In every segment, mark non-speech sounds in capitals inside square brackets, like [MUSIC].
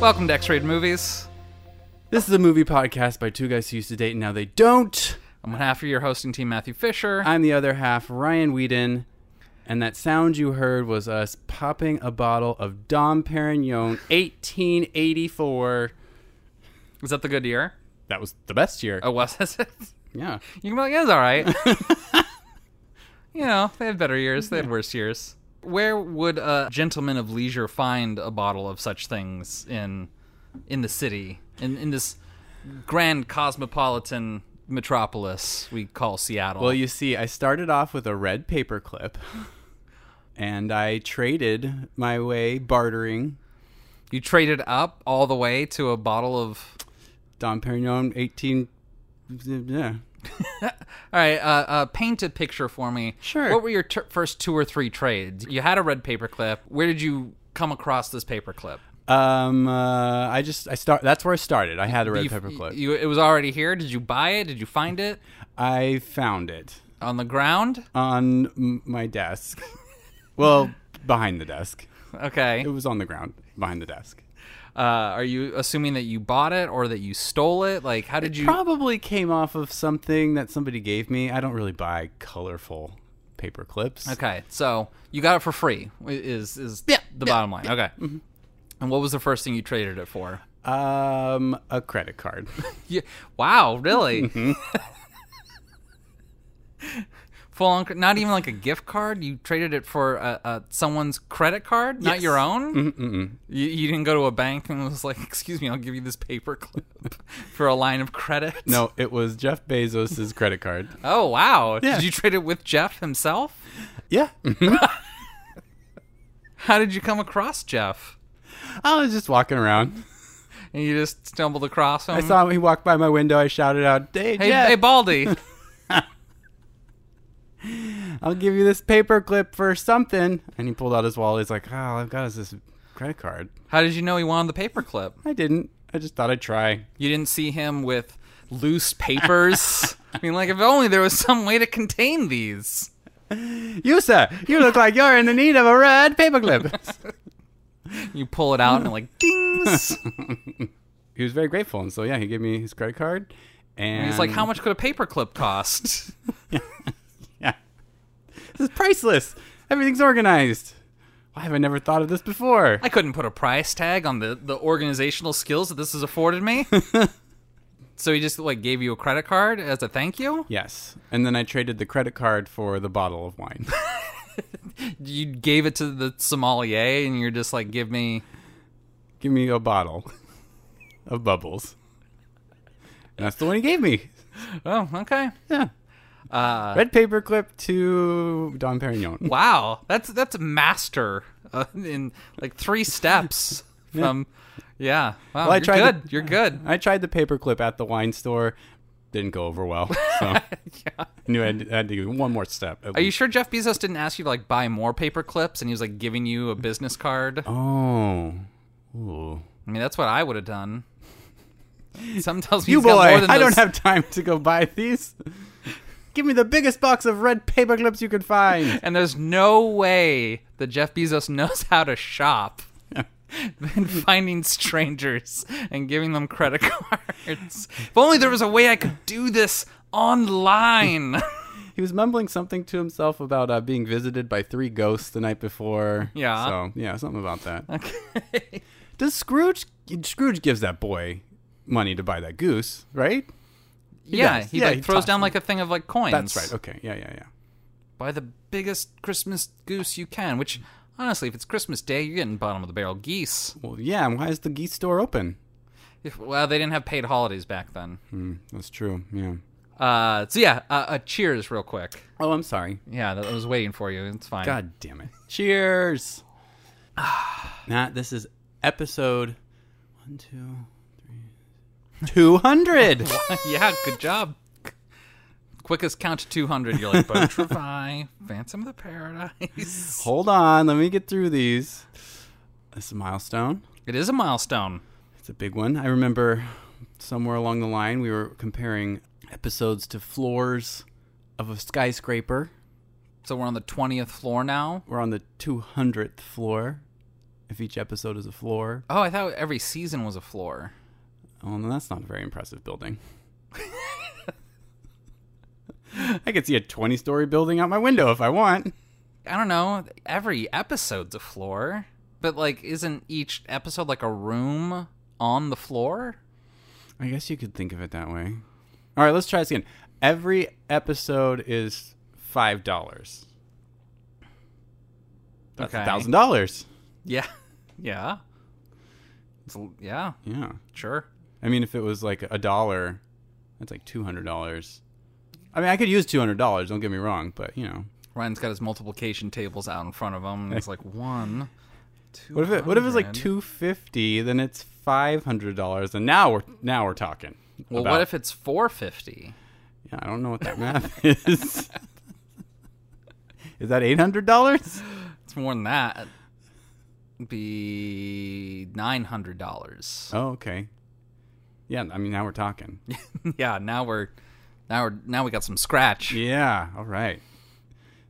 Welcome to X-Rated Movies. This is a movie podcast by two guys who used to date and now they don't. I'm one half of your hosting team, Matthew Fisher. I'm the other half, Ryan Whedon, and that sound you heard was us popping a bottle of Dom Perignon 1884. Was that the good year? That was the best year. Oh, [LAUGHS] was it? Yeah. You can be like, yeah, it's all right. you know, they had better years. They had worse years. Where would a gentleman of leisure find a bottle of such things in in the city in in this grand cosmopolitan metropolis we call Seattle? Well, you see, I started off with a red paper clip and I traded my way bartering you traded up all the way to a bottle of Dom Perignon 18 yeah. All right, uh, uh, paint a picture for me. Sure. What were your ter- first two or three trades? You had a red paperclip. Where did you come across this paperclip? Um uh, I just I start that's where I started. I had a red You- paper clip. You, it was already here. Did you buy it? Did you find it I found it. on the ground? on m- my desk. [LAUGHS] well, behind the desk. Okay. It was on the ground behind the desk. Uh, are you assuming that you bought it or that you stole it? Like, how did you? Probably came off of something that somebody gave me. I don't really buy colorful paper clips. okay, so you got it for free. i- Is is the bottom line? Okay. And what was the first thing you traded it for? Um, a credit card. [LAUGHS] Yeah. Wow, really? Mm-hmm. [LAUGHS] Full on, cre- not even like a gift card. You traded it for uh, uh, someone's credit card, not your own. Mm-mm. You, you didn't go to a bank and was like, "Excuse me, I'll give you this paper clip [LAUGHS] for a line of credit." no, it was Jeff Bezos's [LAUGHS] credit card. Oh wow! Yeah. Did you trade it with Jeff himself? Yeah. How did you come across Jeff? [LAUGHS] I was just walking around. And you just stumbled across him. I saw him. He walked by my window. I shouted out, "Hey, Uh-huh. Hey, Jeff, hey, Baldy. [LAUGHS] I'll give you this paper clip for something." And he pulled out his wallet. He's like, "Oh, I've got is this credit card." How did you know he wanted the paperclip? I didn't. I just thought I'd try. You didn't see him with loose papers. I mean, like, if only there was some way to contain these. You, sir, you look like you're in the need of a red paperclip. You pull it out and, like, dings. [LAUGHS] he was very grateful, and so yeah, he gave me his credit card. And It's like, how much could a paperclip cost? Yeah, this is priceless. Everything's organized. Why have I never thought of this before? I couldn't put a price tag on the, the organizational skills that this has afforded me. so he just, like, gave you a credit card as a thank you? yes, and then I traded the credit card for the bottle of [LAUGHS] wine. You gave it to the sommelier and you're just like, give me. give me a bottle of bubbles. And that's the one he gave me. Oh, okay. Yeah. Uh, red paperclip to Don Perignon. Wow, that's that's master uh, in like three [LAUGHS] steps from. Yeah, wow, I you're tried good. to- you're good. I tried the paperclip at the wine store. Didn't go over well. [LAUGHS] So knew I had, I had to do one more step. at Are you least. sure Jeff Bezos didn't ask you to like buy more paper clips and he was like giving you a business card? Oh. Ooh. I mean, that's what I would have done. Some tells me You he's got boy, more than I don't those- have time to go buy these. Give me the biggest box of red paperclips you [LAUGHS] can find. And there's no way that Jeff Bezos knows how to [LAUGHS] shop. than finding strangers and giving them credit [LAUGHS] cards. If only there was a way I could do this online. [LAUGHS] He was mumbling something to himself about uh, being visited by three ghosts the night before. Yeah. So, yeah, something about that. Okay. Does Scrooge Scrooge gives that boy money to buy that goose, right? yeah, does. he Yeah, like [LAUGHS] he throws tosses down them. like a thing of like coins. That's right. Okay. Yeah, yeah, yeah. Buy the biggest Christmas goose you can, which honestly, if it's Christmas Day, you're getting bottom of the barrel geese. Well, yeah, and why is the geese store open? If, well, they didn't have paid holidays back then. Hmm, that's true. Yeah. Uh, so yeah, uh, uh, cheers real quick. Oh, I'm sorry. Yeah, that I was waiting for you. It's fine. God damn it. Cheers. [SIGHS] Matt, this is episode one, two, three, two [LAUGHS] hundred. [LAUGHS] yeah, good job. Quickest count to 200. You're like, Beau Travai, [LAUGHS] Phantom of the Paradise. [LAUGHS] Hold on, let me get through these. This is a milestone. It is a milestone. It's a big one. I remember somewhere along the line we were comparing episodes to floors of a skyscraper. So we're on the 20th floor now. We're on the two hundredth floor. if each episode is a floor. Oh, I thought every season was a floor. Well, then Oh, that's not a very impressive building. [LAUGHS] I could see a 20 story building out my window if I want. I don't know. Every episode's a floor, but like, isn't each episode like a room on the floor? I guess you could think of it that way. All right, let's try this again. Every episode is five dollars. That's Okay. thousand dollars. Yeah, [LAUGHS] yeah, It's l- yeah. Yeah. Sure. I mean, if it was like a dollar, that's like two hundred dollars. I mean, I could use two hundred dollars. Don't get me wrong, but you know, Ryan's got his multiplication tables out in front of him, and it's [LAUGHS] like one, two. what if it what if it's like two fifty? Then it's five hundred dollars, and now we're now we're talking. Well, about- what if it's four fifty? Yeah, I don't know what that math [LAUGHS] is. is that eight hundred dollars? It's more than that. It'd be nine hundred dollars. [LAUGHS] Oh, okay. Yeah, I mean, now we're talking. yeah. Now we're now we're now we got some scratch. Yeah, all right.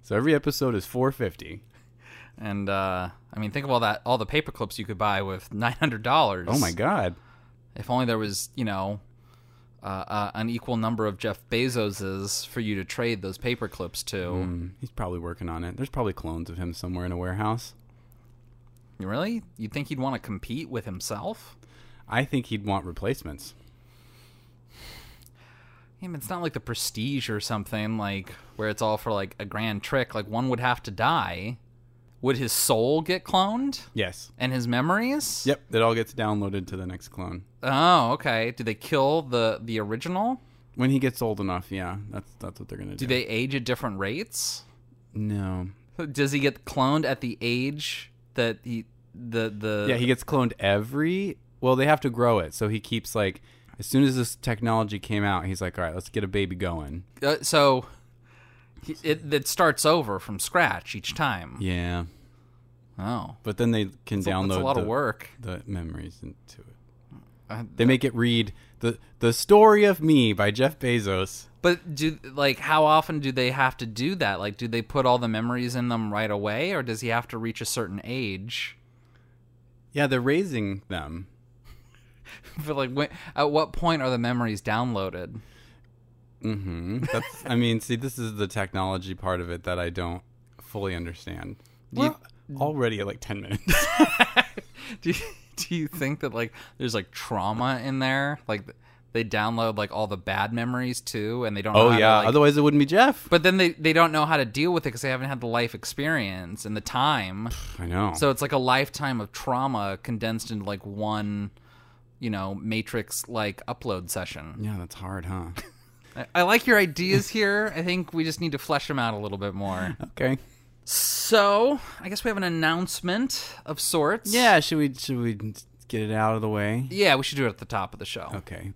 So every episode is 450. And uh, I mean, think of all that, all the paper clips you could buy with [LAUGHS] nine hundred dollars. Oh my god. If only there was, you know, uh, uh, an equal number of Jeff Bezoses for you to trade those paper clips to. Mm, he's probably working on it. There's probably clones of him somewhere in a warehouse. Really? You'd think he'd want to compete with himself? I think he'd want replacements. I mean, it's not like the Prestige or something like where it's all for like a grand trick. Like one would have to die. Would his soul get cloned Yes. and his memories? Yep, that all gets downloaded to the next clone. Oh, okay. Do they kill the the original? When he gets old enough, yeah. That's that's what they're going to do. Do they age at different rates? No. [LAUGHS] Does he get cloned at the age that he the the Yeah, he gets cloned every. Well, they have to grow it, so he keeps like. As soon as this technology came out, he's like, "All right, let's get a baby going." uh, so he, it it starts over from scratch each time. Yeah, Oh, but then they can It's a- download It's a lot the, of work. the memories into it. Uh, They make it read the the story of me by Jeff Bezos. But do like how often do they have to do that? Like do they put all the memories in them right away or does he have to reach a certain age? [LAUGHS] Yeah, they're raising them. but like when, at what point are the memories downloaded? [LAUGHS] hmm That's I mean, see, this is the technology part of it that I don't fully understand. Well- You- already at like ten minutes. Do you, do you think that like there's like trauma in there? Like they download like all the bad memories too and they don't know oh how to, yeah, like- otherwise it wouldn't be Jeff. but then they, they don't know how to deal with it because they haven't had the life experience and the [SIGHS] time. I know. So it's like a lifetime of trauma condensed into like one, you know, matrix like upload session. yeah, that's hard, huh? I- I like your [LAUGHS] ideas here. I think we just need to flesh them out a little bit more. okay. So, I guess we have an announcement of sorts. Yeah, should we should we get it out of the way? Yeah, we should do it at the top of the show. Okay.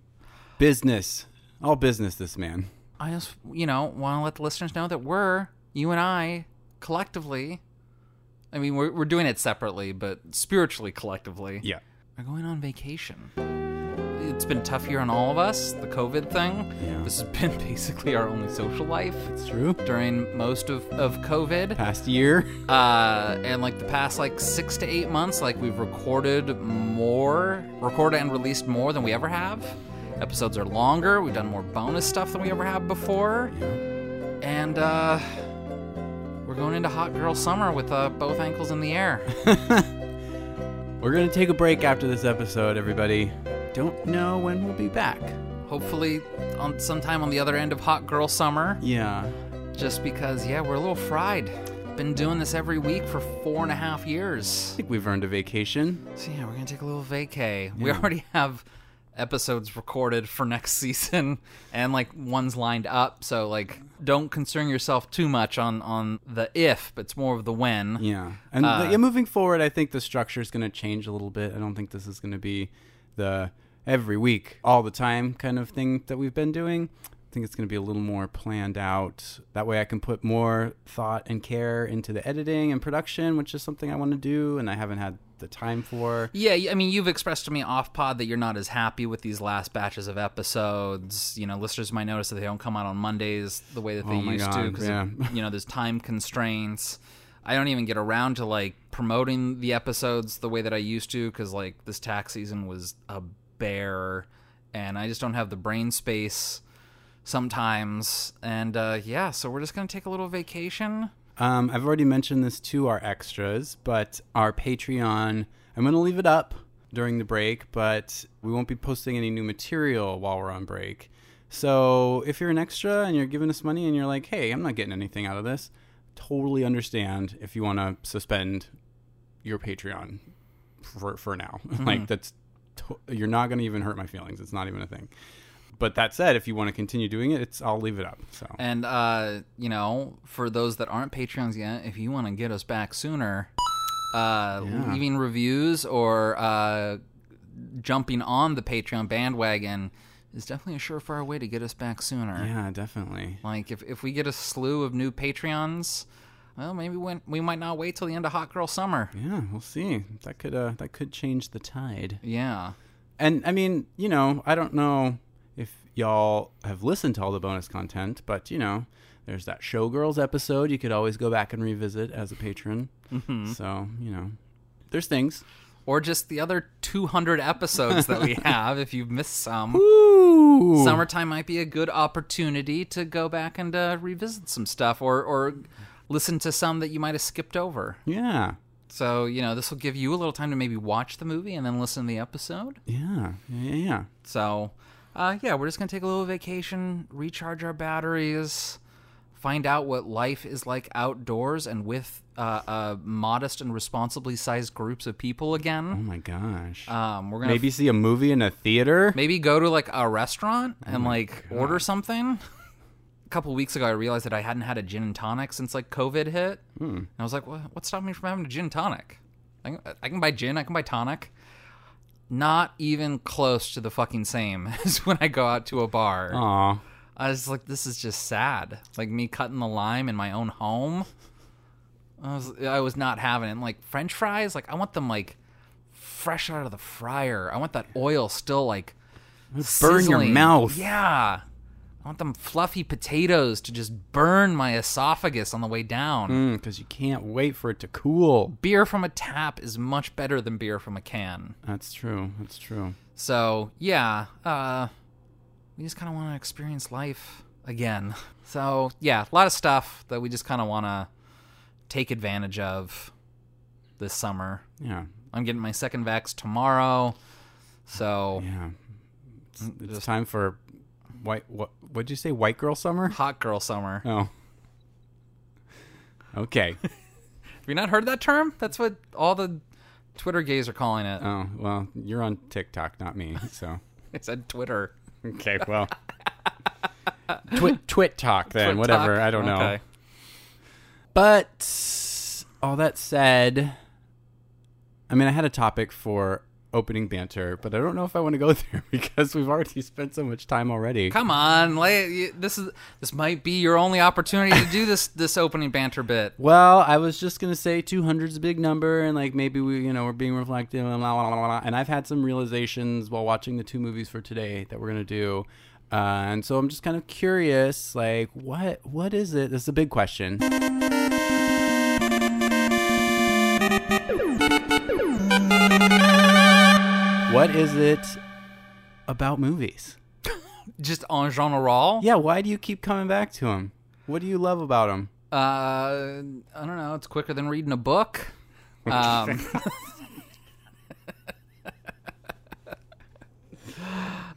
Business. All business this man. I just, you know, want to let the listeners know that we're, you and I, collectively, I mean, we're, we're doing it separately, but spiritually, collectively, Yeah. are going on vacation. It's been a tough year on all of us, the COVID thing. Yeah. This has been [LAUGHS] basically our only social life It's true. during most of, of COVID. Past year. uh, and like the past like six to eight months like we've recorded more recorded and released more than we ever have episodes are longer we've done more bonus stuff than we ever have before and uh we're going into hot girl summer with uh, both ankles in the air We're gonna take a break after this episode, everybody. Don't know when we'll be back. hopefully on sometime on the other end of hot girl summer Yeah. just because yeah we're a little fried been doing this every week for four and a half years I think we've earned a vacation. So yeah, we're gonna take a little vacay. We already have episodes recorded for next [LAUGHS] season, and like one's lined up. So like, don't concern yourself too much on on the if, but it's more of the when. Yeah. And the- yeah, moving forward, I think the structure is gonna change a little bit. I don't think this is gonna be the every week, all the time kind of thing that we've been doing. I think it's gonna be a little more planned out. That way I can put more thought and care into the editing and production, which is something I wanna do and I haven't had the time for. Yeah, I mean, you've expressed to me off pod that you're not as happy with these last batches of episodes. You know, listeners might notice that they don't come out on Mondays the way that they Oh my used to God, because yeah. [LAUGHS] you know there's time constraints. I don't even get around to like promoting the episodes the way that I used to because like this tax season was a bear, and I just don't have the brain space sometimes. And uh, yeah, so we're just gonna take a little vacation. Um, I've already mentioned this to our extras, but our Patreon, I'm going to leave it up during the break, but we won't be posting any new material while we're on break. So if you're an extra and you're giving us money and you're like, hey, I'm not getting anything out of this, totally understand if you want to suspend your Patreon for, for now. [LAUGHS] like, that's, to- you're not going to even hurt my feelings. It's not even a thing. But that said, if you want to continue doing it, it's I'll leave it up. So And uh, you know, for those that aren't Patreons yet, if you want to get us back sooner, uh, leaving reviews or uh, jumping on the Patreon bandwagon is definitely a surefire way to get us back sooner. yeah, definitely. Like if, if we get a slew of new Patreons, well, maybe when, we might not wait till the end of Hot Girl Summer. Yeah, we'll see. That could uh, that could change the tide. Yeah. And I mean, you know, I don't know if y'all have listened to all the bonus content, but you know, there's that Showgirls episode. You could always go back and revisit as a patron. So you know, there's things. Or just the other 200 episodes that we have, if you've missed some. Ooh, summertime might be a good opportunity to go back and uh, revisit some stuff or or listen to some that you might have skipped over. yeah, So you know this will give you a little time to maybe watch the movie and then listen to the episode. yeah, yeah, yeah. So uh, yeah, we're just gonna take a little vacation, recharge our batteries, find out what life is like outdoors and with uh, uh, modest and responsibly sized groups of people Oh again. my gosh. Um, we're gonna Mm-hmm. Maybe see a movie in a theater. maybe go to like a restaurant and like order something. a couple weeks ago, I realized that I hadn't had a gin and tonic since like COVID hit. And I was like, well, what stopped me from having a gin and tonic? I can, I can buy gin, I can buy tonic. Not even close to the fucking same [LAUGHS] as when I go out to a bar. Aw, I was like, this is just sad. Like me cutting the lime in my own home. I was I was not having it. And like French fries, like I want them like fresh out of the fryer. I want that oil still like burn your sizzling. mouth. Yeah. I want them fluffy potatoes to just burn my esophagus on the way down. because Mm, you can't wait for it to cool. Beer from a tap is much better than beer from a can. That's true. That's true. So yeah, uh, we just kind of want to experience life again. [LAUGHS] So yeah, a lot of stuff that we just kind of want to take advantage of this summer. Yeah, I'm getting my second vax tomorrow, so Yeah, it's, Mm, it's time for white. What what'd you say? White girl [LAUGHS] summer? hot girl summer. Oh, okay. Have you not heard that term? That's what all the Twitter gays are calling it. oh well, you're on TikTok, not me. So [LAUGHS] I said Twitter. okay, [LAUGHS] well, twit twit talk then. Twit whatever. talk. I don't know. Okay. But all that said, I mean, I had a topic for opening banter, but I don't know if I want to go [LAUGHS] there because we've already spent so much time already. Come on, lay, you- this is this might be your only opportunity to do this [LAUGHS] this opening banter bit. Well, I was just gonna say 200's a big number, and like maybe we, you know, we're being reflective. And, blah, blah, blah, blah. and I've had some realizations while watching the two movies for today that we're gonna do, uh, and so I'm just kind of curious, like, what, what is it? This is a big question. What is it about movies? Just en general. Yeah, why do you keep coming back to them? What do you love about them? Uh, I don't know. It's quicker than reading a book. Um,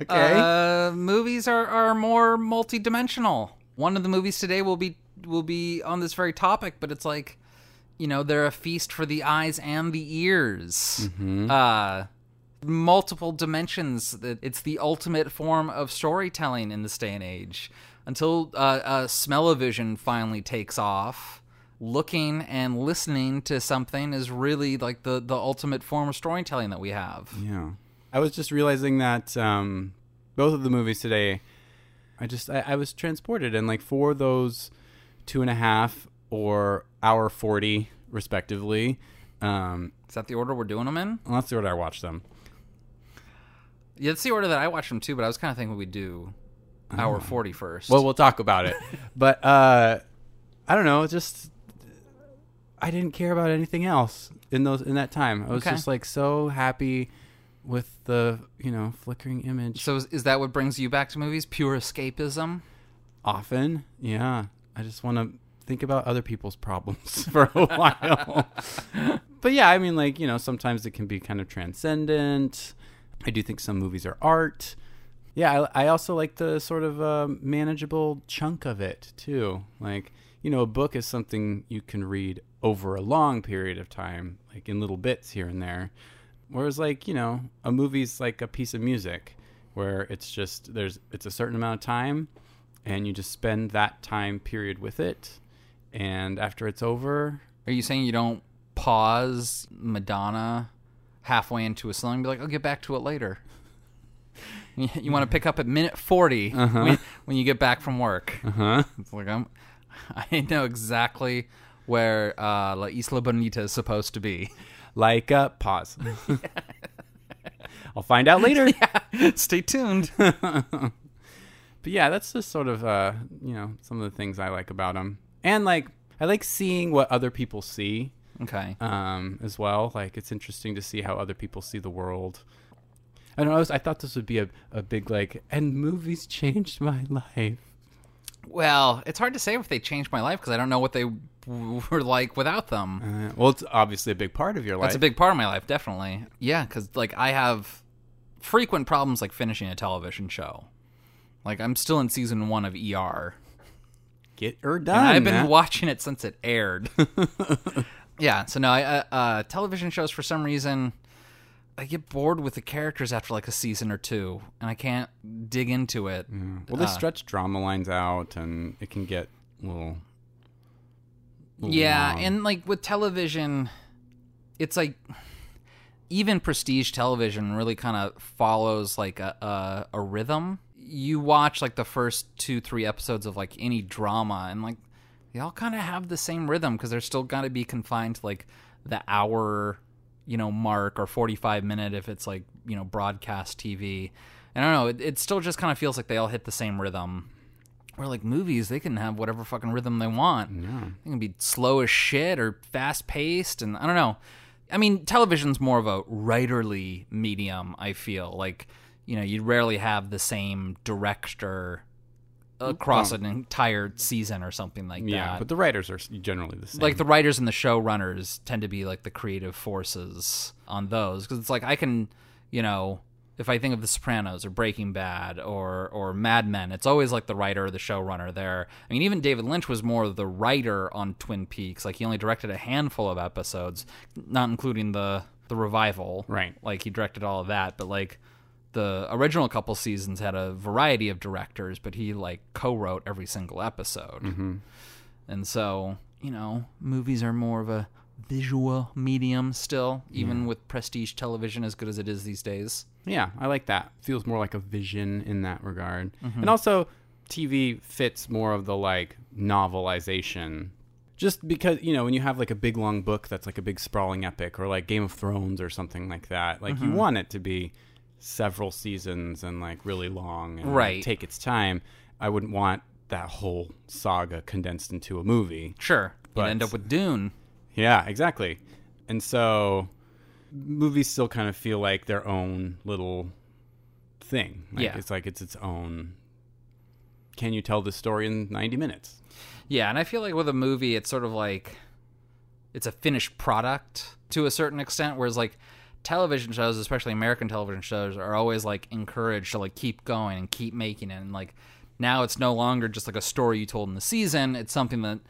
Okay. uh, movies are, are more multidimensional. One of the movies today will be will be on this very topic, but it's like, you know, they're a feast for the eyes and the ears. Uh, multiple dimensions. That It's the ultimate form of storytelling in this day and age. Until uh, uh, smell-o-vision finally takes off, looking and listening to something is really like the the ultimate form of storytelling that we have. Yeah. I was just realizing that um, both of the movies today, I just I, I was transported and like for those two and a half or hour forty respectively. Um, Is that the order we're doing them in? and that's the order I watched them. Yeah, it's the order that I watched them too, but I was kind of thinking we do hour 40 first. Well, we'll talk about it. but uh, I don't know. It's just I didn't care about anything else in those in that time. I was Okay. just like so happy with the you know flickering image. So is, is that what brings you back to movies? Pure escapism? Often, yeah, I just want to think about other people's problems [LAUGHS] for a while. [LAUGHS] but yeah, I mean, like you know, sometimes it can be kind of transcendent. I do think some movies are art. Yeah, I, I also like the sort of uh, manageable chunk of it too. Like, you know, a book is something you can read over a long period of time, like in little bits here and there. Whereas, like, you know, a movie's like a piece of music where it's just there's it's a certain amount of time, and you just spend that time period with it, and after it's over, Are you saying you don't pause Madonna halfway into a song and be like, I'll get back to it later? [LAUGHS] You, want to pick up at minute 40 when, when you get back from work. uh huh. It's like, I'm, [LAUGHS] I know exactly where uh, La Isla Bonita is supposed to be. [LAUGHS] like uh pause [LAUGHS] i'll find out later Stay tuned. but yeah that's just sort of uh you know some of the things i like about them and like i like seeing what other people see Okay. um as well like it's interesting to see how other people see the world i don't know I, was, I thought this would be a, a big like and movies [LAUGHS] changed my life Well, it's hard to say if they changed my life because I don't know what they w- were like without them. uh, well it's obviously a big part of your life That's a big part of my life, definitely. Yeah, because like I have frequent problems like finishing a television show. Like I'm still in season one of ER. get her done I've been Matt. watching it since it aired. yeah, so no, I, uh, uh, television shows for some reason I get bored with the characters after like a season or two, and I can't dig into it. well they stretch drama lines out and it can get a little Yeah, and like with television, it's like even prestige television really kind of follows like a, a a rhythm. You watch like the first two three episodes of like any drama, and like they all kind of have the same rhythm because they're still got to be confined to like the hour, you know, mark or forty five minute if it's like you know broadcast TV. And I don't know, it, it still just kind of feels like they all hit the same rhythm. Where like movies, they can have whatever fucking rhythm they want. They can be slow as shit or fast paced, and I don't know. I mean, television's more of a writerly medium. I feel like you know you rarely have the same director across an entire season or something like that. Yeah, but the writers are s- generally the same. like the writers and the showrunners tend to be like the creative forces on those because it's like I can, you know, if I think of The Sopranos or Breaking Bad or or Mad Men, it's always like the writer or the showrunner there. I mean, even David Lynch was more the writer on Twin Peaks. Like he only directed a handful of episodes, not including the the revival. Right. Like he directed all of that, but like the original couple seasons had a variety of directors, but he like co-wrote every single episode. And so, you know, movies are more of a visual medium still, even with prestige television as good as it is these days. yeah, I like that. Feels more like a vision in that regard. And also, TV fits more of the like novelization. Just because you know when you have like a big long book that's like a big sprawling epic, or like Game of Thrones or something like that, like you want it to be several seasons and like really long and like, Right. take its time. I wouldn't want that whole saga condensed into a movie. Sure. But But- end up with Dune. Yeah, exactly. And so movies still kind of feel like their own little thing. Like, Yeah. It's like it's its own. Can you tell this story in 90 minutes? Yeah, and I feel like with a movie it's sort of like it's a finished product to a certain extent, whereas like television shows, especially American television shows, are always like encouraged to like keep going and keep making it and like now it's no longer just like a story you told in the season. It's something that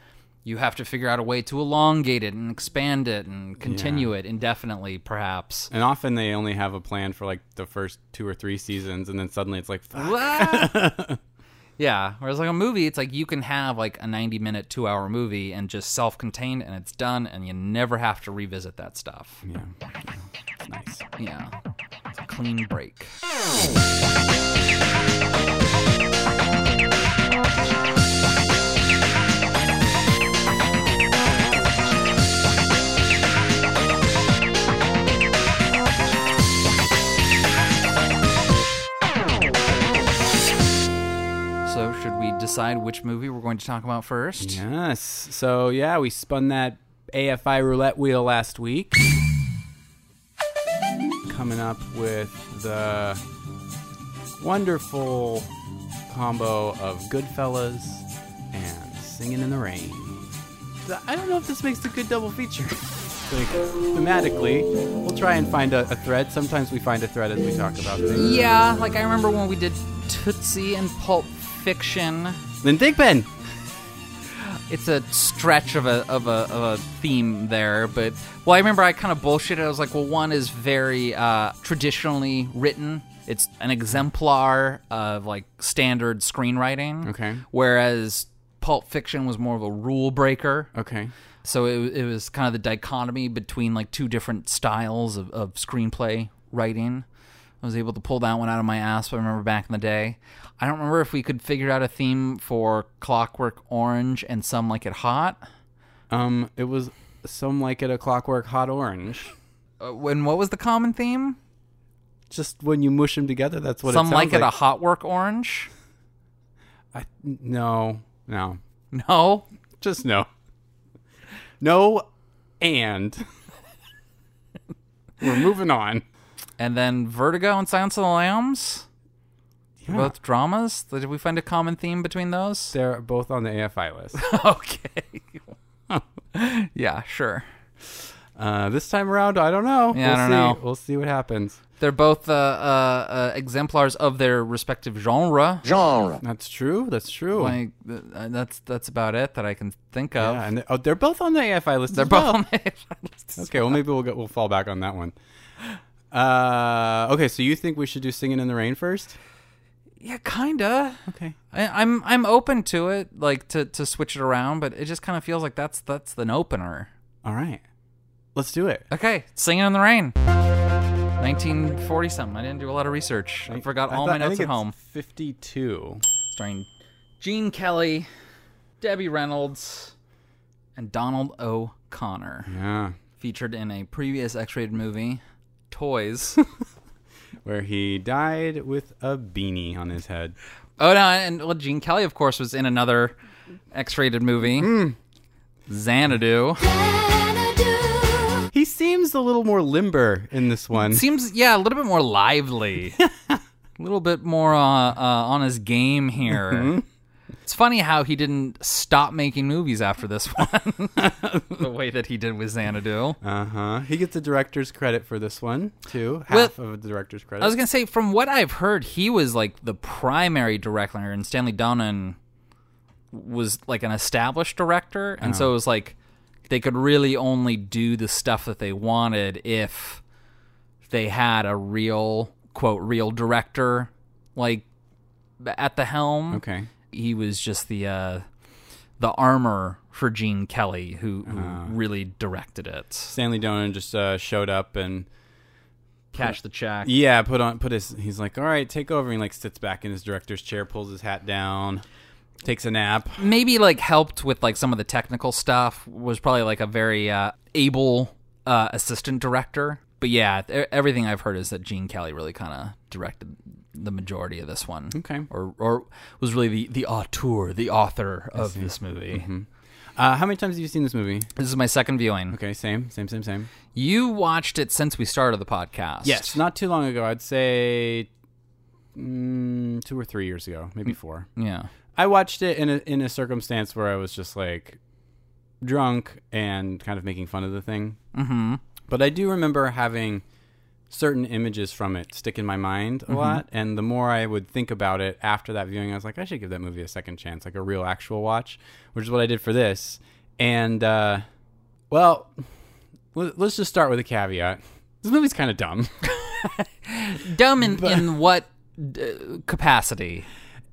you have to figure out a way to elongate it and expand it and continue it indefinitely, perhaps. And often they only have a plan for like the first two or three seasons, and then suddenly it's like, fuck. What? [LAUGHS] yeah. Whereas like a movie, it's like you can have like a ninety minute, two hour movie and just self contained and it's done and you never have to revisit that stuff. Yeah. It's nice. Yeah. It's a clean break. So, should we decide which movie we're going to talk about first? Yes. So, yeah, we spun that AFI roulette wheel last week. Coming up with the wonderful combo of Goodfellas and Singing in the Rain. Th- I don't know if this makes a good double feature. Like, thematically, we'll try and find a, a thread. Sometimes we find a thread as we talk about things. Yeah, like I remember when we did Tootsie and Pulp Fiction. Then Digpen! It's a stretch of a of a, of a theme there, but well, I remember I kind of bullshitted. I was like, well, one is very uh, traditionally written. It's an exemplar of like standard screenwriting. Okay. Whereas Pulp Fiction was more of a rule breaker. Okay. So it, it was kind of the dichotomy between like two different styles of, of screenplay writing. I was able to pull that one out of my ass, but I remember back in the day. I don't remember if we could figure out a theme for Clockwork Orange and Some Like It Hot. Um, it was some like it a clockwork hot orange. Uh, and what was the common theme? Just when you mush them together, that's what it Some sounds Like It a Hot Work Orange? [LAUGHS] I- no, no, No. just no, no, [LAUGHS] and we're moving on. And then Vertigo and Silence of the Lambs? They're Yeah. Both dramas? Did we find a common theme between those? [LAUGHS] They're both on the AFI list. okay. [LAUGHS] yeah, sure. Uh, this time around, I don't know. Yeah, I we'll don't see. know. We'll see what happens. They're both uh, uh, uh, exemplars of their respective genre. genre, That's true. That's true. Like, th- uh, that's that's about it that I can think of. yeah, and they, oh, they're both on the AFI list. They're as both well. on the [LAUGHS] list. Okay, well, maybe we'll go, we'll fall back on that one. Uh, okay, so you think we should do "Singing in the Rain" first? Yeah, kinda. Okay. I, I'm I'm open to it, like to, to switch it around, but it just kind of feels like that's that's an opener. All right. Let's do it. Okay, singing in the rain. 1940 something. I didn't do a lot of research. I, forgot all thought- my I notes think at it's home. 52. Starring Gene Kelly, Debbie Reynolds, and Donald O'Connor. Yeah. featured in a previous X-rated movie, Toys. [LAUGHS] Where he died with a beanie on his head. oh no, and well, Gene Kelly, of course, was in another X-rated movie, Xanadu. He seems a little more limber in this one. Seems yeah, a little bit more lively, a little bit more uh, uh, on his game here. It's funny how he didn't stop making movies after this [LAUGHS] one, the way that he did with Xanadu. Uh huh. He gets a director's credit for this one, too. Well- Half of a director's credit. I was gonna say, from what I've heard, he was like the primary director, and Stanley Donen was like an established director, and so it was like they could really only do the stuff that they wanted if they had a real quote real director like at the helm. okay. He was just the uh, the armor for Gene Kelly, who, who really directed it. Stanley Donen just uh, showed up and Cash the check. yeah, put on put his. He's like, all right, take over. And he like sits back in his director's chair, pulls his hat down, takes a nap. maybe like helped with like some of the technical stuff was probably like a very uh, able uh, assistant director but yeah e- everything i've heard is that gene kelly really kind of directed the majority of this one Okay. or or was really the the auteur the author of this movie Uh, how many times have you seen this movie? this is my second viewing Okay, same, same, same, same. you watched it since we started the podcast Yes, not too long ago. I'd say mm, two or three years ago, maybe four. yeah I watched it in a in a circumstance where I was just like drunk and kind of making fun of the thing. Mm-hmm. But I do remember having certain images from it stick in my mind a lot, and the more I would think about it after that viewing, I was like, I should give that movie a second chance, like a real actual watch, which is what I did for this. And uh, well, let- let's just start with a caveat. This movie's kind of dumb. dumb in, in what d- capacity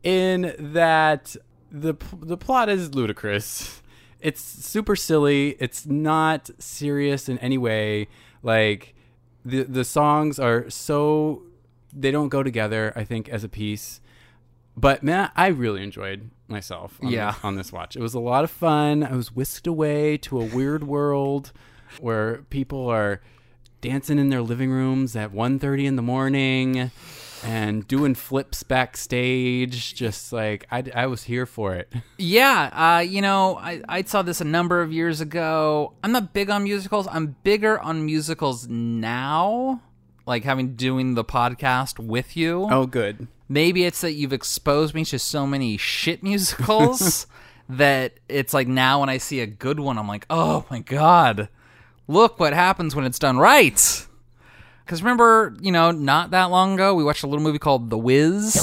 in that the p- the plot is ludicrous. It's super silly. It's not serious in any way. Like the the songs are so they don't go together. I think as a piece. But man, I really enjoyed myself. On Yeah. on this watch, it was a lot of fun. I was whisked away to a weird world where people are dancing in their living rooms at 1.30 in the morning and doing flips backstage. Just like I, I was here for it. Yeah, uh, you know, I, I saw this a number of years ago. I'm not big on musicals. I'm bigger on musicals now, like having doing the podcast with you. Oh, good. Maybe it's that you've exposed me to so many shit musicals that it's like now when I see a good one, I'm like, oh my god, look what happens when it's done right. Because remember, you know, not that long ago, we watched a little movie called The Wiz.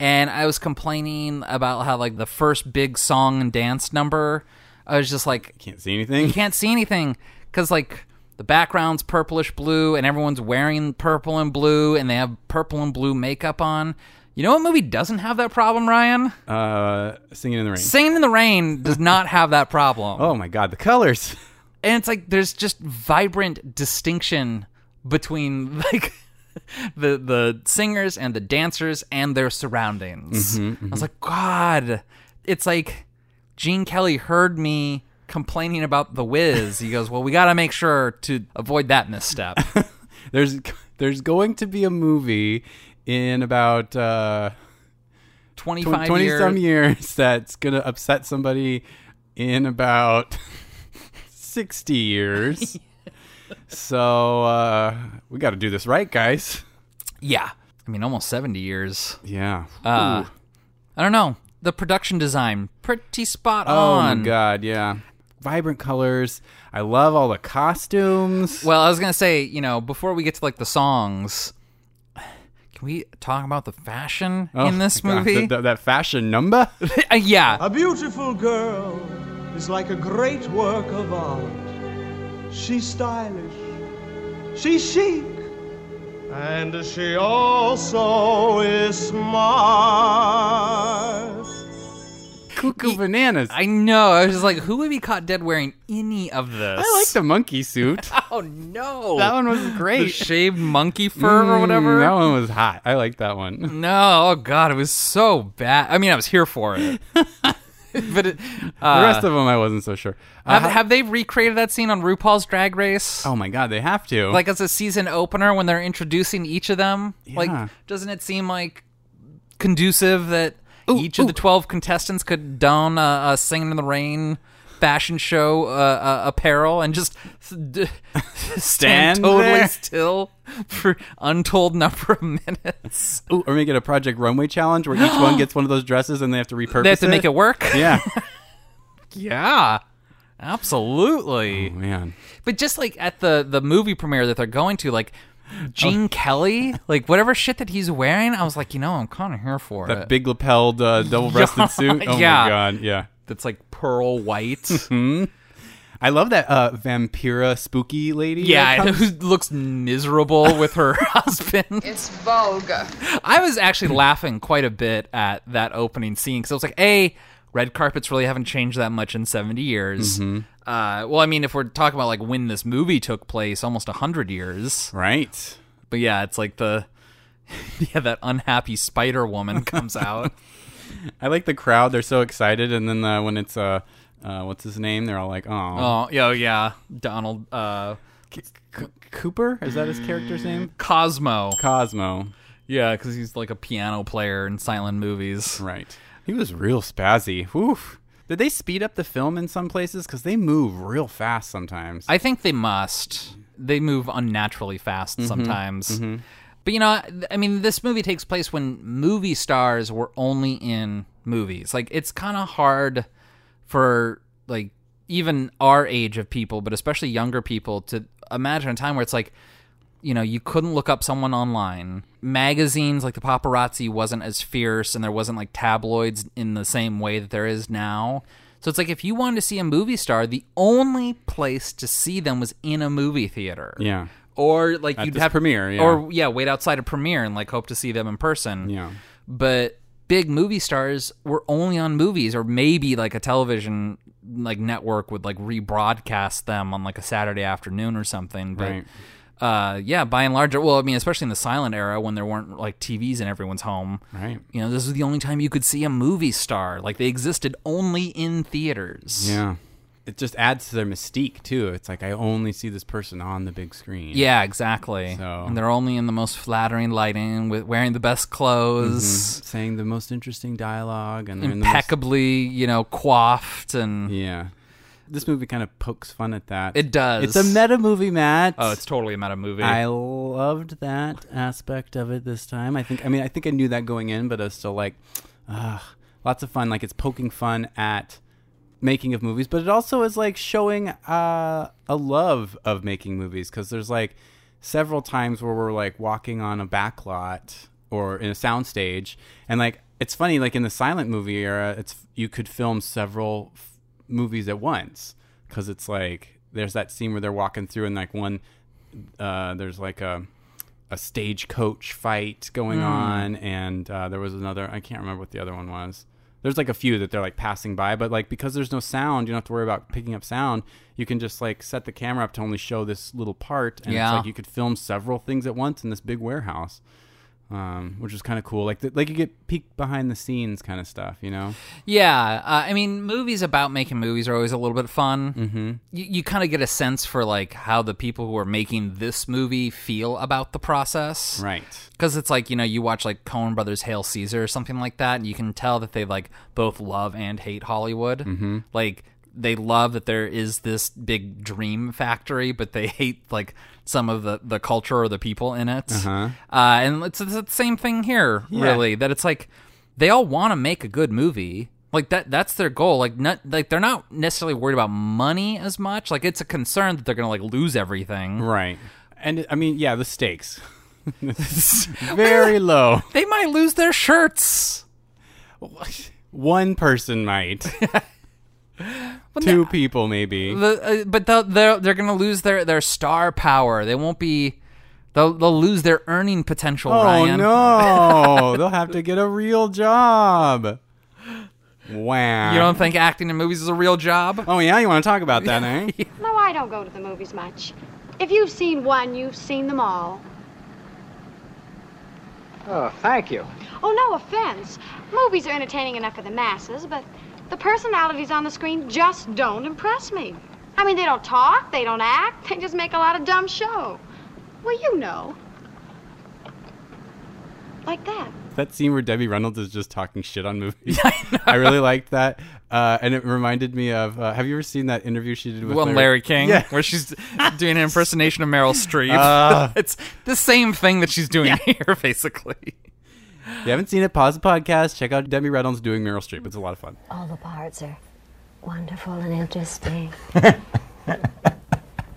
and I was complaining about how like the first big song and dance number, I was just like, Can't see anything. you can't see anything because like the background's purplish blue and everyone's wearing purple and blue and they have purple and blue makeup on. You know what movie doesn't have that problem, Ryan? Uh, singing in the rain. Singing in the Rain does not have that problem. Oh my God, the colors. [LAUGHS] and it's like there's just vibrant distinction between [LAUGHS] like the the singers and the dancers and their surroundings. Mm-hmm, I was like, God, it's like Gene Kelly heard me complaining about the Whiz. He goes, Well, we got to make sure to avoid that [LAUGHS] misstep. There's there's going to be a movie in about uh, Twenty tw- five 20 years. some years that's going to upset somebody in about [LAUGHS] [LAUGHS] 60 years. so uh, we got to do this right, guys. yeah, I mean almost seventy years. Yeah. Uh, Ooh. I don't know. The production design pretty spot oh on. my God, yeah. Vibrant colors. I love all the costumes. Well, I was gonna say, you know, before we get to like the songs, can we talk about the fashion Oh in this my God, Oh. movie? that- that- that [LAUGHS] fashion number. [LAUGHS] Uh, yeah, A beautiful girl is like a great work of art. She's stylish, she's chic, and she also is smart. Cuckoo bananas. I know. I was just like, who would be caught dead wearing any of this? I like the [LAUGHS] monkey suit. Oh no, that one was the great. shaved monkey fur or Mm, whatever. that one was hot. I like that one. No, oh god, it was so bad. I mean, I was here for [LAUGHS] it. but it, uh, The rest of them, I wasn't so sure. Uh, have, have they recreated that scene on RuPaul's Drag Race? oh my god, they have to. like as a season opener when they're introducing each of them Yeah. like doesn't it seem like conducive that Ooh, each of the 12 contestants could don a, uh singing in the rain fashion show uh, uh, apparel and just [LAUGHS] s- d- stand, Stand totally there. still for untold number of minutes Ooh, or make it a Project Runway challenge where each [GASPS] one gets one of those dresses and they have to repurpose. they have to make it work [LAUGHS] [LAUGHS] Yeah. yeah absolutely oh, man. But just like at the the movie premiere that they're going to, like Gene Kelly, like whatever shit that he's wearing, I was like, you know, I'm kind of here for That it. big [LAUGHS] lapelled uh, double breasted suit. Oh Yeah. my god. Yeah. That's like pearl white. I love that uh, Vampira spooky lady. [LAUGHS] that yeah, comes- who looks miserable with her [LAUGHS] husband. It's vulgar. I was actually laughing quite a bit at that opening scene because I was like, a red carpets really haven't changed that much in 70 years. Uh, well, I mean, if we're talking about like when this movie took place, almost 100 years. [LAUGHS] Right. But yeah, it's like the [LAUGHS] yeah that unhappy Spider Woman comes out. I like the crowd. They're so excited, and then uh, when it's uh, uh, what's his name? They're all like, "Oh, oh, yeah, oh, yeah, Donald uh, C- Cooper is that his character's name? Cosmo. Cosmo." Yeah, because he's like a piano player in silent movies. Right. He was real spazzy. Oof. Did they speed up the film in some places? Because they move real fast sometimes. I think they must. They move unnaturally fast sometimes. But you know, I mean, this movie takes place when movie stars were only in movies. Like, it's kind of hard for like even our age of people, but especially younger people, to imagine a time where it's like, you know, you couldn't look up someone online. Magazines like the paparazzi wasn't as fierce, and there wasn't like tabloids in the same way that there is now. So it's like if you wanted to see a movie star, the only place to see them was in a movie theater. yeah. Or like you'd this have premiere, yeah. or yeah, wait outside a premiere and like hope to see them in person. Yeah. But big movie stars were only on movies or maybe like a television like network would like rebroadcast them on like a Saturday afternoon or something. But Right. uh yeah, by and large well, I mean especially in the silent era when there weren't like TVs in everyone's home. Right. You know, this was the only time you could see a movie star. Like they existed only in theaters. Yeah. it just adds to their mystique too. It's like I only see this person on the big screen. Yeah, exactly. So- And they're only in the most flattering lighting, with wearing the best clothes, saying the most interesting dialogue and they're in the most- impeccably, you know, coiffed and yeah. This movie kind of pokes fun at that. It does. It's a meta movie, Matt. oh, it's totally a meta movie. I loved that aspect of it this time. I think. I mean, I think I knew that going in, but I was still like, ah, lots of fun. Like it's poking fun at making of movies, but it also is like showing uh, a love of making movies because there's like several times where we're like walking on a back lot or in a soundstage, and like it's funny. Like in the silent movie era, it's you could film several f- movies at once because it's like there's that scene where they're walking through and like one uh, there's like a a stagecoach fight going on, and uh, there was another. I can't remember what the other one was. There's like a few that they're like passing by, but like because there's no sound, you don't have to worry about picking up sound. You can just like set the camera up to only show this little part, and Yeah. it's like you could film several things at once in this big warehouse, um, which is kind of cool. Like the, like you get peek behind the scenes kind of stuff, you know? Yeah, uh, I mean, movies about making movies are always a little bit fun. Mm-hmm. You, you kind of get a sense for like how the people who are making this movie feel about the process, Right. Because it's like you know you watch like Coen Brothers' Hail Caesar or something like that, and you can tell that they like both love and hate Hollywood. Mm-hmm. Like they love that there is this big dream factory, but they hate like some of the the culture or the people in it. Uh-huh. and it's, it's the same thing here, really. That it's like they all want to make a good movie. Like that that's their goal. Like not like they're not necessarily worried about money as much. Like it's a concern that they're gonna like lose everything. Right. And I mean, yeah, the stakes. [LAUGHS] Very low. They might lose their shirts. One person [LAUGHS] might. Two people maybe. the, uh, but they'll, they're they're gonna lose their their star power. They won't be. They'll they'll lose their earning potential. oh Ryan. no! [LAUGHS] They'll have to get a real job. Wow. You don't think acting in movies is a real job? oh yeah, you want to talk about that, [LAUGHS] eh? No, I don't go to the movies much. If you've seen one, you've seen them all. Oh, thank you. Oh, no offense. Movies are entertaining enough for the masses, but the personalities on the screen just don't impress me. I mean, they don't talk, they don't act, [LAUGHS] they just make a lot of dumb show. Well, you know. Like that. that scene where Debbie Reynolds is just talking shit on movies. [LAUGHS] I, really liked that, uh, and it reminded me of. Uh, have you ever seen that interview she did with Well, Larry King, Oh, Yeah. where she's doing an impersonation of Meryl Streep. Ah. [LAUGHS] it's the same thing that she's doing [LAUGHS] here, basically. If you haven't seen it, pause the podcast. Check out Debbie Reynolds doing Meryl Streep. It's a lot of fun. All the parts are wonderful and interesting.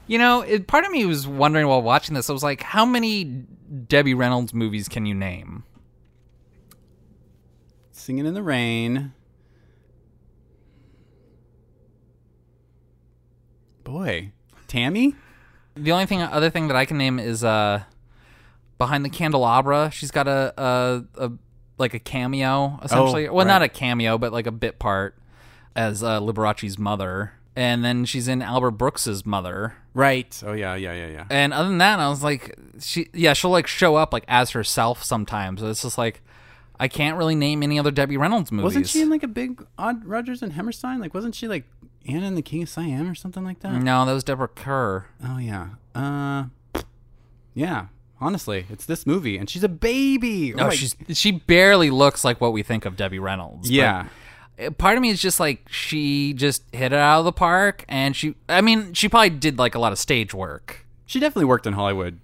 You know, it, part of me was wondering while watching this. I was like, how many Debbie Reynolds movies can you name? Singing in the rain. Boy, Tammy. The only thing, other thing that I can name is uh, behind the candelabra. She's got a a, a like a cameo essentially. well, not a Oh, right. cameo, but like a bit part as uh, Liberace's mother, and then she's in Albert Brooks's mother. Right. Oh yeah, yeah, yeah, yeah. And other than that, I was like, she yeah, she'll like show up like as herself sometimes. It's just like I can't really name any other Debbie Reynolds movies. Wasn't she in like a big Odd Rogers and Hammerstein? Like, wasn't she like Anna and the King of Siam or something like that? no, that was Deborah Kerr. Oh yeah. Uh, yeah. Honestly, it's this movie, and she's a baby. No, Oh, my- she's she barely looks like what we think of Debbie Reynolds. but- yeah. part of me is just like she just hit it out of the park and she i mean she probably did like a lot of stage work She definitely worked in Hollywood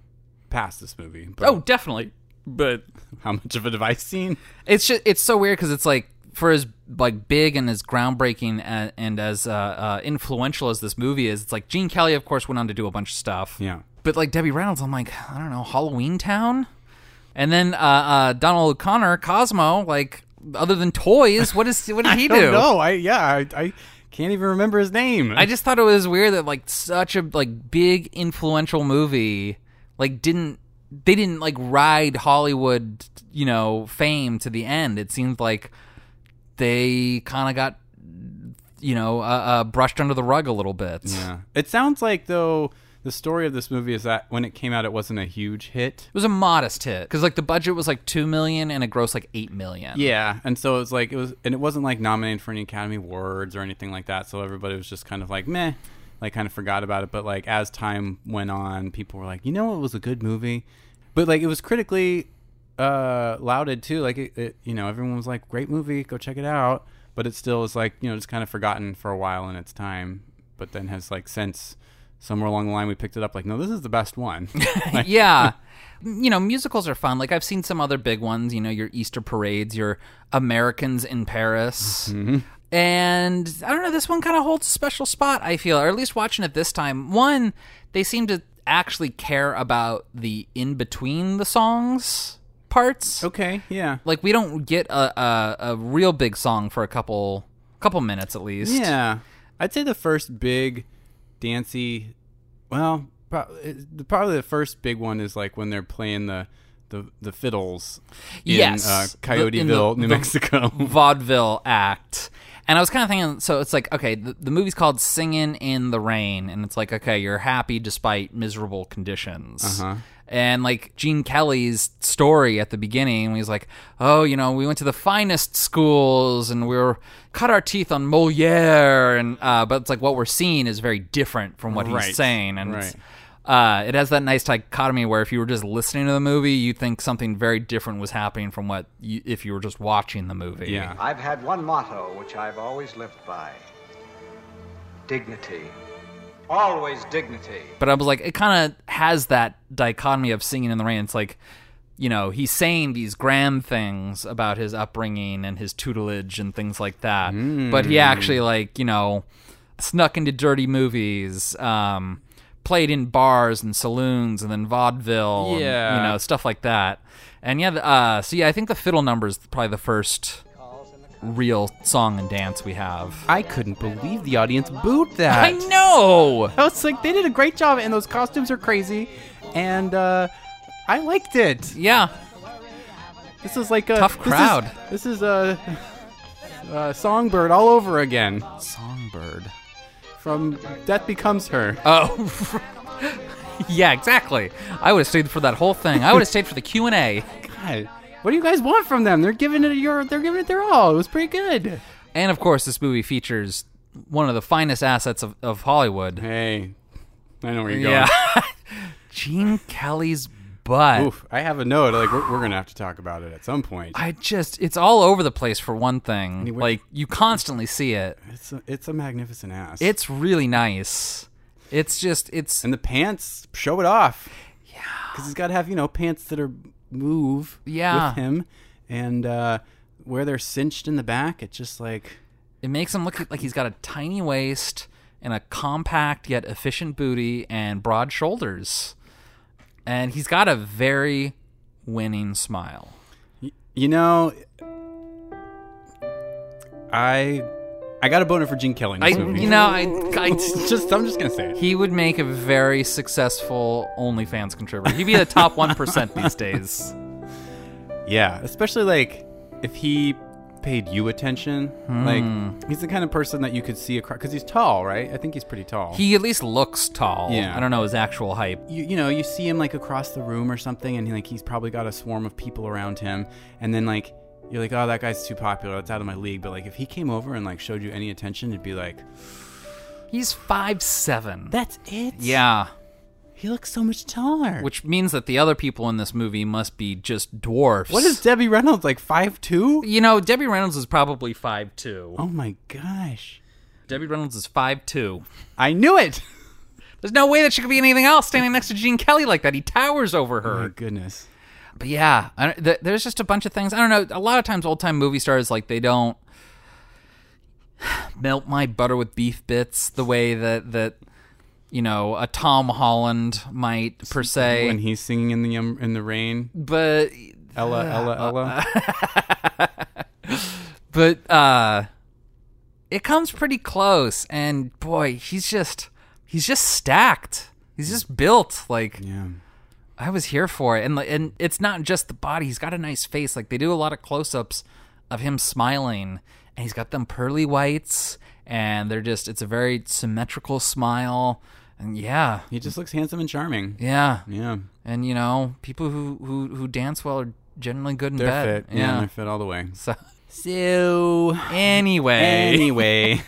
past this movie. But oh definitely but how much of it have I seen? it's just it's so weird because it's like for as like big and as groundbreaking and, and as uh, uh, influential as this movie is it's like gene kelly of course went on to do a bunch of stuff Yeah. but like debbie reynolds i'm like i don't know halloween town and then uh, uh, donald o'connor cosmo like other than toys what is what did he do Oh, No, I yeah, I, I can't even remember his name. I just thought it was weird that like such a like big influential movie like didn't they didn't like ride Hollywood you know fame to the end. It seemed like they kind of got you know uh, uh, brushed under the rug a little bit. Yeah. It sounds like though the story of this movie is that when it came out, it wasn't a huge hit. It was a modest hit because like the budget was like two million and it grossed like eight million. Yeah, and so it was like it was, and it wasn't like nominated for any Academy Awards or anything like that. So everybody was just kind of like meh, like kind of forgot about it. But like as time went on, people were like, you know, what was a good movie, but like it was critically uh lauded too. Like it, it you know, everyone was like, great movie, go check it out. But it still is like you know just kind of forgotten for a while in its time, but then has like since somewhere along the line we picked it up. Like no, this is the best one. yeah. You know, musicals are fun. Like I've seen some other big ones, you know, your Easter parades, your Americans in Paris. And I don't know, this one kind of holds a special spot, I feel, or at least watching it this time. One, they seem to actually care about the in between the songs parts. okay, yeah. Like we don't get a, a a real big song for a couple couple minutes at least. Yeah, I'd say the first big dancey. Well, pro- it- the- probably the first big one is like when they're playing the the, the fiddles in Yes. uh, The- in the- Coyoteville, [LAUGHS] New the- Mexico. vaudeville act. And I was kind of thinking, so it's like, okay, the, the movie's called Singing in the Rain, and it's like, okay, you're happy despite miserable conditions. Uh-huh. And like Gene Kelly's story at the beginning, he's like, oh, you know, we went to the finest schools and we were cut our teeth on Moliere, and uh, but it's like what we're seeing is very different from what Right. he's saying, and it's- Right. uh, it has that nice dichotomy where if you were just listening to the movie, you'd think something very different was happening from what you, if you were just watching the movie. yeah, I've had one motto which I've always lived by dignity. Always dignity. But I was like, it kind of has that dichotomy of singing in the rain. It's like, you know, he's saying these grand things about his upbringing and his tutelage and things like that. But he actually, like, you know, snuck into dirty movies, um, played in bars and saloons and then vaudeville, and, Yeah. you know, stuff like that. And yeah, the- uh, so yeah, I think the fiddle number is probably the first real song and dance we have. I couldn't believe the audience booed that. I know. I was like, they did a great job, and those costumes are crazy, and uh, I liked it. Yeah. This is like a Tough this is- crowd. This is, a, [LAUGHS] a songbird all over again Songbird. from Death Becomes Her. Oh, [LAUGHS] yeah, exactly. I would have stayed for that whole thing. I would have stayed for the Q and A. God, what do you guys want from them? They're giving it your, they're giving it their all. It was pretty good. And of course, this movie features one of the finest assets of, of Hollywood. Hey, I know where you're Yeah, [LAUGHS] Gene Kelly's butt. Oof, I have a note. Like we're, we're gonna have to talk about it at some point. I just—it's all over the place for one thing. Anyway. Like you constantly see it. It's a, it's a magnificent ass. It's really nice. It's just—it's and the pants show it off. Yeah, because he's got to have you know pants that are move. Yeah. with him, and uh, where they're cinched in the back, it's just like It makes him look like he's got a tiny waist and a compact yet efficient booty and broad shoulders. And he's got a very winning smile. you know. I I got a boner for Gene Kelly. In I, this movie. you know, I, I- [LAUGHS] just I'm just gonna say it. he would make a very successful OnlyFans contributor. He'd be the top 1% these days. Yeah, especially like if he paid you attention. Hmm. Like he's the kind of person that you could see across because he's tall, right? I think he's pretty tall. He at least looks tall. Yeah. I don't know his actual height. you, you know, you see him like across the room or something, and like he's probably got a swarm of people around him, and then like you're like, oh, that guy's too popular. That's out of my league. But like if he came over and like showed you any attention, it'd be like, He's 5'7. that's it. yeah. he looks so much taller. Which means that the other people in this movie must be just dwarfs. what is Debbie Reynolds like five two? You know, Debbie Reynolds is probably 5'2. Oh my gosh, Debbie Reynolds is 5'2. I knew it. There's no way that she could be anything else standing next to Gene Kelly like that. He towers over Oh my her. goodness. But yeah, I, don't- th- there's just a bunch of things. I don't know. A lot of times, old time movie stars, like, they don't [SIGHS] melt my butter with beef bits the way that, that you know, a Tom Holland might, per se. When he's singing in the um, in the rain, but, Ella, Ella, Ella. but, uh, it comes pretty close. And boy, he's just, he's just stacked. He's just built. Like, Yeah. I was here for it, and like, and it's not just the body. He's got a nice face. Like they do a lot of close-ups of him smiling, and he's got them pearly whites, and they're just it's a very symmetrical smile. And yeah, He just looks handsome and charming. yeah. Yeah. And you know, people who who who dance well are generally good in They're bed. fit. Yeah. they're fit all the way. So So anyway, [LAUGHS] anyway,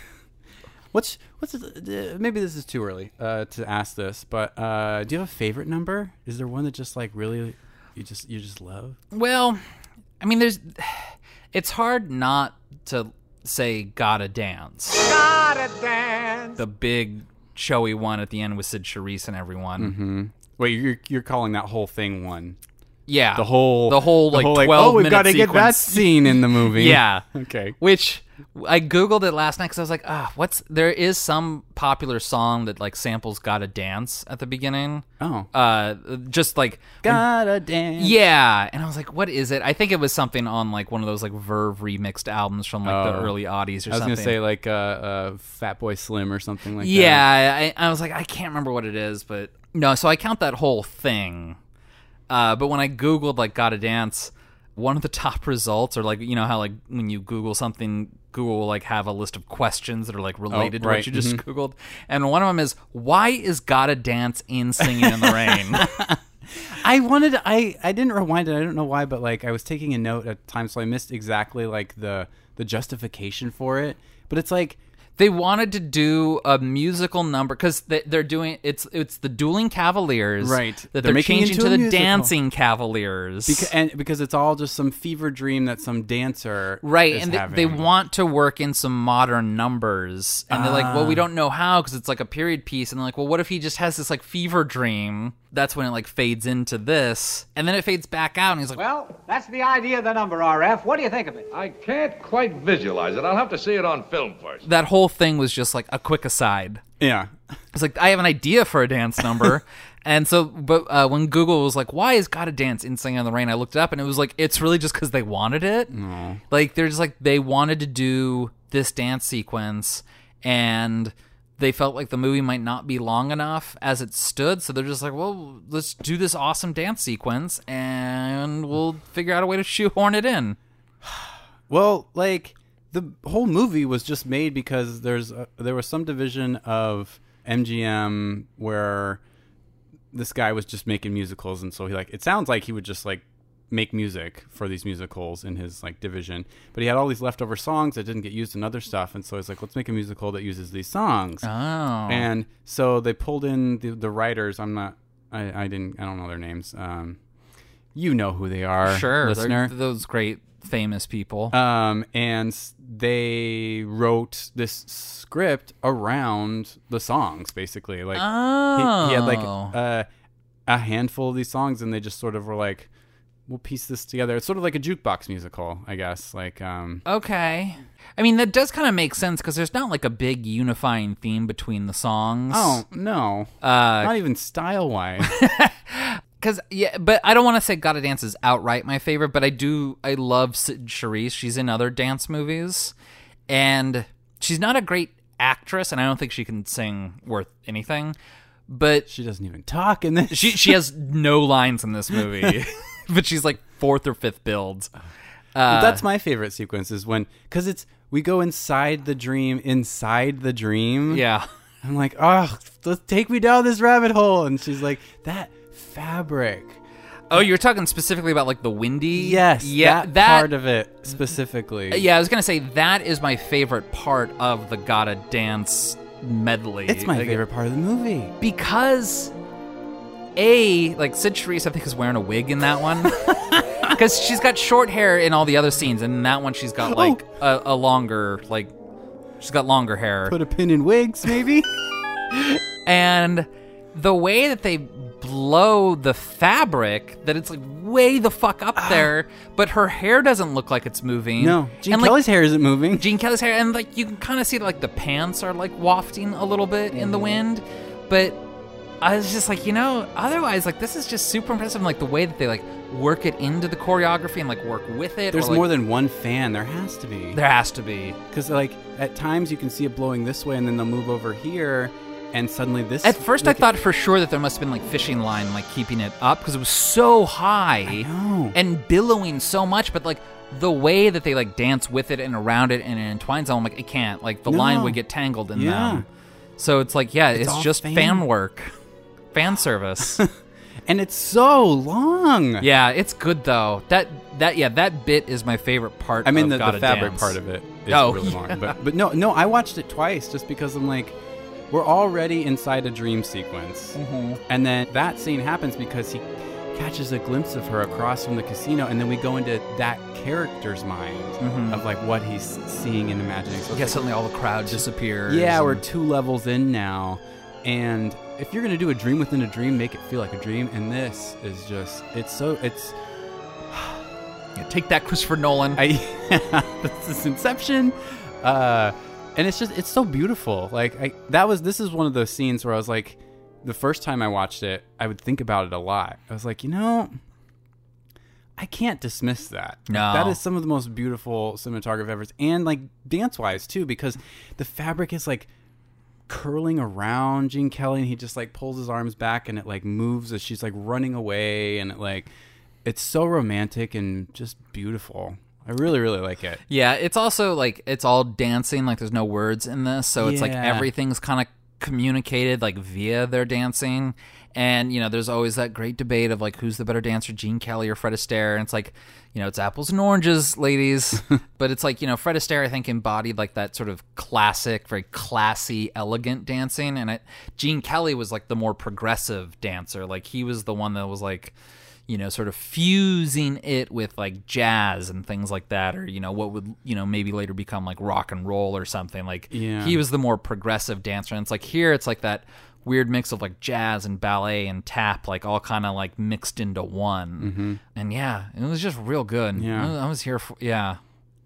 what's what's the, maybe this is too early uh, to ask this, but uh, do you have a favorite number? Is there one that just like really you just you just love? Well, I mean, there's. It's hard not to say "Gotta Dance." Gotta dance. The big showy one at the end with Sid Charisse and Mm-hmm. everyone. Wait, you're you're calling that whole thing one? Yeah, The whole the whole the like whole, twelve oh, we've minute gotta sequence. get that scene in the movie. Yeah. [LAUGHS] Okay. Which I googled it last night because I was like, ah, what's there is some popular song that like samples "Gotta Dance" at the beginning. Oh. Uh, just like when gotta dance. Yeah, and I was like, "What is it?" I think it was something on like one of those like Verve remixed albums from like the Oh. early oddies or I was something. gonna say like uh, uh, Fat Boy Slim or something like yeah, that. I, I was like, I can't remember what it is, but no. So I count that whole thing. Uh, but when I googled like "Gotta Dance," one of the [LAUGHS] top results, or like you know how like when you Google something, Google will like have a list of questions that are like related to Oh, right, mm-hmm. what you just googled, and one of them is why is "Gotta Dance" in "Singing in the Rain." [LAUGHS] [LAUGHS] I wanted I I didn't rewind it. I don't know why, but like I was taking a note at the time, so I missed exactly like the the justification for it. But it's like they wanted to do a musical number because they, they're doing it's it's the dueling cavaliers Right. that They're they're, making it changing to into a the musical. dancing cavaliers beca- and because it's all just some fever dream that some dancer right is and they, having. they want to work in some modern numbers and they're like well Ah. we don't know how because it's like a period piece and they're like well what if he just has this like fever dream that's when it like fades into this and then it fades back out and he's like Well, that's the idea of the number, RF. What do you think of it? I can't quite visualize it. I'll have to see it on film first. that whole thing was just like a quick aside yeah. It's like I have an idea for a dance number, and so but uh, when Google was like, "Why is "Gotta Dance" in "Singing in the Rain"?" I looked it up, and it was like it's really just because they wanted it. Like they're just like they wanted to do this dance sequence, and they felt like the movie might not be long enough as it stood, so they're just like, "Well, let's do this awesome dance sequence, and we'll figure out a way to shoehorn it in." Well, like the whole movie was just made because there's a, there was some division of MGM where this guy was just making musicals and so he like it sounds like he would just like make music for these musicals in his like division but he had all these leftover songs that didn't get used in other stuff and so he's like let's make a musical that uses these songs Oh, and so they pulled in the, the writers i'm not I, I didn't i don't know their names um you know who they are sure, they're- listener those great famous people. um, and s- they wrote this script around the songs, basically. Like he, he had like Oh. uh, a handful of these songs, and they just sort of were like, "We'll piece this together." It's sort of like a jukebox musical, I guess. Like, um, Okay. I mean, that does kind of make sense because there's not like a big unifying theme between the songs. oh no, Because, not even style [LAUGHS] wise. yeah, but I don't want to say Gotta Dance is outright my favorite, but I do, I love Sid Charisse. She's in other dance movies. And she's not a great actress, and I don't think she can sing worth anything. But she doesn't even talk in this. she she has no lines in this [LAUGHS] movie, [LAUGHS] but she's like fourth or fifth build. Mm-hmm. uh, That's my favorite sequence is when because it's we go inside the dream, inside the dream. Yeah. I'm like, oh, let's take me down this rabbit hole. And she's like, that fabric. Oh, you're talking specifically about like the windy. Yes, Yeah. that, that part of it specifically. Uh, Yeah, I was gonna say that is my favorite part of the Gotta Dance medley. it's my Like, favorite part of the movie. because a like Sid Charisse, I think is wearing a wig in that [LAUGHS] one because she's got short hair in all the other scenes, and in that one she's got like a, a longer like she's got longer hair. Oh. Put a pin in [LAUGHS] wigs, maybe. and the way that they blow the fabric that it's like way the fuck up there but her hair doesn't look like it's moving Ah. no, Gene and, like, Kelly's hair isn't moving. Gene Kelly's hair, and like you can kind of see like the pants are like wafting a little bit in the Mm-hmm. wind, but I was just like, you know, otherwise like this is just super impressive. Like the way that they like work it into the choreography and like work with it. or, There's like- more than one fan. There has to be. there has to be. Because like at times you can see it blowing this way, and then they'll move over here, and suddenly this. At first, I like, thought for sure that there must have been like fishing line like keeping it up because it was so high know. and billowing so much, but like. The way that they like dance with it and around it and it entwines them, I'm like, it can't. Like the line No. would get tangled in Yeah. them. So it's like, yeah, it's, all just fan- fan, work, fan [LAUGHS] service. and it's so long. yeah, it's good though. That that yeah, that bit is my favorite part. I mean, of the, Gotta the fabric Dance. part of it is Oh, really [LAUGHS] long, but but no, no, I watched it twice just because I'm like, we're already inside a dream sequence, Mm-hmm. and then that scene happens because he catches a glimpse of her across from the casino, and then we go into that character's mind of like what he's seeing and imagining. Mm-hmm. Yeah, So it's Mm-hmm. like, suddenly all the crowd disappears. yeah, and- we're two levels in now, and if you're gonna do a dream within a dream, make it feel like a dream, and this is just it's so it's Yeah, take that, Christopher Nolan. I [LAUGHS] this is Inception, uh, and it's just it's so beautiful. Like I, that was this is one of those scenes where I was like, the first time I watched it, I would think about it a lot. I was like, you know, I can't dismiss that. No. that is some of the most beautiful cinematography ever, and like dance wise too, because the fabric is like curling around Gene Kelly and he just like pulls his arms back and it like moves as she's like running away and it like it's so romantic and just beautiful. I really really like it. yeah, it's also like it's all dancing. Like there's no words in this, so it's like Yeah. everything's kind of communicated like via their dancing. And you know, there's always that great debate of like who's the better dancer, Gene Kelly or Fred Astaire. And it's like, you know, it's apples and oranges, ladies. but it's like you know, Fred Astaire I think embodied like that sort of classic, very classy, elegant dancing, and it, Gene Kelly was like the more progressive dancer. Like he was the one that was like you know, sort of fusing it with like jazz and things like that, or you know, what would you know maybe later become like rock and roll or something. Like Yeah. he was the more progressive dancer, and it's like here it's like that weird mix of like jazz and ballet and tap, like all kind of like mixed into one. And yeah, it was just real good. Mm-hmm. Yeah. I was- I was here for yeah.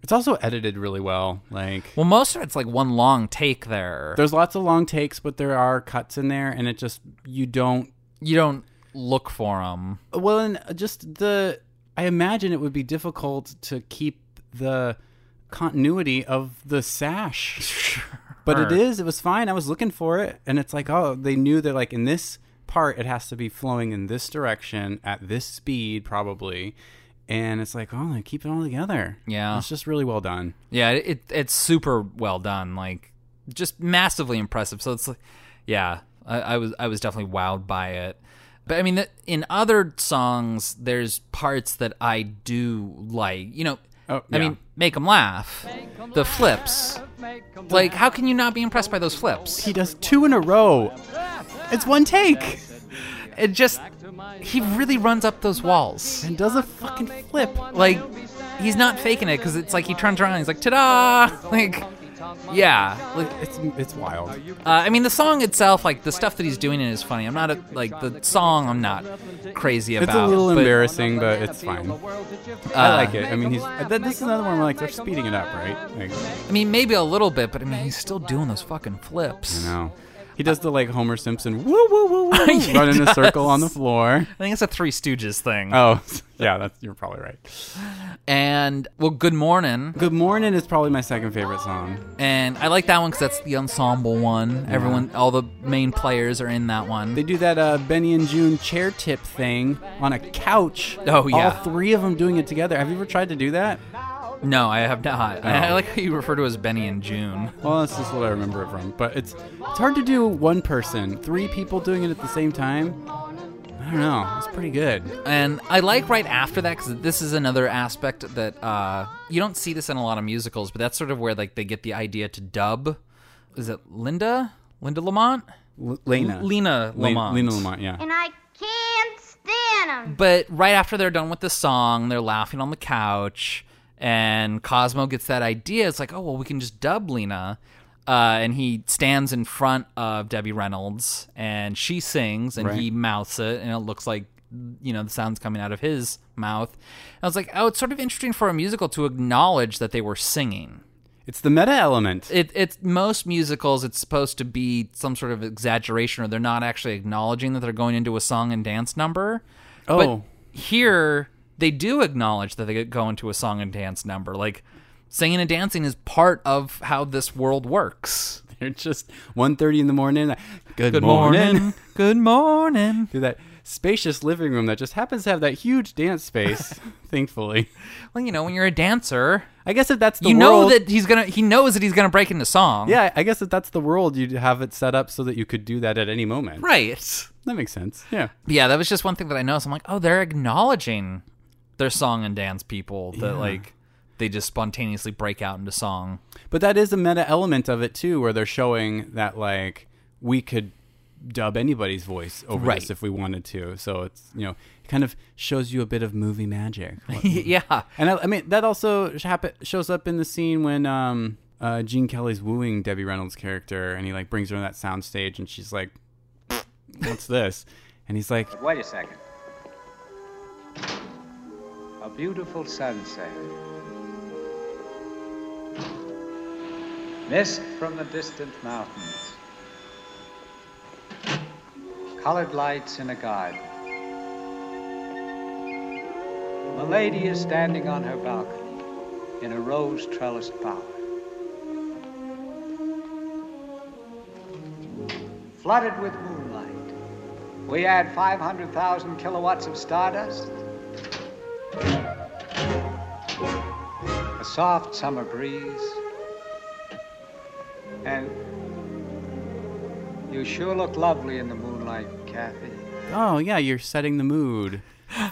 It's also edited really well. Like Well, most of it's like one long take there. there's lots of long takes, but there are cuts in there and it just you don't you don't look for them. well and just the i imagine it would be difficult to keep the continuity of [LAUGHS] the sash but it is it was fine i was looking for it and it's like oh they knew that like in this part it has to be flowing in this direction at this speed probably and it's like oh they keep it all together Yeah. it's just really well done Yeah, it, it it's super well done, like just massively impressive. So it's like, yeah, I, I was I was definitely wowed by it. But I mean, the, in other songs, there's parts that I do like. You know, Oh, I yeah. mean, make them laugh. the flips, like how can you not be impressed by those flips? he does two in a row it's one take It just he really runs up those walls. and does a fucking flip Like he's not faking it because it's like he turns around, and he's like ta-da, [LAUGHS] like yeah, like it's it's wild Uh, I mean, the song itself, like the stuff that he's doing in it is funny. I'm not a, like the song. I'm not crazy about. It's a little but- uh, embarrassing, but it's fine. Uh, I like it. I mean, he's th- this is another one where like they're speeding it up, right? Like, I mean, maybe a little bit, but I mean, he's still doing those fucking flips. no, he does the like Homer Simpson woo woo woo [LAUGHS] woo woo, run in a circle on the floor. I think it's a Three Stooges thing. Oh, [LAUGHS] yeah, that's you're probably right. and well, Good Morning, Good morning is probably my second favorite song. and I like that one because that's the ensemble one. Everyone, all the main players are in that one. They do that uh, Benny and June chair tip thing on a couch. Oh, yeah. all three of them doing it together. Have you ever tried to do that? no, I have not. [LAUGHS] Oh. I like how you refer to it as Benny and June. Well, that's just what I remember it from. But it's it's hard to do one person, three people doing it at the same time. I don't know. It's pretty good. And I like right after that because this is another aspect that uh, you don't see this in a lot of musicals, but that's sort of where like they get the idea to dub. Is it Linda? Linda Lamont? L- Lena. Lena Le- Lamont. Lena Lamont, yeah. And I can't stand them. But right after they're done with the song, they're laughing on the couch, and Cosmo gets that idea. It's like, oh well, we can just dub Lena. Uh, and he stands in front of Debbie Reynolds, and she sings, and Right. he mouths it, and it looks like you know the sounds coming out of his mouth. And I was like, oh, it's sort of interesting for a musical to acknowledge that they were singing. It's the meta element. It, it's most musicals. It's supposed to be some sort of exaggeration, or they're not actually acknowledging that they're going into a song and dance number. oh, But here they do acknowledge that they go into a song and dance number. Like singing and dancing is part of how this world works. [LAUGHS] they're just 1.30 in the morning. Good, Good morning. [LAUGHS] morning. Good morning. Do that. spacious living room that just happens to have that huge [LAUGHS] dance space, thankfully. Well, you know, when you're a dancer, I guess if that's the you know world, that he's gonna. He knows that he's gonna break into song. yeah, I guess if that's the world, you'd have it set up so that you could do that at any moment. Right. That makes sense. Yeah. Yeah, that was just one thing that I noticed. I'm like, oh, they're acknowledging their song and dance people that like they just spontaneously break out into song. But that is a meta element of it too, where they're showing that like we could dub anybody's voice over Right. this if we wanted to. So it's you know it kind of shows you a bit of movie [LAUGHS] magic. [LAUGHS] yeah. and I, I mean that also sh- happen, shows up in the scene when um uh Gene Kelly's wooing Debbie Reynolds' character, and he like brings her on that soundstage, and she's like, [LAUGHS] "What's this?" And he's like, Wait a second. A beautiful sunset. Mist from the distant mountains. Colored lights in a garden. Milady is standing on her balcony in a rose trellised bower. Flooded with moonlight. We add 500,000 kilowatts of stardust. A soft summer breeze. And you sure look lovely in the moonlight, Kathy. "Oh yeah, you're setting the mood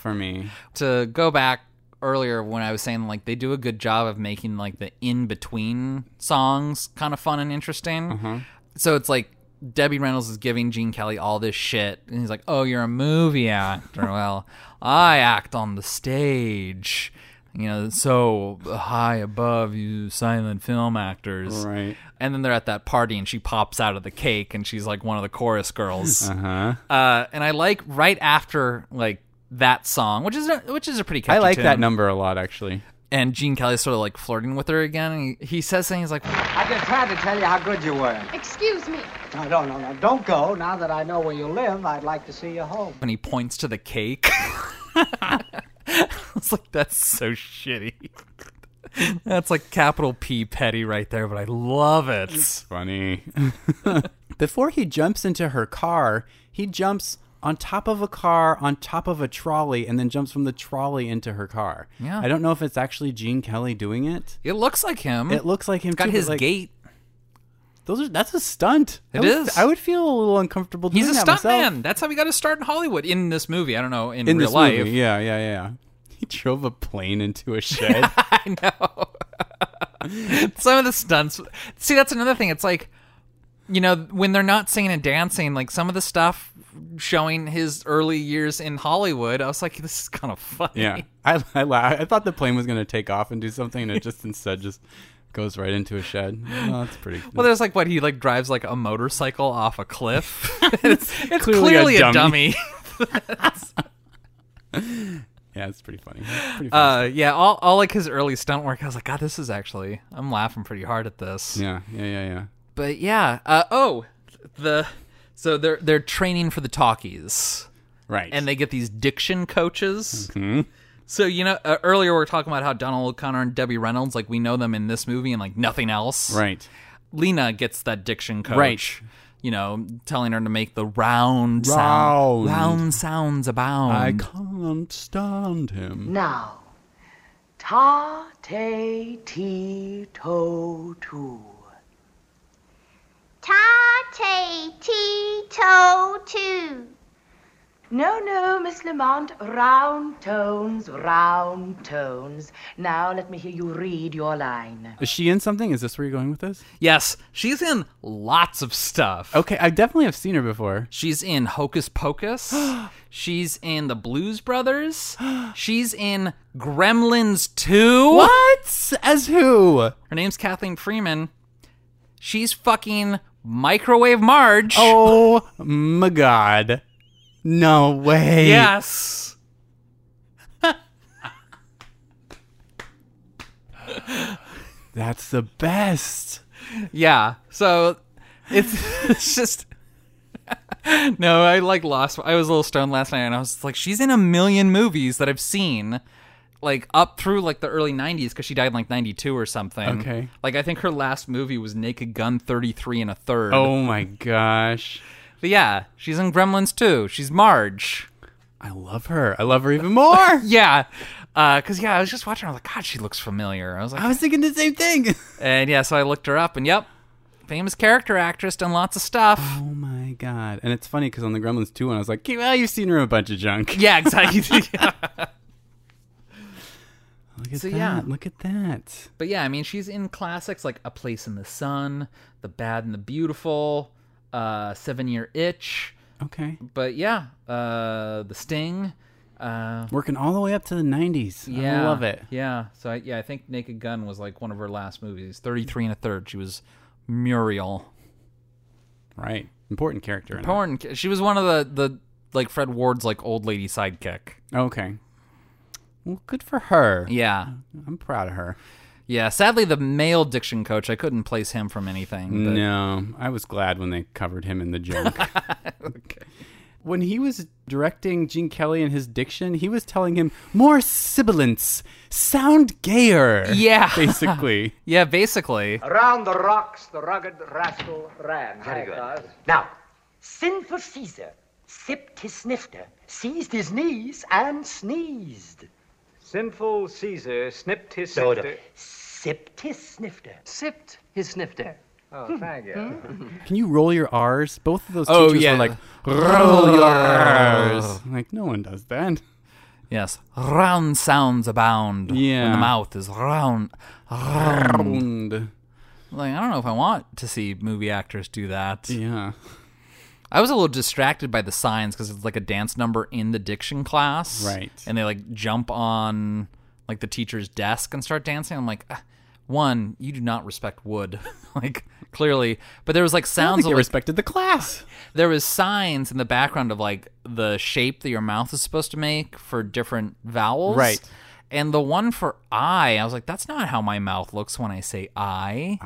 for [LAUGHS] me." To go back earlier when I was saying like they do a good job of making like the in between songs kind of fun and interesting. So it's like Debbie Reynolds is giving Gene Kelly all this shit, and he's like, "Oh, you're a movie actor. well, I act on the stage." You know, so high above you silent film actors. Right. And then they're at that party and she pops out of the cake and she's like one of the chorus [LAUGHS] girls. Uh huh. Uh, and I like right after like that song, which is a, which is a pretty catchy I like that tune. number a lot, actually. And Gene Kelly's sort of like flirting with her again. And he, he says things like, I've been trying to tell you how good you were. Excuse me. No, no, no, no. Don't go. Now that I know where you live, I'd like to see you home. and he points to the cake. [LAUGHS] It's like, that's so shitty. That's like capital P petty right there, but I love it. funny. [LAUGHS] Before he jumps into her car, he jumps on top of a car, on top of a trolley, and then jumps from the trolley into her car. Yeah. I don't know if it's actually Gene Kelly doing it. It looks like him. It looks like him. It's Hmm. got too, but, his like, gait. Those are that's a stunt. It It is. is. I would feel a little uncomfortable. He's a doing that stunt myself. man. That's how he got his start in Hollywood in this movie. I don't know in, in real this life. movie. Yeah, yeah, yeah. He drove a plane [LAUGHS] into a shed. I know. [LAUGHS] Some of the stunts. See, that's another thing. It's like, you know, when they're not singing and dancing, like some of the stuff showing his early years in Hollywood, I was like, this is kind of funny. yeah, I, I la- I thought the plane was gonna take off and do something, and it just instead just goes right into a shed. Oh, that's pretty. [LAUGHS] Well, there's like what he like drives like a motorcycle off a [LAUGHS] cliff. [LAUGHS] it's, it's Clearly a clearly, a dummy. dummy. [LAUGHS] yeah, it's pretty funny. Pretty funny. uh, yeah, all, all like his early stunt work. I was like, God, this is actually. I'm laughing pretty hard at this. Yeah, yeah, yeah, yeah. But yeah. Uh, oh, the so they're they're training for the talkies. Right. and they get these diction coaches. Mm-hmm. So you know, uh, earlier we were talking about how Donald O'Connor and Debbie Reynolds, like we know them in this movie and like nothing else. right. Lena gets that diction coach. Right. You know, telling her to make the round, Round. sound, round sounds abound. I can't stand him. Now, ta te ti to tu. Ta tay tee toe too. No, no, Miss Lamont, round tones, round tones. Now let me hear you read your line. Is she in something? Is this where you're going with this? yes, she's in lots of stuff. Okay, I definitely have seen her before. She's in Hocus [GASPS] Pocus. She's in The Blues Brothers. She's in Gremlins 2. What? As who? Her name's Kathleen Freeman. She's fucking Microwave Marge. Oh my god. No way. yes. That's the best. Yeah. So it's, [LAUGHS] it's just. no, I like lost. I was a little stoned last night and I was like, she's in a million movies that I've seen. Like up through like the early '90s, because she died in like '92 or something. Okay. Like I think her last movie was Naked Gun 33 and a third. Oh my gosh. But yeah, she's in Gremlins too. She's Marge. I love her. I love [LAUGHS] her even more. Yeah, because yeah, I was just watching. her. I was like, God, she looks familiar. I was like, I was thinking the same thing. [LAUGHS] and yeah, so I looked her up, and yep, famous character actress, done lots of [LAUGHS] stuff. Oh my god! And it's funny because on the Gremlins 2 one, I was like, "Well, you've seen her in a bunch of junk." Yeah, [LAUGHS] exactly. [LAUGHS] Look at So, that! yeah. Look at that! But yeah, I mean, she's in classics like A Place in the Sun, The Bad and the Beautiful, uh, Seven Year Itch. Okay, But yeah, uh, The Sting. Uh, working all the way up to the '90s. yeah, I love it. Yeah. So I, yeah, I think Naked Gun was like one of her last movies. Thirty-three and a third. She was Muriel. Right, important character. in it. Porn. She was one of the the like Fred Ward's like old lady sidekick. Okay. Well, good for her. Yeah. I'm proud of her. Yeah. Sadly, the male diction coach. I couldn't place him from anything. But No, I was glad when they covered him in [LAUGHS] the junk. When he was directing Gene Kelly in his diction, he was telling him more sibilance, sound gayer. Yeah. [LAUGHS] basically. Yeah. Basically. Around the rocks, the rugged rascal ran. Very good. Now, sinful Caesar sipped his snifter, seized his knees, and sneezed. Sinful Caesar snipped his Soda. Sipped his snifter. Sipped his snifter. Oh, thank you. Can you roll your R's? Both of those Oh, teachers yeah. were like, roll your R's. I'm Like, no one does that. Yes, round sounds abound. Yeah. when the mouth is round. round. Round. Like I don't know if I want to see movie actors do that. Yeah. I was a little distracted by the signs because it's like a dance number in the diction class, Right. And they like jump on like the teacher's desk and start dancing. I'm like, ah, one, you do not respect wood, [LAUGHS] like clearly. But there was like I don't sounds think of they like, respected the class. there was signs in the background of like the shape that your mouth is supposed to make for different vowels. Right. And the one for I, I was like, that's not how my mouth looks when I say I.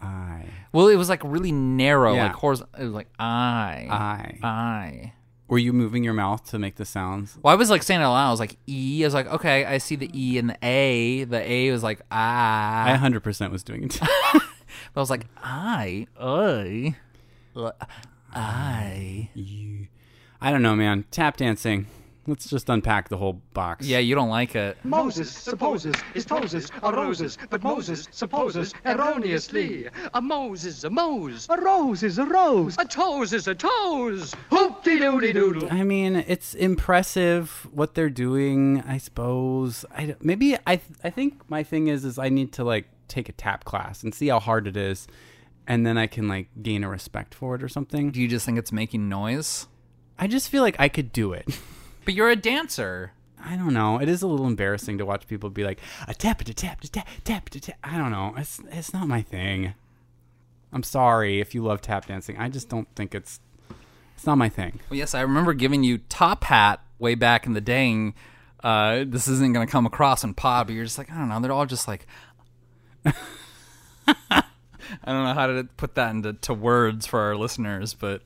I. well, it was like really narrow, Ah. Yeah. like horizontal. It was like I, I. I. Were you moving your mouth to make the sounds? Well, I was like saying it out loud. I was like E. I was like, okay, I see the E and the A. The A was like I I. 100% was [LAUGHS] doing it. [LAUGHS] But I was like I, I, I. You- I don't know, man. Tap dancing. Let's just unpack the whole box. Yeah, you don't like it. Moses supposes his poses are roses, but Moses supposes erroneously. A Mose is a Mose, A rose is a rose. a toes is a toes. Hoop de doody doodle. I mean, it's impressive what they're doing, I suppose. I don't- maybe I th- I think my thing is is I need to like take a tap class and see how hard it is and then I can like gain a respect for it or something. Do you just think it's making noise? I just feel like I could do it. But you're a dancer. I don't know. It is a little embarrassing to watch people be like, a tap a tap a tap tap a tap. I don't know. It's it's not my thing. I'm sorry if you love tap dancing. I just don't think it's it's not my thing. Well, yes, I remember giving you Top Hat way back in the day. And, uh, this isn't going to come across in pod, but you're just like, I don't know. They're all just like, [LAUGHS] I don't know how to put that into to words for our listeners, but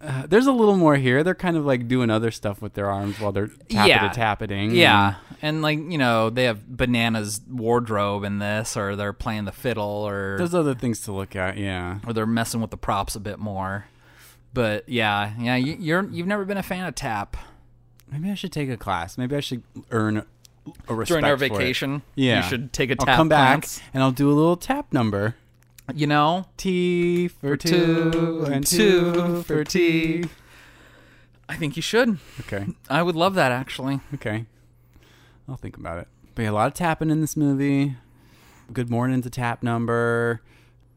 Uh, There's a little more here. They're kind of like doing other stuff with their arms while they're Yeah. tapping tapping. yeah. And like, you know, they have Banana's wardrobe in this, or they're playing the fiddle, or There's other things to look at. Yeah. or they're messing with the props a bit more. But yeah, yeah, you, you're you've never been a fan of tap Maybe I should take a class. Maybe I should earn a respect during our for it. vacation. Yeah. you should take a I'll tap. come back class. and I'll do a little tap number. You know, T for, two, two and and two two for for T. I think you should. Okay. I would love that actually. Okay. I'll think about it. But yeah, a lot of tapping in this movie. Good morning's a tap number.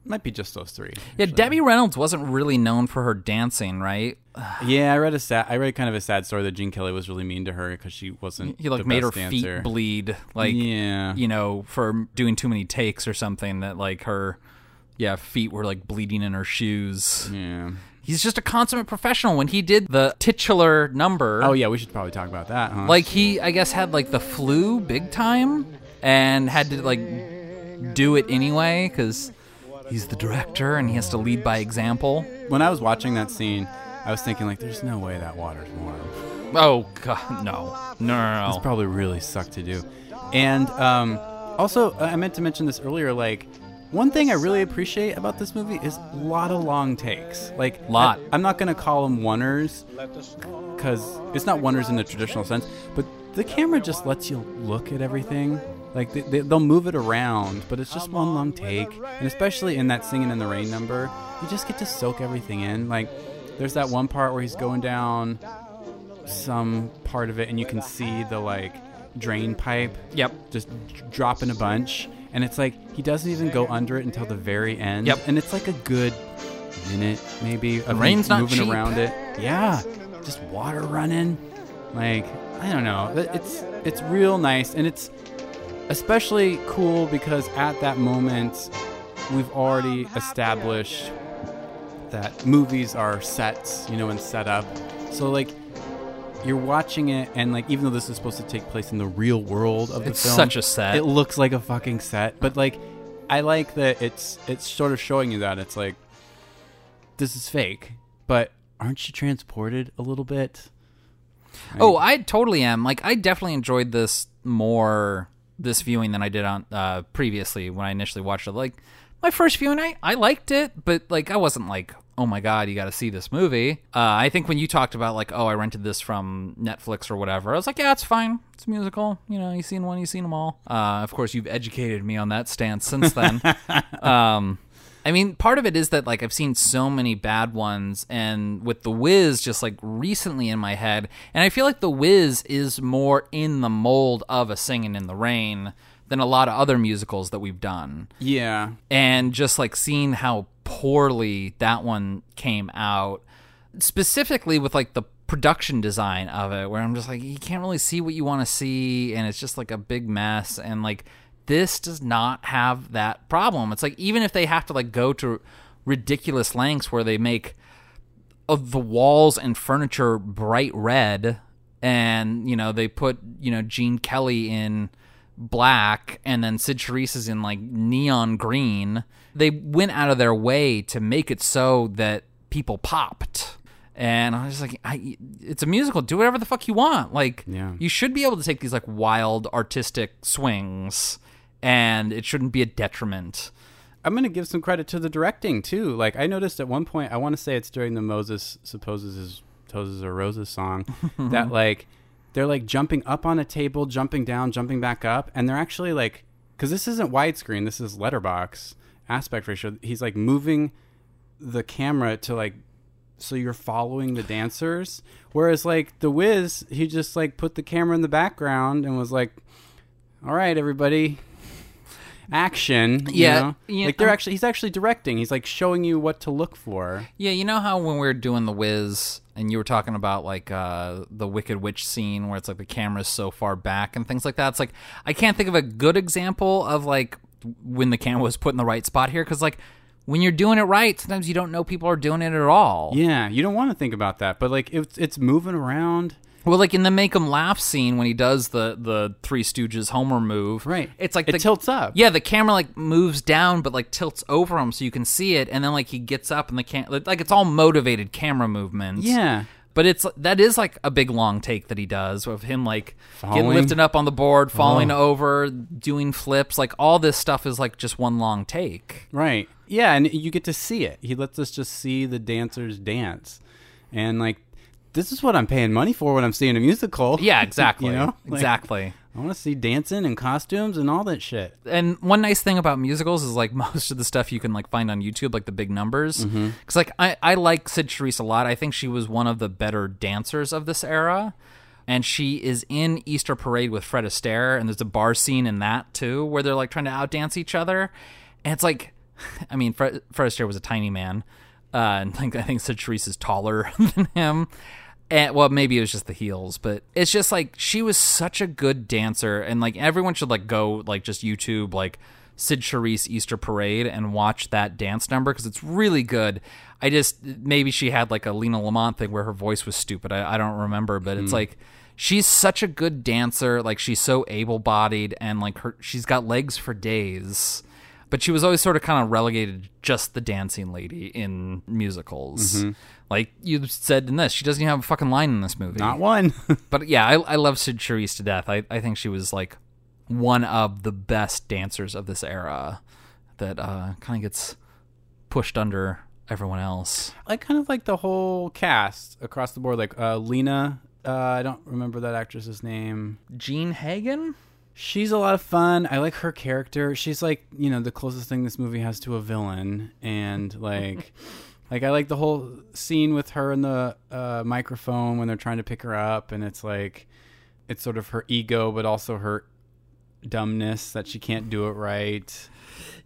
Might be just those three. Yeah, Debbie Reynolds wasn't really known for her dancing, right? Yeah, I read a sad. I read kind of a sad story that Gene Kelly was really mean to her because she wasn't. He like the made her best dancer. feet bleed, like yeah, you know, for doing too many takes or something. That like her, yeah, feet were like bleeding in her shoes. yeah. He's just a consummate professional. When he did the titular number, Oh yeah, we should probably talk about that, huh? like he I guess had like the flu big time and had to like do it anyway because he's the director and he has to lead by example. when I was watching that scene, I was thinking like, there's no way that water's warm. Oh god, no, no, no, no. It's probably really sucked to do. And um, also, I I meant to mention this earlier. Like, One thing I really appreciate about this movie is a lot of long takes. Like, lot. I, am not gonna call them oneers, because it's not oneers in the traditional sense. But the camera just lets you look at everything. Like they, they, they'll move it around, but it's just one long take. And especially in that singing in the rain number, you just get to soak everything in. Like, there's that one part where he's going down some part of it, and you can see the like drain pipe. Yep. Just d- dropping a bunch. And it's like he doesn't even go under it until the very end. Yep. And it's like a good minute, maybe. Of him rain's not moving cheap. around it. Yeah. Just water running. Like I don't know. It- It's it's real nice, and it's especially cool because at that moment we've already established that movies are sets, you know, and set up. So like you're watching it and like even though this is supposed to take place in the real world of the It's film such a set. it looks like a fucking set but like i like that it's it's sort of showing you that it's like this is fake but aren't you transported a little bit Oh, I totally am. Like, I definitely enjoyed this more this viewing than I did on uh, previously when I initially watched it. Like, my first viewing, I I liked it, but like, I wasn't like, oh my god, you got to see this movie. Uh, I think when you talked about like, oh, I rented this from Netflix or whatever, I was like, yeah, it's fine. It's a musical. You know, you've seen one, you've seen them all. Uh, of course, you've educated me on that stance since [LAUGHS] then. um, I mean, part of it is that like I've seen so many bad ones, and with The Wiz just like recently in my head, and I feel like The Wiz is more in the mold of a Singing in the Rain than a lot of other musicals that we've done, yeah and just like seeing how poorly that one came out, specifically with like the production design of it, where I'm just like you can't really see what you want to see, and it's just like a big mess, and like this does not have that problem. It's like even if they have to like go to ridiculous lengths where they make of the walls and furniture bright red and you know they put you know Gene Kelly in black and then Sid Charisse is in like neon green. They went out of their way to make it so that people popped. And I was just like, I, it's a musical. Do whatever the fuck you want. Like, Yeah. you should be able to take these like wild artistic swings, and it shouldn't be a detriment. I'm gonna give some credit to the directing too. Like I noticed at one point, I want to say it's during the Moses supposes his toes or roses song that like they're like jumping up on a table, jumping down, jumping back up, and they're actually like because this isn't widescreen, this is letterbox aspect ratio. He's like moving the camera to like so you're following the dancers, whereas like the Wiz, he just like put the camera in the background and was like, "All right, everybody." Action, you Yeah, know? yeah, um, like they're I'm- actually he's actually directing. He's like showing you what to look for. Yeah, you know how when we were doing the whiz and you were talking about like uh, the Wicked Witch scene where it's like the camera's so far back and things like that. It's like I can't think of a good example of like when the camera was put in the right spot here because like when you're doing it right, sometimes you don't know people are doing it at all. Yeah, you don't want to think about that, but like it's it's moving around. Well, like in the make 'em laugh scene when he does the the Three Stooges Homer move, Right. It's like It the, tilts up. Yeah, the camera like moves down, but like tilts over him so you can see it, and then like he gets up and the cam like it's all motivated camera movements. Yeah. But it's that is like a big long take that he does of him like Falling? Oh. getting lifted up on the board, falling over, doing flips, like all this stuff is like just one long take. Right. Yeah, and you get to see it. He lets us just see the dancers dance. And like this is what I'm paying money for when I'm seeing a musical. Yeah, exactly. [LAUGHS] you know? Like, exactly. I want to see dancing and costumes and all that shit. and one nice thing about musicals is like [LAUGHS] most of the stuff you can like find on YouTube, like the big numbers. Because like I, I like Sid Charisse a lot. I think she was one of the better dancers of this era, and she is in Easter Parade with Fred Astaire, and there's a bar scene in that too where they're like trying to outdance each other, and it's like, [LAUGHS] I mean, Fred, Fred Astaire was a tiny man, uh, and like I think Sid Charisse is taller [LAUGHS] than him. And, well, maybe it was just the heels, but it's just like she was such a good dancer, and like everyone should like go like just YouTube like Sid Charisse Easter Parade and watch that dance number because it's really good. I just maybe she had like a Lena Lamont thing where her voice was stupid. I, I don't remember, but it's like she's such a good dancer. Like she's so able bodied and like her she's got legs for days. But she was always sort of kind of relegated to just the dancing lady in musicals. Mm-hmm. Like you said in this, she doesn't even have a fucking line in this movie. Not one. [LAUGHS] But yeah, I, I love Sid Charisse to death. I, I think she was like one of the best dancers of this era. I that uh, kind of gets pushed under everyone else. I kind of like the whole cast across the board. Like uh, Lena, uh, I don't remember that actress's name. Jean Hagen. She's a lot of fun. I like her character. She's like you know the closest thing this movie has to a villain, and [LAUGHS] like. Like I like the whole scene with her and the uh, microphone when they're trying to pick her up, and it's like, it's sort of her ego, but also her dumbness that she can't do it right.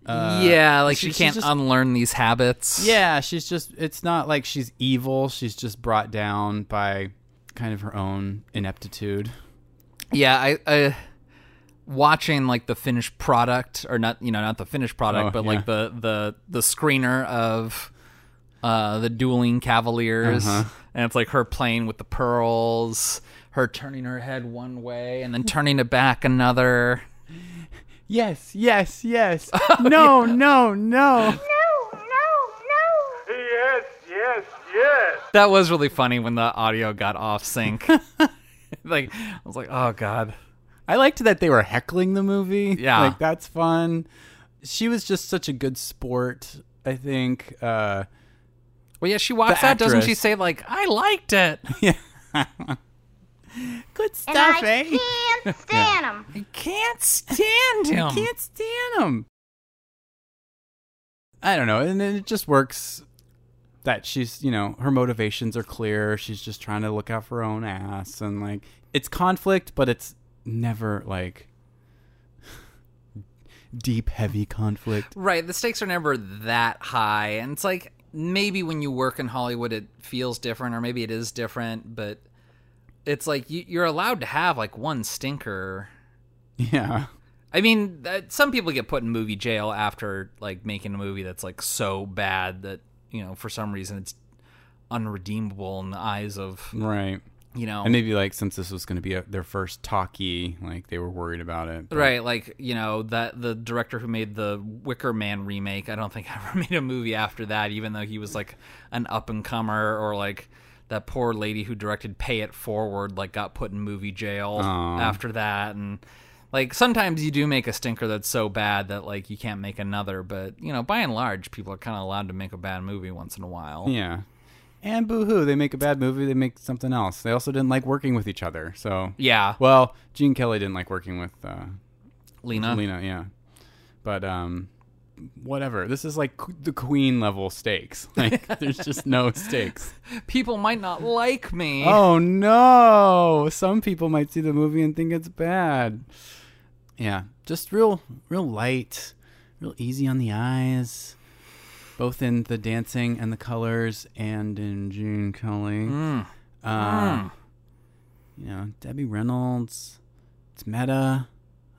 Uh, yeah, like she, she's can't just- unlearn these habits. yeah, she's just. It's not like she's evil. She's just brought down by kind of her own ineptitude. yeah. I, I watching like the finished product, or not, you know, not the finished product, Oh, but yeah. like the the the screener of uh, the dueling cavaliers, Uh-huh. and it's like her playing with the pearls, her turning her head one way and then turning it back another. Yes, yes, [LAUGHS] yes. no, no, no. Yes, yes, yes. That was really funny when the audio got off sync. [LAUGHS] like I was like, oh god. I liked that they were heckling the movie. Yeah. Like that's fun. She was just such a good sport, I think. Uh Well, yeah, she walks out, doesn't she? Say like, I liked it. Good And I stuff, eh? [LAUGHS] can't stand 'em. I can't stand I can't stand him. I don't know, and it just works that she's, you know, her motivations are clear. She's just trying to look out for her own ass and like it's conflict, but it's never like [SIGHS] deep heavy conflict. Right. The stakes are never that high. And it's like maybe when you work in Hollywood, it feels different, or maybe it is different, but it's like you, you're allowed to have like one stinker. Yeah. I mean, that, some people get put in movie jail after like making a movie that's like so bad that, you know, for some reason it's unredeemable in the eyes of, Right. you know, And maybe like since this was going to be a, their first talkie, like they were worried about it. but- Right, like you know that the director who made the Wicker Man remake, I don't think [LAUGHS] ever made a movie after that, even though he was like an up and comer, or like that poor lady who directed Pay It Forward, like got put in movie jail Aw. after that, and like sometimes you do make a stinker that's so bad that like you can't make another, but you know by and large people are kind of allowed to make a bad movie once in a while. Yeah. And boo-hoo, they make a bad movie, they make something else. They also didn't like working with each other. So Yeah. Well, Gene Kelly didn't like working with uh, Lena, Lena, yeah. But um, whatever. This is like qu- the Queen level stakes. [LAUGHS] Like there's just no stakes. people might not like me. [LAUGHS] Oh no! Some people might see the movie and think it's bad. Yeah, just real, real light, real easy on the eyes, both in the dancing and the colors, and in June Kelly. Mm. Hmm. Uh, You know, Debbie Reynolds. It's meta.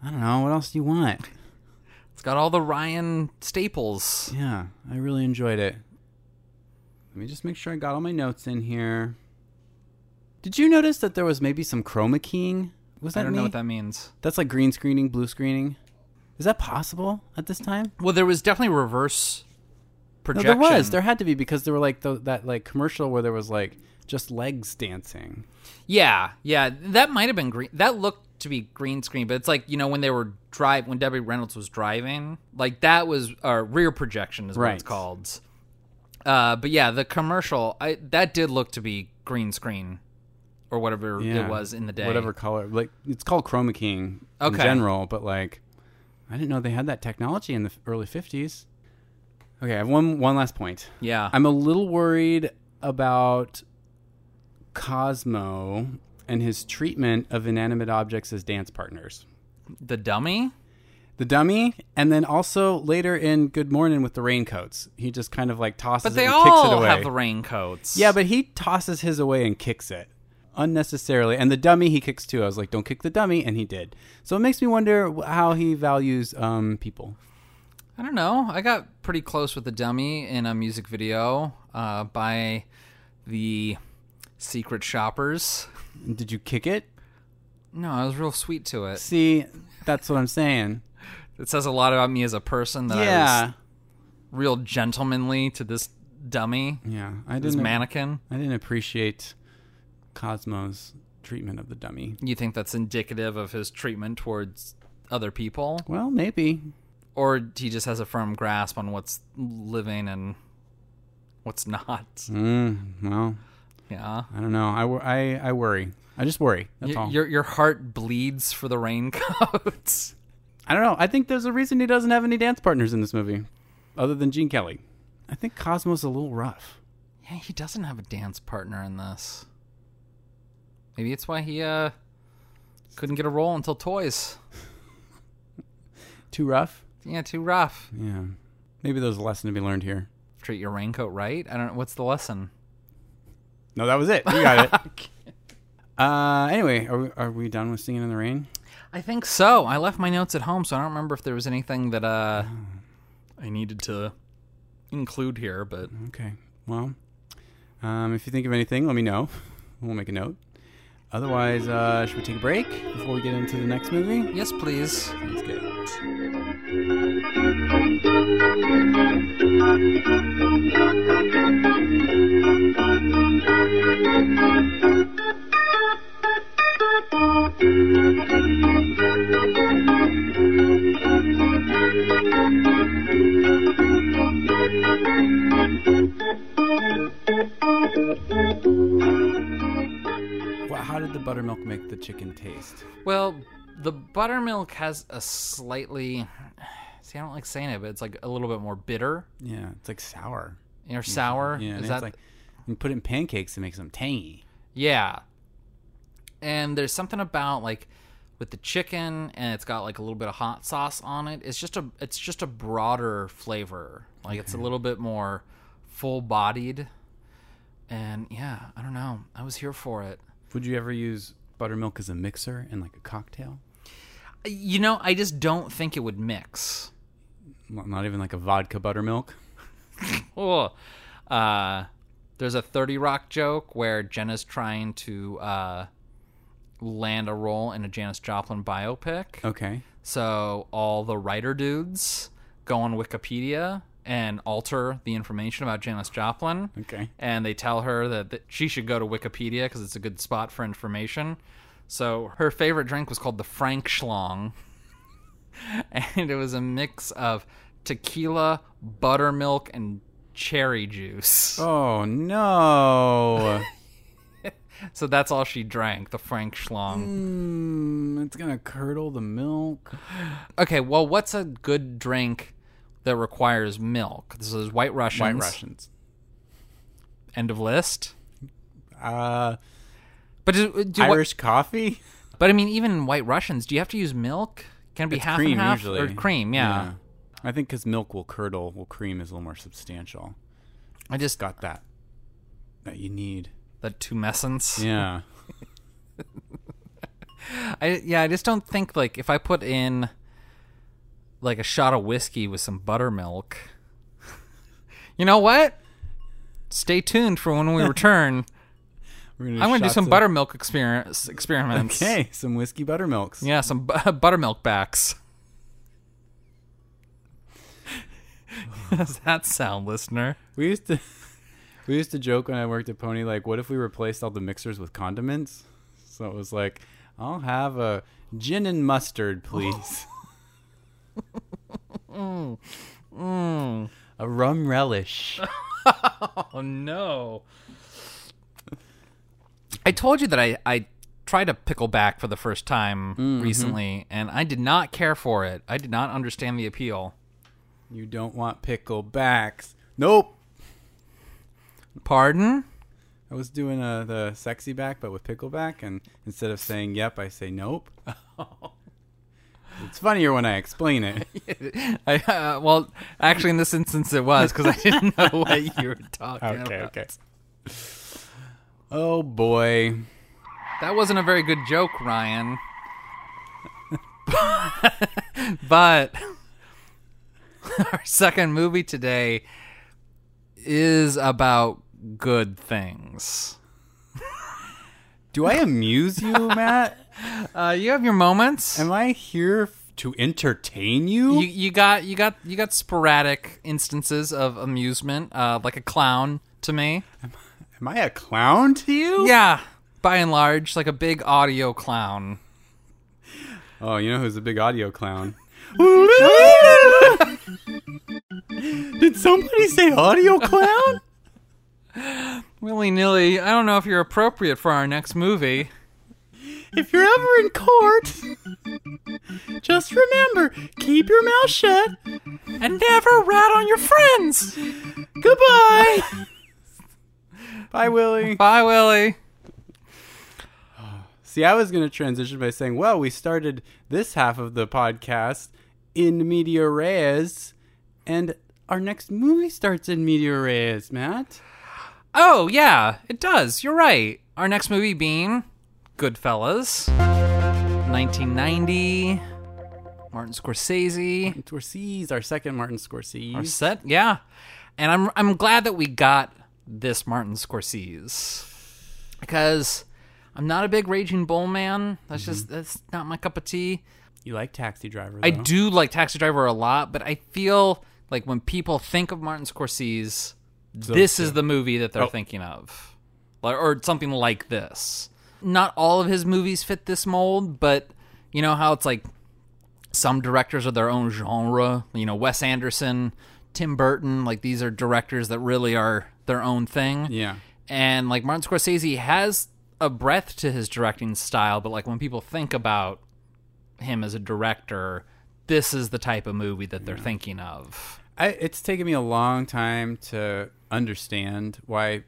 I don't know. What else do you want? It's got all the Ryan staples. Yeah, I really enjoyed it. Let me just make sure I got all my notes in here. Did you notice that there was maybe some chroma keying? Was that I don't know me? what that means. That's like green screening, blue screening. Is that possible at this time? Well, there was definitely reverse No, projection. there was. There had to be because there were like tho- that like commercial where there was like just legs dancing. yeah, yeah. That might have been green. That looked to be green screen, but it's like you know when they were drive when Debbie Reynolds was driving, like that was uh, rear projection is what it's Right. called. Uh, but yeah, the commercial I, that did look to be green screen or whatever Yeah, it was in the day. Whatever color, like it's called chroma keying in Okay. general, but like I didn't know they had that technology in the f- early fifties. Okay, I have one one last point. Yeah. I'm a little worried about Cosmo and his treatment of inanimate objects as dance partners. the dummy. The dummy, and then also later in Good Morning with the raincoats, he just kind of like tosses But it they and kicks it all away. have the raincoats. Yeah, but he tosses his away and kicks it unnecessarily. And the dummy he kicks too. I was like, don't kick the dummy, and he did. So it makes me wonder wh- how he values um, people. I don't know. I got pretty close with the dummy in a music video uh, by the Secret Shoppers. Did you kick it? No, I was real sweet to it. See, that's what I'm saying. It says a lot about me as a person that I yeah, was real gentlemanly to this dummy, yeah. I this didn't. mannequin. I didn't appreciate Cosmo's treatment of the dummy. You think that's indicative of his treatment towards other people? Well, maybe. or he just has a firm grasp on what's living and what's not. Mm, well, yeah. I don't know. I, wor- I, I worry. I just worry. That's Y- all. Your your heart bleeds for the raincoats. [LAUGHS] I don't know. I think there's a reason he doesn't have any dance partners in this movie, other than Gene Kelly. I think Cosmo's a little rough. Yeah, he doesn't have a dance partner in this. Maybe it's why he uh couldn't get a role until Toys. Too rough? Yeah, too rough. Yeah. Maybe there's a lesson to be learned here. Treat your raincoat right. I don't. What's the lesson? No, that was it. You got [LAUGHS] it. uh, anyway, are we, are we done with Singing in the Rain? I think so. I left my notes at home, so I don't remember if there was anything that uh I needed to include here. But Okay. Well, um, if you think of anything, let me know. [LAUGHS] We'll make a note. Otherwise, uh, should we take a break before we get into the next movie? yes, please. Let's get it. Well, how did the buttermilk make the chicken taste? Well, the buttermilk has a slightly. See, I don't like saying it, but it's like a little bit more bitter Yeah, it's like sour. or [LAUGHS] sour. Yeah, Is and it's that like you put it in pancakes and makes them tangy. Yeah. And there's something about like with the chicken and it's got like a little bit of hot sauce on it. It's just a it's just a broader flavor. Like it's a little bit more full bodied. And yeah, I don't know. I was here for it. Would you ever use buttermilk as a mixer in like a cocktail? You know, I just don't think it would mix. Well, not even like a vodka buttermilk. Oh. Uh there's a 30 rock joke where Jenna's trying to uh land a role in a Janis Joplin biopic. Okay. So all the writer dudes go on Wikipedia and alter the information about Janis Joplin. Okay. And they tell her that, that she should go to Wikipedia because it's a good spot for information. So her favorite drink was called the Frank Schlong. [LAUGHS] and it was a mix of tequila, buttermilk, and cherry juice. [LAUGHS] Oh no! So that's all she drank, the Frank Schlong. mm, it's gonna curdle the milk. Okay, well, what's a good drink that requires milk? This is White Russians. White Russians. End of list. Uh, But do, do what- Irish coffee. but I mean, even in White Russians, do you have to use milk? Can it be It's half cream and half usually. or cream? Yeah. I think because milk will curdle, well, cream is a little more substantial. I just got Got that. That you need. the tumescence. [LAUGHS] Yeah. I yeah, I just don't think like if I put in like a shot of whiskey with some buttermilk. [LAUGHS] you know what? Stay tuned for [LAUGHS] when we return. We're gonna I'm going to do shots some of- buttermilk experience experiments. Okay, some whiskey buttermilks. Yeah, some bu- [LAUGHS] buttermilk backs. [LAUGHS] [LAUGHS] How Does that sound, listener? We used to [LAUGHS] we used to joke when I worked at Pony, like, what if we replaced all the mixers with condiments? So it was like, I'll have a gin and mustard, please. A rum relish. Oh no! I told you that I I tried a pickleback for the first time recently, and I did not care for it. I did not understand the appeal. you don't want picklebacks. Nope. Pardon? I was doing uh, the sexy back, but with pickleback, and instead of saying yep, I say nope. [LAUGHS] it's funnier when I explain it. I, [LAUGHS] uh, well, actually, in this instance, it was because I didn't know what you were talking [LAUGHS] okay, about. okay. Oh boy. That wasn't a very good joke, Ryan. [LAUGHS] but our second movie today is about good things. Do I amuse you, Matt? Uh, you have your moments. Am I here f- to entertain you? you, you got you got you got sporadic instances of amusement, uh, like a clown to me. Am I a clown to you? Yeah, by and large, like a big audio clown. [LAUGHS] Oh, you know who's a big audio clown? Did somebody say audio clown? Willy nilly, I don't know if you're appropriate for our next movie. If you're ever in court, just remember keep your mouth shut and never rat on your friends. Goodbye. [LAUGHS] Bye, Willie. Bye, Willie. See, I was going to transition by saying, well, we started this half of the podcast in Media Res, and our next movie starts in Media Res, Matt. Oh, yeah, it does. You're right. Our next movie being Goodfellas, 1990. Martin Scorsese. Scorsese, our second Martin Scorsese. Our set, yeah. And I'm I'm glad that we got this Martin Scorsese because I'm not a big Raging Bull man. That's just that's not my cup of tea. You like Taxi Driver? I though. do like Taxi Driver a lot, but I feel like when people think of Martin Scorsese, this is the movie that they're Oh. thinking of, or, or something like this. Not all of his movies fit this mold, but you know how it's like some directors are their own genre. You know, Wes Anderson, Tim Burton, like these are directors that really are their own thing. Yeah. And like Martin Scorsese has a breadth to his directing style, but like when people think about him as a director, this is the type of movie that they're thinking of. [LAUGHS] I, it's taken me a long time to understand why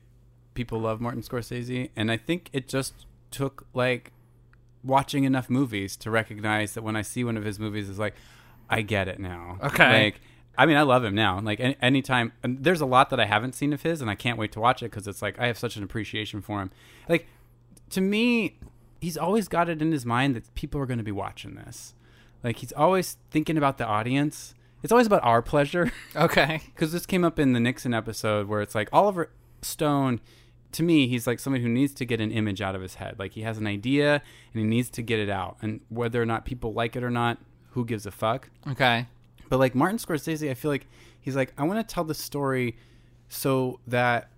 people love Martin Scorsese, and I think it just took like watching enough movies to recognize that when I see one of his movies, it's like I get it now. Okay. like I mean, I love him now. Like any, anytime, and there's a lot that I haven't seen of his, and I can't wait to watch it because it's like I have such an appreciation for him. Like to me, he's always got it in his mind that people are going to be watching this. Like he's always thinking about the audience. It's always about our pleasure. [LAUGHS] Okay. Because this came up in the Nixon episode where it's like Oliver Stone, to me, he's like somebody who needs to get an image out of his head. Like he has an idea and he needs to get it out. And whether or not people like it or not, who gives a fuck? Okay. But like Martin Scorsese, I feel like he's like, I want to tell the story so that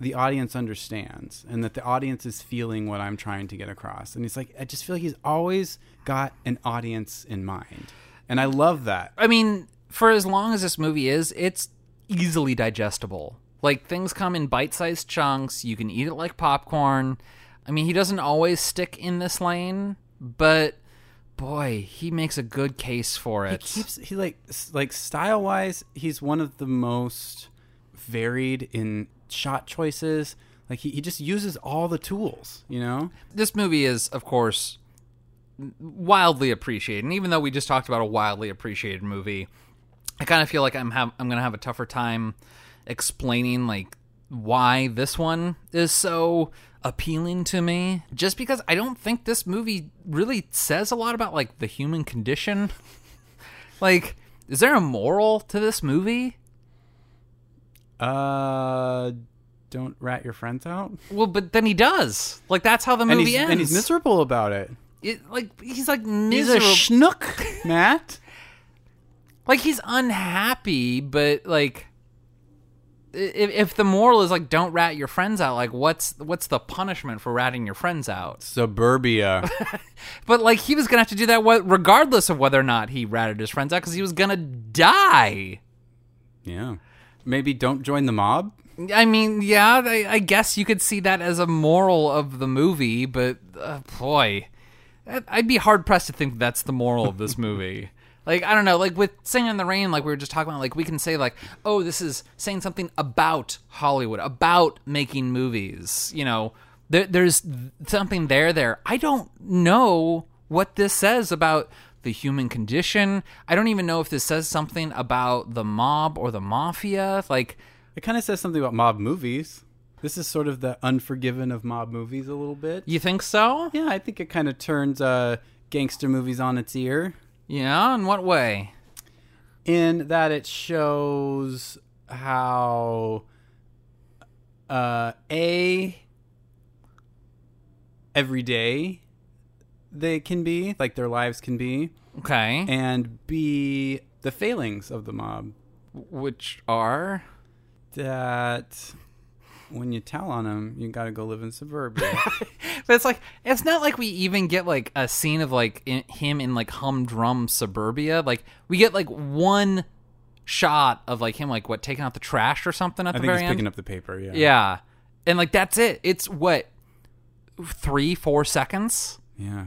the audience understands and that the audience is feeling what I'm trying to get across. And he's like, I just feel like he's always got an audience in mind. And I love that. I mean, for as long as this movie is, it's easily digestible. Like things come in bite-sized chunks. You can eat it like popcorn. I mean, he doesn't always stick in this lane, but boy, he makes a good case for it. He keeps he like s- like style wise, he's one of the most varied in shot choices. Like he, he just uses all the tools, you know. this movie is, of course, wildly appreciated. And even though we just talked about a wildly appreciated movie, I kind of feel like I'm have I'm gonna have a tougher time explaining like why this one is so appealing to me. Just because I don't think this movie really says a lot about like the human condition. [LAUGHS] like, is there a moral to this movie? Uh, don't rat your friends out. Well, but then he does. Like that's how the and movie he's, ends. and he's miserable about it. It, like he's like He's miserable. [LAUGHS] a schnook, Matt. like he's unhappy but like i- if, if the moral is like don't rat your friends out like what's what's the punishment for ratting your friends out Suburbia. but like he was gonna have to do that wh- regardless of whether or not he ratted his friends out because he was gonna die [LAUGHS] yeah. Maybe don't join the mob. i mean yeah I, I guess you could see that as a moral of the movie but uh, boy that- i'd be hard pressed to think that's the moral of this movie like i don't know like with singing in the rain like we were just talking about like we can say like oh this is saying something about hollywood about making movies you know there, there's something there there i don't know what this says about the human condition i don't even know if this says something about the mob or the mafia like It kind of says something about mob movies. This is sort of the unforgiven of mob movies a little bit. you think so Yeah, I think it kind of turns uh, gangster movies on its ear. yeah in what way in that it shows how uh a every day they can be like their lives can be okay and b the failings of the mob which are [LAUGHS] that when you tell on them you gotta go live in suburbia But it's like it's not like we even get like a scene of like in, him in like humdrum suburbia. Like we get like one shot of like him like what taking out the trash or something at I the think very he's end. picking up the paper. Yeah. Yeah. And like that's it. It's what three, four seconds? Yeah.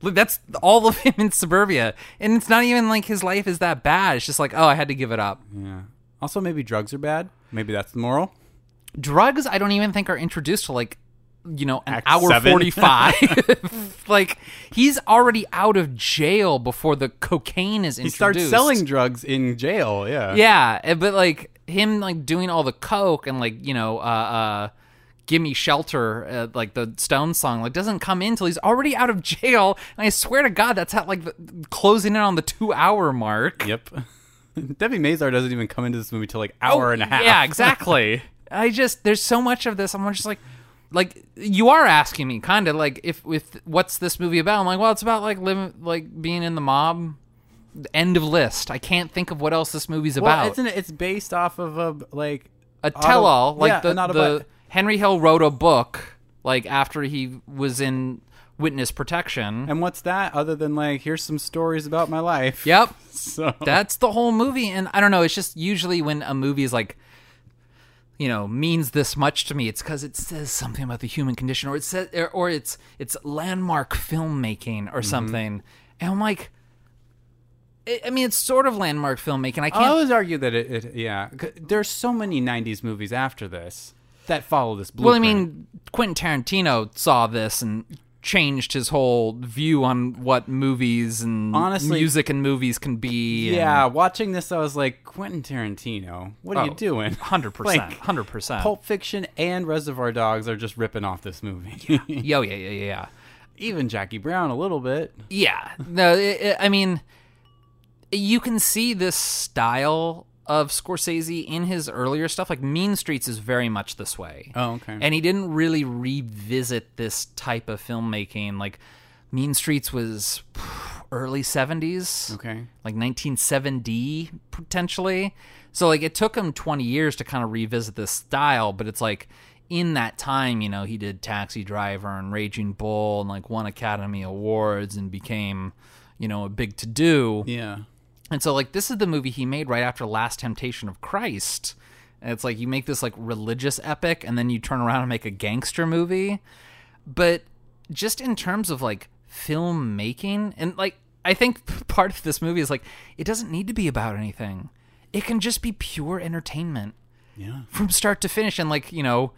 Like, that's all of him in suburbia. And it's not even like his life is that bad. It's just like, oh, I had to give it up. Yeah. Also, maybe drugs are bad. Maybe that's the moral. Drugs I don't even think are introduced to like you know, an Act hour seven. forty [LAUGHS] five. [LAUGHS] like he's already out of jail before the cocaine is He introduced. starts selling drugs in jail. Yeah. Yeah, eh, but like him like doing all the coke and like you know uh, uh give me shelter uh, like the Stone song like doesn't come in till he's already out of [LAUGHS] jail. And I swear to God, that's at like the, closing in on the two hour mark. Yep. [LAUGHS] Debbie Mazar doesn't even come into this movie till like hour and a half. Oh, Yeah, exactly. I just there's so much of this. I'm just like, like you are asking me kind of like if with what's this movie about? I'm like, well, it's about like living like being in the mob. End of list. I can't think of what else this movie's about. [LAUGHS] Well, isn't it? It's based off of a like a tell-all, like yeah, the, an autobi- the Henry Hill wrote a book like after he was in witness protection. And what's that other than like here's some stories about my life? Yep, [LAUGHS] So that's the whole movie. And I don't know. It's just usually when a movie is like, you know, means this much to me, it's because it says something about the human condition, or it says, or, or it's it's landmark filmmaking Mm-hmm. or something. And I'm like, I I mean, it's sort of landmark filmmaking. I I can't. always argue that it, it yeah. c- There's so many '90s movies after this that follow this Well, I blueprint. mean, Quentin Tarantino saw this and changed his whole view on what movies and Honestly- music and movies can be. yeah. Watching this, I was like, Quentin Tarantino, what are Oh, you doing? [LAUGHS] hundred percent, Like, hundred percent. Pulp Fiction and Reservoir Dogs are just ripping off this movie. Yo, yeah, yeah, yeah, yeah. [LAUGHS] Even Jackie Brown a little bit. Yeah. No, it, it- I mean, you can see this style of Scorsese in his earlier stuff. Like Mean Streets is very much this way. Oh, okay. And he didn't really revisit this type of filmmaking. Like Mean Streets was early 70s. Okay. Like 1970 potentially. So like it took him 20 years to kind of revisit this style, but it's like in that time, you know, he did Taxi Driver and Raging Bull and like won Academy Awards and became, you know, a big to do. Yeah. And so like this is the movie he made right after Last Temptation of Christ. And it's like you make this like religious epic and then you turn around and make a gangster movie. But just in terms of like filmmaking and like I think [LAUGHS] part of this movie is like it doesn't need to be about anything. It can just be pure entertainment Yeah. from start to finish and like, you know,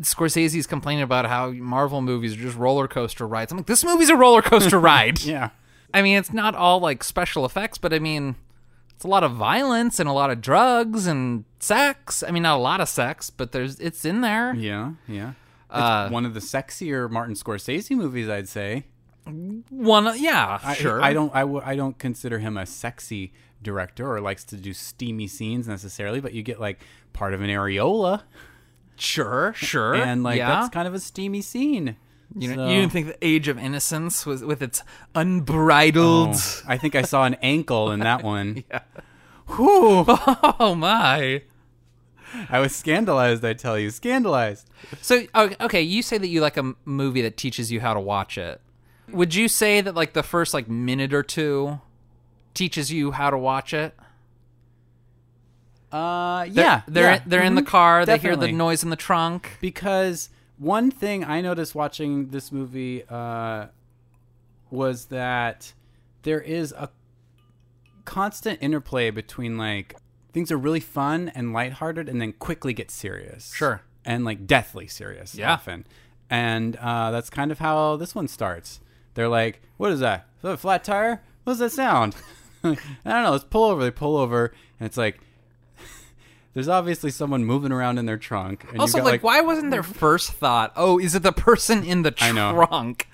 Scorsese's complaining about how Marvel movies are just roller coaster rides. I'm like, this movie's a roller coaster ride. Yeah. I mean, it's not all like special effects, but I mean, it's a lot of violence and a lot of drugs and sex. I mean, not a lot of sex, but there's it's in there. Yeah. Yeah. It's Uh, one of the sexier Martin Scorsese movies, I'd say. One, yeah, I, sure. I don't. I, w- I don't consider him a sexy director or likes to do steamy scenes necessarily. But you get like part of an areola, Sure, sure. and like yeah. that's kind of a steamy scene. you, So- know, you didn't think the Age of Innocence was with its unbridled. Oh, I think I saw an ankle in [LAUGHS] that one. Yeah. Whew. [LAUGHS] oh my. I was scandalized. I tell you, scandalized. So o- okay, you say that you like a m- movie that teaches you how to watch it. Would you say that like the first like minute or two teaches you how to watch it? Uh, They're- yeah, [LAUGHS] they're yeah. they're in the Mhm. car. They hear Definitely. the noise in the trunk. because one thing I noticed watching this movie uh, was that there is a constant interplay between like things are really fun and lighthearted and then quickly get serious. Sure. And like deathly serious Yeah. often. And uh, that's kind of how this one starts. They're like, what is that? Is that a flat tire? What's that sound? [LAUGHS] I don't know. Let's pull over. They pull over and it's like, [LAUGHS] there's obviously someone moving around in their trunk. And you've also, got, like, why wasn't their first thought? Oh, is it the person in the I know. trunk?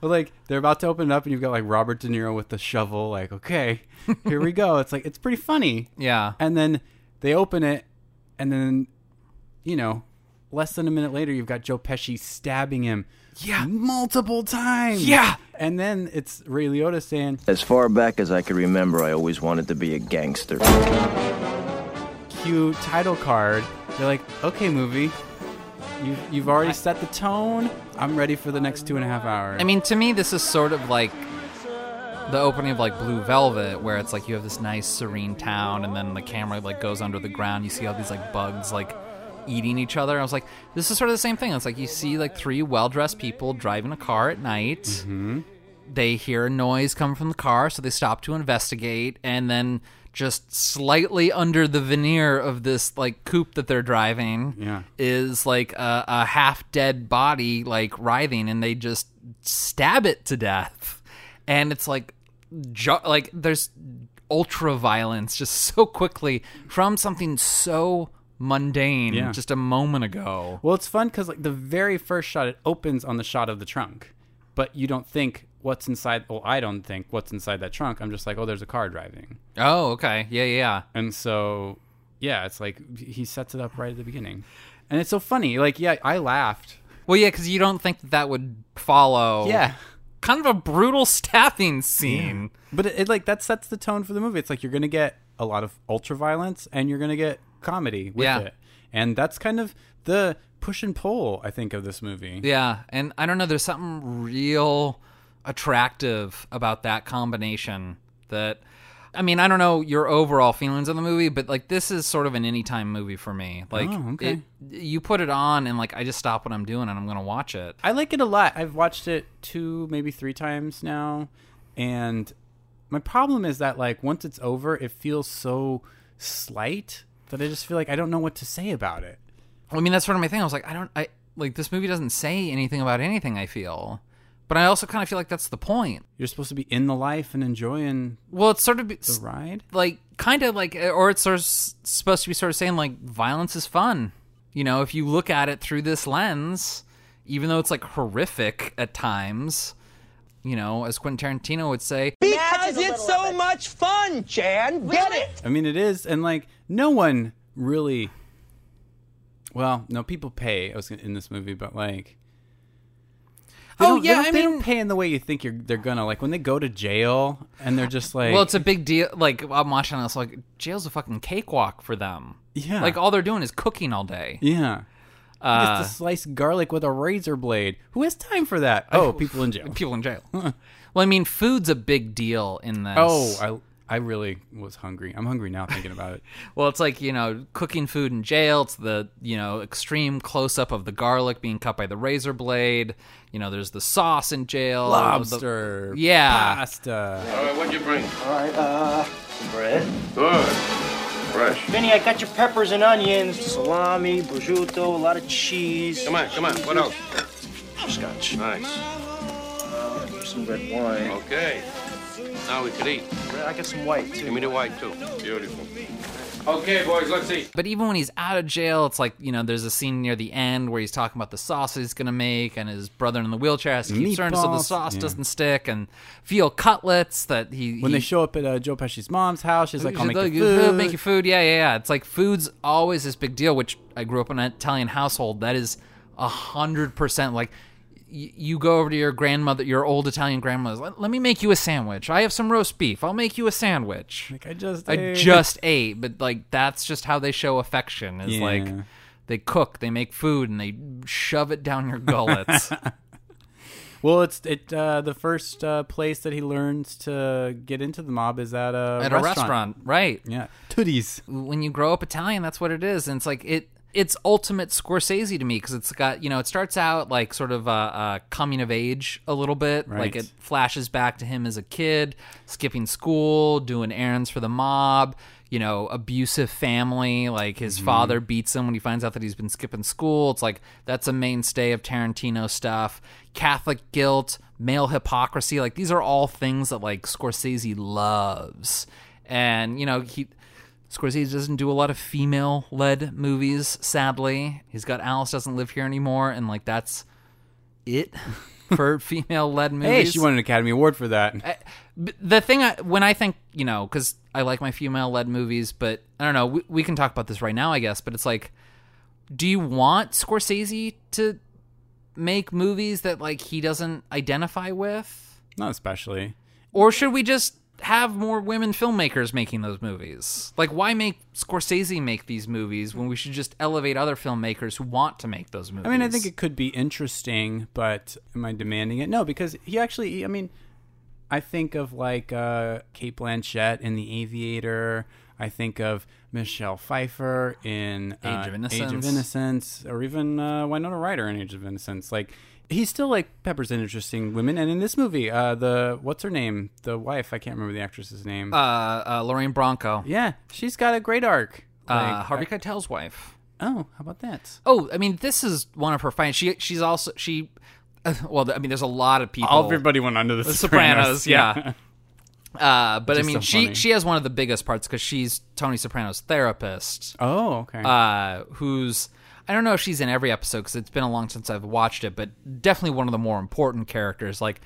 But like they're about to open it up, and you've got like Robert De Niro with the shovel. Like, [LAUGHS] okay, here we go. It's like it's pretty funny. Yeah. And then they open it, and then you know, less than a minute later, you've got Joe Pesci stabbing him. Yeah. multiple times. Yeah. And then it's Ray Liotta saying, As far back as I could remember, I always wanted to be a gangster. "Cue title card." You're like, "Okay, movie, You, you've already set the tone. I'm ready for the next two and a half hours. I mean, to me, this is sort of like the opening of like Blue Velvet, where it's like you have this nice serene town, and then the camera like goes under the ground. You see all these like bugs like eating each other. I was like, this is sort of the same thing. It's like you see like three well dressed people driving a car at night. They hear a noise coming from the car, so they stop to investigate, and then just slightly under the veneer of this like coupe that they're driving Yeah. is like a, a half dead body like writhing and they just stab it to death and it's like ju- like there's ultra violence just [LAUGHS] so quickly from something so mundane Yeah. just a moment ago Well, it's fun because like the very first shot, it opens on the shot of the trunk, but you don't think what's inside. Well, I don't think what's inside that trunk. I'm just like, oh, there's a car driving, oh okay yeah yeah and so yeah, it's like he sets it up right at the beginning, and it's so funny. Like, yeah, I laughed. well yeah because you don't think that that would follow Yeah. kind of a brutal [LAUGHS] stabbing scene But it, it like that sets the tone for the movie. It's like you're gonna get a lot of ultra violence and you're gonna get comedy with Yeah. it, and that's kind of the push and pull I think of this movie. Yeah, and I don't know. There's something real attractive about that combination. That, I mean, I don't know your overall feelings of the movie, but like this is sort of an anytime movie for me. Like, Oh, okay. it, you put it on, and like I just stop what I'm doing, and I'm gonna watch it. I like it a lot. I've watched it two, maybe three times now, and my problem is that like once it's over, it feels so slight that I just feel like I don't know what to say about it. I mean, that's sort of my thing. I was like, I don't, I like this movie doesn't say anything about anything. I feel, but I also kind of feel like that's the point. You're supposed to be in the life and enjoying Well, it's sort of be- the ride. like kind of like uh, or it's sort of s- supposed to be sort of saying like violence is fun you know if you look at it through this lens even though it's like horrific at times you know as quentin tarantino would say Because it's so much fun, Chan. Get it? I mean, it is, and like no one really. Well, no, people pay. I was gonna- in this movie, but like. they Oh, don't- they yeah, don't- I they don't pay in the way you think you're. They're gonna like when they go to jail and they're just like, well it's a big deal like i'm watching this like jail's a fucking cakewalk for them Yeah. like all they're doing is cooking all day yeah. He uh, gets to slice garlic with a razor blade. Who has time for that? Oh, people in jail. people in jail well i mean food's a big deal in this Oh, I I really was hungry. I'm hungry now thinking about [LAUGHS] it. Well, it's like, you know, cooking food in jail. It's the, you know, extreme close up of the garlic being cut by the razor blade. You know, there's the sauce in jail. the- Lobster. yeah. Pasta. All right, what'd you bring? All right, uh, bread. Good. Fresh. Vinny, I got your peppers and onions, salami, prosciutto, a lot of cheese. Come on, come on. What else? Scotch. Nice. Some red wine. Okay. Now we could eat. I got some white, too. Give me the white, too. Beautiful. Okay, boys, let's eat. But even when he's out of jail, it's like, you know, there's a scene near the end where he's talking about the sauce he's going to make, and his brother in the wheelchair has to keep stirring so the Meatballs. sauce Yeah. doesn't stick, and veal cutlets that he. When he, they show up at uh, Joe Pesci's mom's house, she's like, "I'll make She's the like, "Oh, uh, food." Make your food. Yeah, yeah, yeah. It's like food's always this big deal. Which I grew up in an Italian household. That is a hundred percent like. y- You go over to your grandmother, your old Italian grandmother's. Let, let me make you a sandwich. I have some roast beef. I'll make you a sandwich. Like I just, I ate." just ate, but like that's just how they show affection. Is like Yeah. they cook, they make food, and they shove it down your [LAUGHS] gullets. [LAUGHS] Well, it's it. Uh, the first uh, place that he learns to get into the mob is at a at restaurant. a restaurant, right? Yeah, Tooties. when you grow up Italian, that's what it is. And it's like it it's ultimate Scorsese to me because it's got you know it starts out like sort of uh, uh, coming of age a little bit, like Right. it flashes back to him as a kid, skipping school, doing errands for the mob. You know, abusive family. Like his Mm-hmm. father beats him when he finds out that he's been skipping school. It's like that's a mainstay of Tarantino stuff. Catholic guilt, male hypocrisy. Like these are all things that like Scorsese loves. And you know he Scorsese doesn't do a lot of female led movies, sadly. He's got Alice Doesn't Live Here anymore, and like that's [LAUGHS] it for female led movies. Hey, she won an Academy Award for that. Eh. B- the thing I, when I think, you know, because I like my female led movies, but I don't know, we, we can talk about this right now, I guess, but it's like, do you want Scorsese to make movies that like he doesn't identify with? Not especially. Or should we just have more women filmmakers making those movies. Like, why make Scorsese make these movies when we should just elevate other filmmakers who want to make those movies? I mean, I think it could be interesting, but am I demanding it? No, because he actually, I mean, I think of like uh, Kate Blanchett in The Aviator. I think of Michelle Pfeiffer in Age uh, of Innocence. Innocence, or even uh, Winona Ryder in Age of Innocence. Like he still like peppers in interesting women, and in this movie, uh, the what's her name, the wife, I can't remember the actress's name. uh, uh, Lorraine Bronco, yeah, she's got a great arc. uh, Like, Harvey Keitel's wife. Oh, how about that? Oh, I mean, this is one of her fine. She she's also she. [LAUGHS] Uh, well, I mean, there's a lot of people. Everybody went under the, Oh. The [LAUGHS] Sopranos, yeah. [LAUGHS] Uh, but I Just mean, so she funny. she has one of the biggest parts because she's Tony Soprano's therapist. Oh, okay. Uh, who's I don't know if she's in every episode because it's been a long since I've watched it, but definitely one of the more important characters. Like,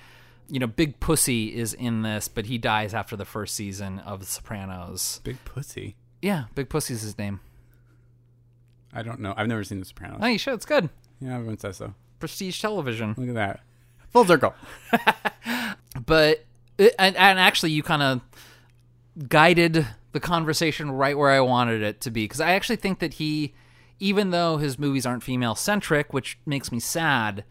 you know, Big Pussy is in this, but he dies after the first season of The Sopranos. Big pussy. Yeah, Big Pussy's his name. I don't know. I've never seen The Sopranos. Oh, you should. It's good. Yeah, everyone says so. Prestige television. Look at that. Full circle. [LAUGHS] but it, and, and actually you kind of guided the conversation right where i wanted it to be because i actually think that he even though his movies aren't female centric which makes me sad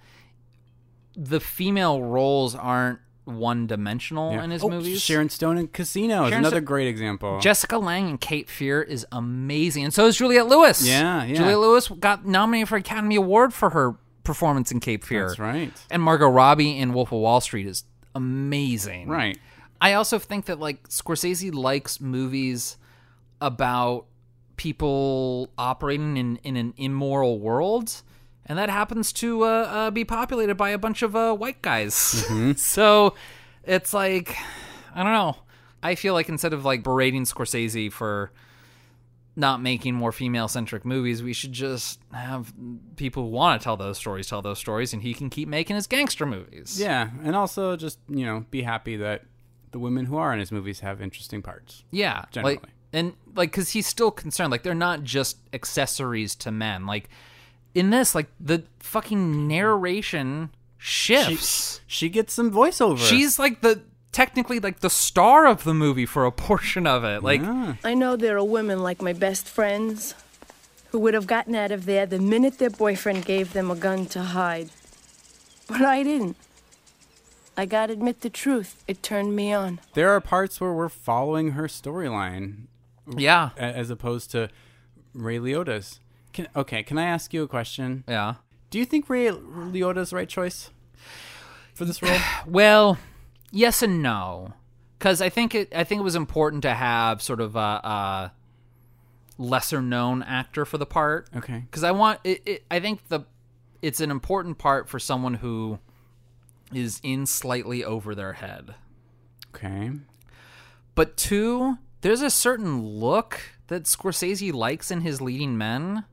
the female roles aren't one dimensional Yeah. in his Oh, movies Sharon Stone in Casino is Sharon another Stone- great example. Jessica Lang and Kate Fear is amazing, and so is Juliette Lewis. Yeah, yeah. Juliette Lewis got nominated for Academy Award for her performance in Cape Fear. That's right. And Margot Robbie in Wolf of Wall Street is amazing. Right. I also think that like Scorsese likes movies about people operating in, in an immoral world, and that happens to uh, uh, be populated by a bunch of uh, white guys. [LAUGHS] so it's like I don't know. I feel like instead of like berating Scorsese for not making more female centric movies, we should just have people who want to tell those stories tell those stories, and he can keep making his gangster movies. Yeah, and also just you know be happy that the women who are in his movies have interesting parts. Yeah, generally. Like, and like, because he's still concerned. Like, they're not just accessories to men. Like, in this, like the fucking narration shifts. She gets some voiceover. She's like the technically like the star of the movie for a [LAUGHS] portion of it. Like, I know there are women like my best friends who would have gotten out of there the minute their boyfriend gave them a gun to hide. But I didn't. I gotta admit the truth. It turned me on. there are parts where we're following her storyline. Yeah. a- As opposed to Ray Liotta's. Can, okay, can I ask you a question? Yeah. Do you think Ray Liotta's the right choice for [SIGHS] this role? well, yes and no, because I think it. I think it was important to have sort of a. a lesser known actor for the part okay. because I want it, it. I think the it's an important part for someone who is in slightly over their head. Okay. But two, there's a certain look that Scorsese likes in his leading men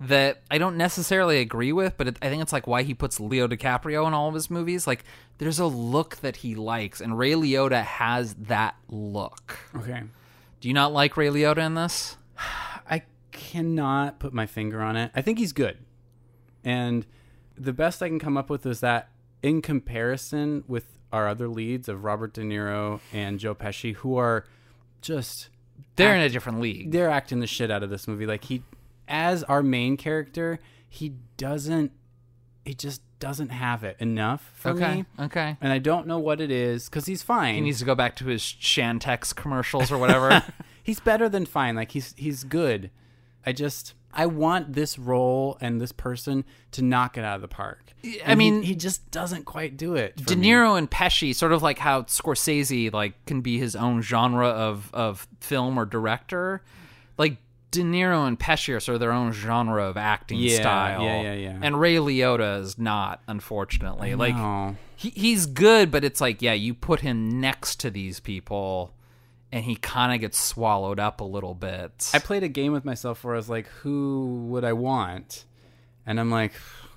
that I don't necessarily agree with, but it, I think it's like why he puts Leo DiCaprio in all of his movies. Like, there's a look that he likes, and Ray Liotta has that look. Okay. Do you not like Ray Liotta in this? I cannot put my finger on it. I think he's good. And the best I can come up with is that in comparison with our other leads of Robert De Niro and Joe Pesci, who are just They're in a different league. they're acting the shit out of this movie. Like he as our main character, he doesn't he just doesn't have it enough for Okay, me. okay. And I don't know what it is because he's fine. He needs to go back to his Shantex commercials or [LAUGHS] whatever. he's better than fine. Like he's he's good. I just I want this role and this person to knock it out of the park. I And he- mean- he, just doesn't quite do it. for De me. Niro and Pesci, sort of like how Scorsese like can be his own genre of of film or director. Like De Niro and Pesci are sort of their own genre of acting Yeah, style. yeah, yeah, yeah. And Ray Liotta is not, unfortunately. I Like know. he, he's good, but it's like yeah, you put him next to these people, and he kind of gets swallowed up a little bit. I played a game with myself where I was like, who would I want? And I'm like,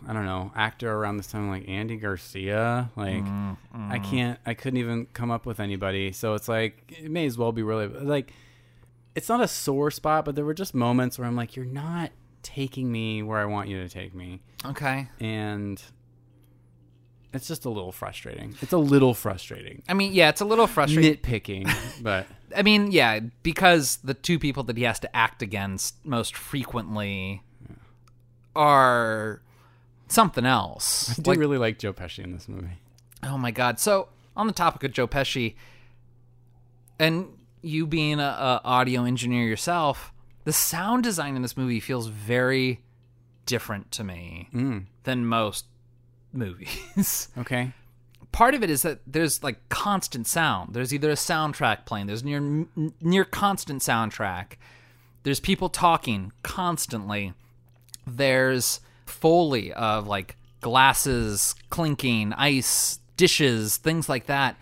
I don't know, actor around this time, like Andy Garcia. Like, Mm, I can't, I couldn't even come up with anybody. So it's like, it may as well be really, like, it's not a sore spot, but there were just moments where I'm like, you're not taking me where I want you to take me. Okay. And It's just a little frustrating. It's a little frustrating. I mean, yeah, it's a little frustrating. Nitpicking, [LAUGHS] but I mean, yeah, because the two people that he has to act against most frequently are something else. [LAUGHS] I do really like Joe Pesci in this movie. Oh my god! So on the topic of Joe Pesci, and you being a, a audio engineer yourself, the sound design in this movie feels very different to me than most movies. [LAUGHS] Okay. Part of it is that there's like constant sound. There's either a soundtrack playing. There's near n- near constant soundtrack. There's people talking constantly. There's foley of like glasses clinking, ice, dishes, things like that.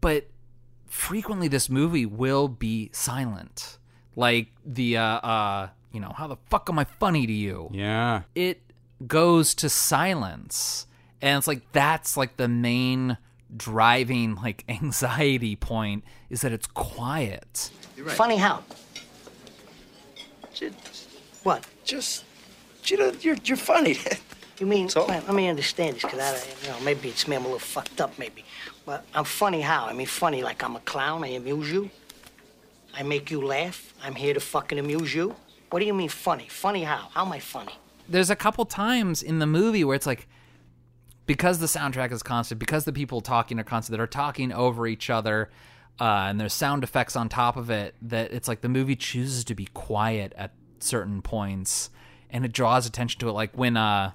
But frequently this movie will be silent. Like the uh uh you know, how the fuck am I funny to you? Yeah. It goes to silence. And it's like that's like the main driving like [LAUGHS] anxiety point is that it's quiet. Funny how? What? Just, you know, you're, you're funny. You mean, let let me understand this, because I, don't- you know, maybe it's me, I'm a little fucked up, maybe. But I'm funny how? I mean, funny like I'm a clown, I amuse you. I make you laugh. I'm here to fucking amuse you. What do you mean funny? Funny how? How am I funny? there's a couple times in the movie where it's like because the soundtrack is constant, because the people talking are constant, that are talking over each other, uh, and there's sound effects on top of it. That it's like the movie chooses to be quiet at certain points, and it draws attention to it. Like when uh,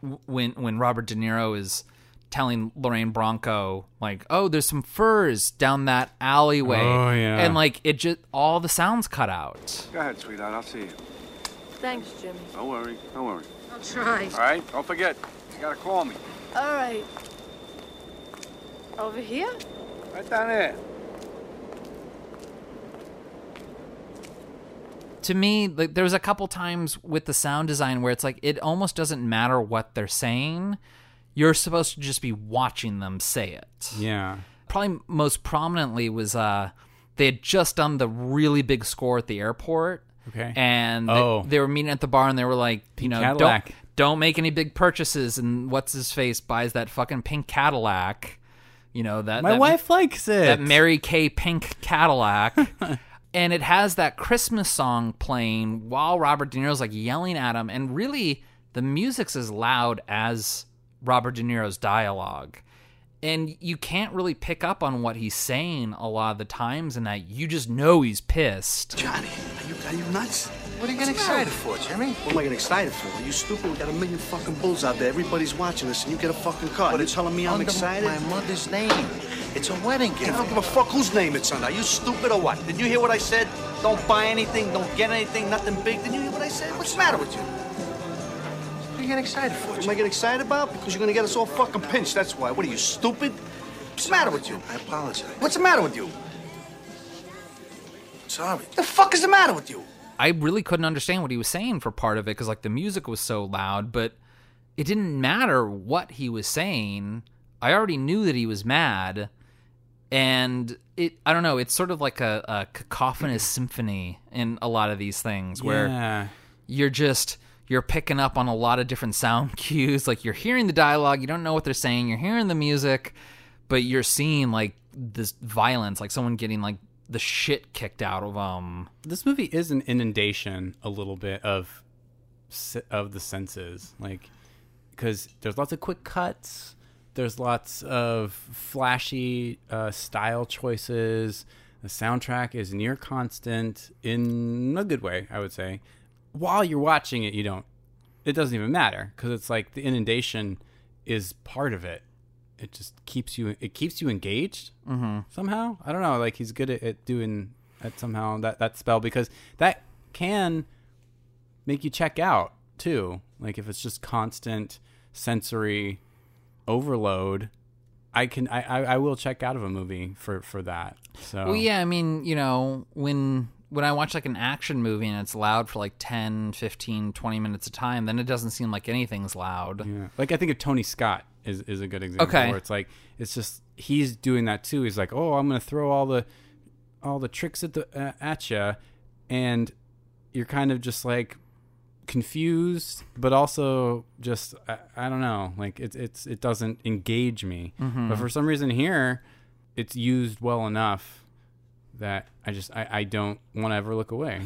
w- when when Robert De Niro is telling Lorraine Bronco like, "Oh, there's some furs down that alleyway," Oh, yeah. and like it just all the sounds cut out. Go ahead, sweetheart. I'll see you. Thanks, Jimmy. Don't worry. Don't worry. I'll try. All right? Don't forget. You gotta call me. All right. Over here? Right down there. to me like there was a couple times with the sound design where it's like it almost doesn't matter what they're saying you're supposed to just be watching them say it Yeah. probably most prominently was uh they had just done the really big score at the airport Okay. and they- Oh. they, were meeting at the bar and they were like you know Cadillac. don't don't make any big purchases and what's his face buys that fucking pink cadillac you know that My that- wife likes it. that Mary Kay pink Cadillac. and it has that Christmas song playing while Robert De Niro's like yelling at him. And really, the music's as loud as Robert De Niro's dialogue. And you can't really pick up on what he's saying a lot of the times, and that you just know he's pissed. Johnny. Are you, are you nuts? What are you getting excited for, Jimmy? What am I getting excited for? Are you stupid? We got a million fucking bulls out there. Everybody's watching us, and you get a fucking car. You're telling me I'm under excited? my mother's name. It's a wedding gift. I don't give a fuck whose name it's under. Are you stupid or what? Did you hear what I said? Don't buy anything. Don't get anything. Nothing big. Did you hear what I said? What's the matter with you? What are you getting excited for? What am I getting excited about? Because you're gonna get us all fucking pinched. That's why. What are you stupid? What's the matter with you? I apologize. What's the matter with you? Sorry. The fuck is the matter with you? I really couldn't understand what he was saying for part of it because like the music was so loud, but it didn't matter what he was saying. I already knew that he was mad, and it I don't know. It's sort of like a, a cacophonous symphony in a lot of these things where Yeah. you're just you're picking up on a lot of different sound [LAUGHS] cues. Like you're hearing the dialogue, you don't know what they're saying. You're hearing the music, but you're seeing like this violence, like someone getting like the shit kicked out of them. This movie is an inundation a little bit of se- of the senses, like because there's lots of quick cuts, there's lots of flashy uh, style choices. The soundtrack is near constant in a good way, I would say. While you're watching it, you don't. It doesn't even matter because it's like the inundation is part of it. It just keeps you. It keeps you engaged Mhm. somehow. I don't know. Like he's good at, at doing at somehow that that spell because that can make you check out too. Like if it's just constant sensory overload, I can I I, I will check out of a movie for for that. So Well, yeah, I mean, you know, when when I watch like an action movie and it's loud for like 10, 15, 20 minutes a time, then it doesn't seem like anything's loud. Yeah. Like I think of Tony Scott is, is a good example Okay. where it's like it's just he's doing that too. He's like, "Oh, I'm going to throw all the all the tricks at the uh, at you," and you're kind of just like confused, but also just I, I don't know. Like it, it's it doesn't engage me. Mhm. But for some reason here, it's used well enough that I just I, I don't want to ever look away.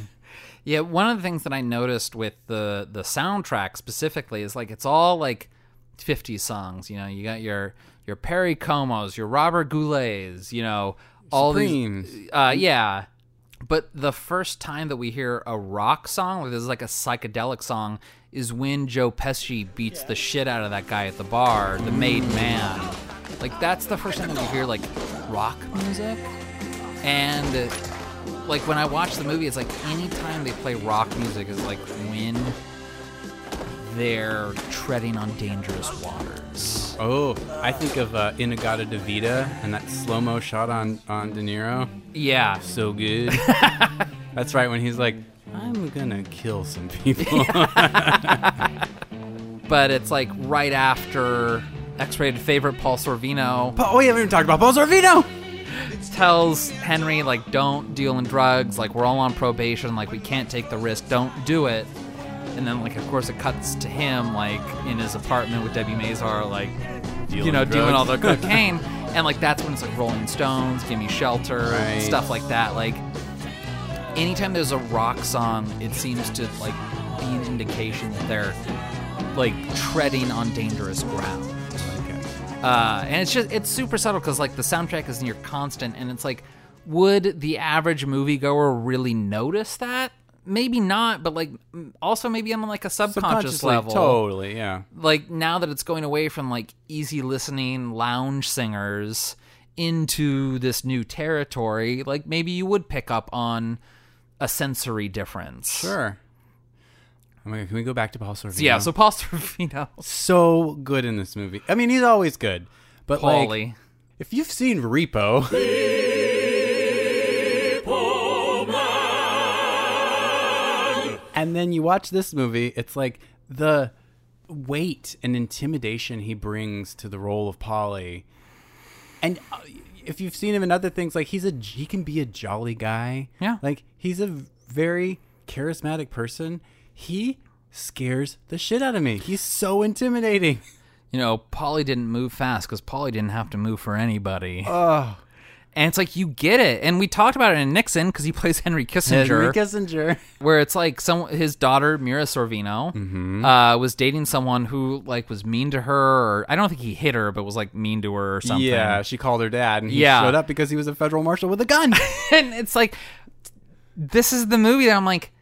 Yeah, one of the things that I noticed with the the soundtrack specifically is like it's all like 50 songs. You know, you got your your Perry Comos, your Robert Goulet's, you know, all these. Supremes. Uh, yeah, but the first time that we hear a rock song, or this is like a psychedelic song, is when Joe Pesci beats the shit out of that guy at the bar, the made man. Like that's the first time that we hear like rock music. And uh, like when I watch the movie, it's like anytime they play rock music is like when they're treading on dangerous waters. Oh, I think of uh, Inagata DeVita and that slow mo shot on on De Niro. Yeah, [LAUGHS] so good. That's right when he's like, I'm gonna [LAUGHS] kill some people. [LAUGHS] But it's like right after X-rated favorite Paul Sorvino. Pa- we haven't even talked about Paul Sorvino. Tells Henry like, don't deal in drugs. Like we're all on probation. Like we can't take the risk. Don't do it. And then like of course it cuts to him like in his apartment with Debbie Mazar like, you Dealing know, doing drugs. [LAUGHS] all the cocaine. and like that's when it's like Rolling Stones, Gimme Shelter, Right. stuff like that. Like anytime there's a rock song, it seems to like be an indication that they're like treading on dangerous ground. Uh, and it's just it's super subtle because like the soundtrack is near constant, and it's like, would the average moviegoer really notice that? Maybe not, but like m- also maybe on like a subconscious, Subconsciously, level, totally, yeah. Like now that it's going away from like easy listening lounge singers into this new territory, like maybe you would pick up on a sensory difference. Sure. Oh my god, can we go back to Paul Sorvino? Yeah, so Paul Sorvino. so good in this movie. I mean, he's always good, but Paulie. like, if you've seen Repo, and then you watch this movie, it's like the weight and intimidation he brings to the role of Polly, and. uh, If you've seen him in other things, like he's a he can be a jolly guy. Yeah, like he's a very charismatic person. He scares the shit out of me. He's so intimidating. You know, Polly didn't move fast because Polly didn't have to move for anybody. Oh. And it's like you get it, and we talked about it in Nixon because he [LAUGHS] plays Henry Kissinger. Henry Kissinger. where it's like some his daughter Mira Sorvino Mm-hmm. uh, was dating someone who like was mean to her. Or, I don't think he hit her, but was like mean to her or something. Yeah, she called her dad, and he Yeah. showed up because he was a federal marshal with a gun. [LAUGHS] and it's like this is the movie that I'm like,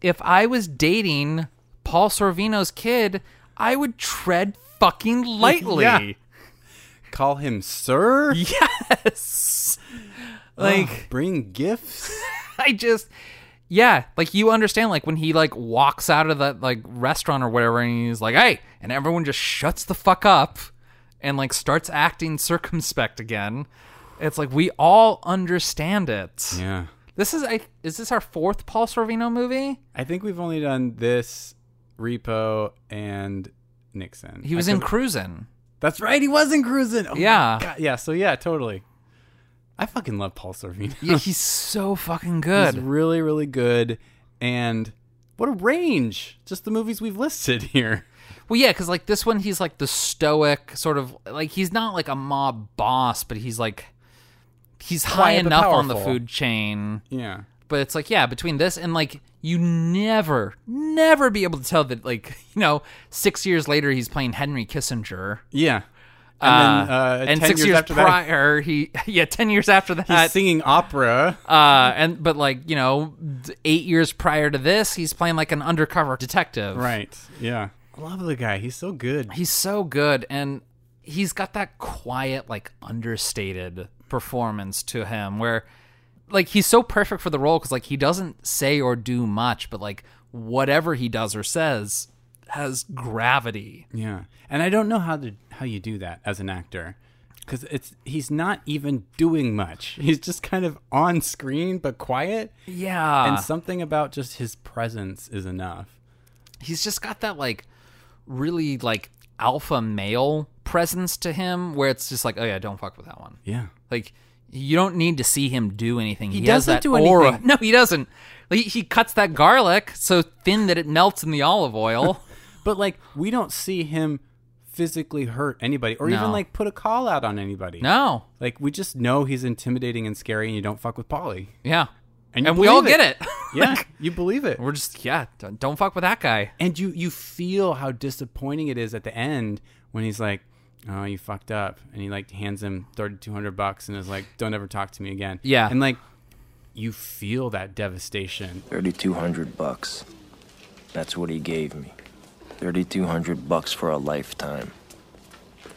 if I was dating Paul Sorvino's kid, I would tread fucking lightly. Yeah. [LAUGHS] Call him sir. [LAUGHS] Yes. Like bring [LAUGHS] gifts. I just yeah, like you understand like when he like walks out of that like restaurant or whatever and he's like, "Hey," and everyone just shuts the fuck up and like starts acting circumspect again. It's like we all understand it. Yeah. This is I is this our fourth Paul Sorvino movie? I think we've only done this Repo and Nixon. He was I in could- [LAUGHS] Cruisin'. That's right. He was in Cruisin'. Oh my Yeah. God, Yeah. So yeah, totally. I fucking love Paul Sorvino. [LAUGHS] Yeah, he's so fucking He's good. really, really good. And what a range! Just the movies we've listed [LAUGHS] here. Well, yeah, because like this one, he's like the stoic sort of like he's not like a mob boss, but he's like he's high Quiet but enough on the powerful. food chain. Yeah. But it's like yeah, between this and like you never, never be able to tell that like [LAUGHS] you know six years later he's playing Henry Kissinger. Yeah. Uh, And, then, uh, and 10 six years years, after that- prior, he [LAUGHS] yeah, ten years after that, He's singing opera. Uh, and but like you know, d- eight years prior to this, he's playing like an undercover detective. Right. Yeah. I love the guy. He's so good. He's so good, and he's got that quiet, like understated performance to him, where like he's so perfect for the role because like he doesn't say or do much, but like whatever he does or says has gravity. Yeah, and I don't know how to how you do that as an actor, because it's he's not even doing much. [LAUGHS] He's just kind of on screen but quiet. Yeah. and something about just his presence is enough. he's just got that like really like alpha male presence to him where it's just like oh yeah don't fuck with that one Yeah. like You don't need to see him do anything. He He, has doesn't that do aura. anything. [LAUGHS] No, he doesn't. He, he cuts that garlic so thin that it melts in the olive oil. but like we don't see him physically hurt anybody or No. even like put a call out on anybody. No. Like we just know he's intimidating and scary and you don't fuck with Polly. Yeah. And, you we all believe get it. yeah. [LAUGHS] you believe it. We're just yeah, don't, don't fuck with that guy. And you you feel how disappointing it is at the end when he's like, "Oh, you fucked up," and he like hands him thirty two hundred bucks and is like, "Don't ever talk to me again." Yeah. and like you feel that devastation. 3200 bucks. That's what he gave me. 3200 bucks for a lifetime.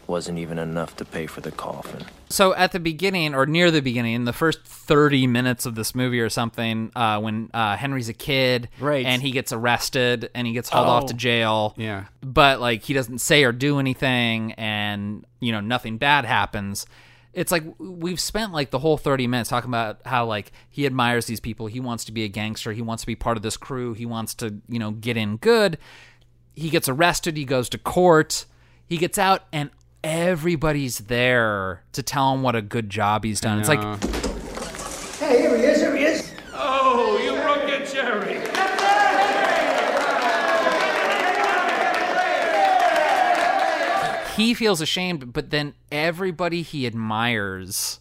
Wasn't even enough to pay for the coffin. So at the beginning or near the beginning, the first thirty minutes of this movie or something, uh, when uh, Henry's a kid, right, and he gets arrested and he gets hauled off Oh. to jail, Yeah. but like he doesn't say or do anything, and you know nothing bad happens. It's like we've spent like the whole thirty minutes talking about how like he admires these people, he wants to be a gangster, he wants to be part of this crew, he wants to you know get in good. he gets arrested he goes to court he gets out and everybody's there to tell him what a good job he's done it's like Hey, here he is, here he is. Oh, you broke it, Jerry. he feels ashamed but then everybody he admires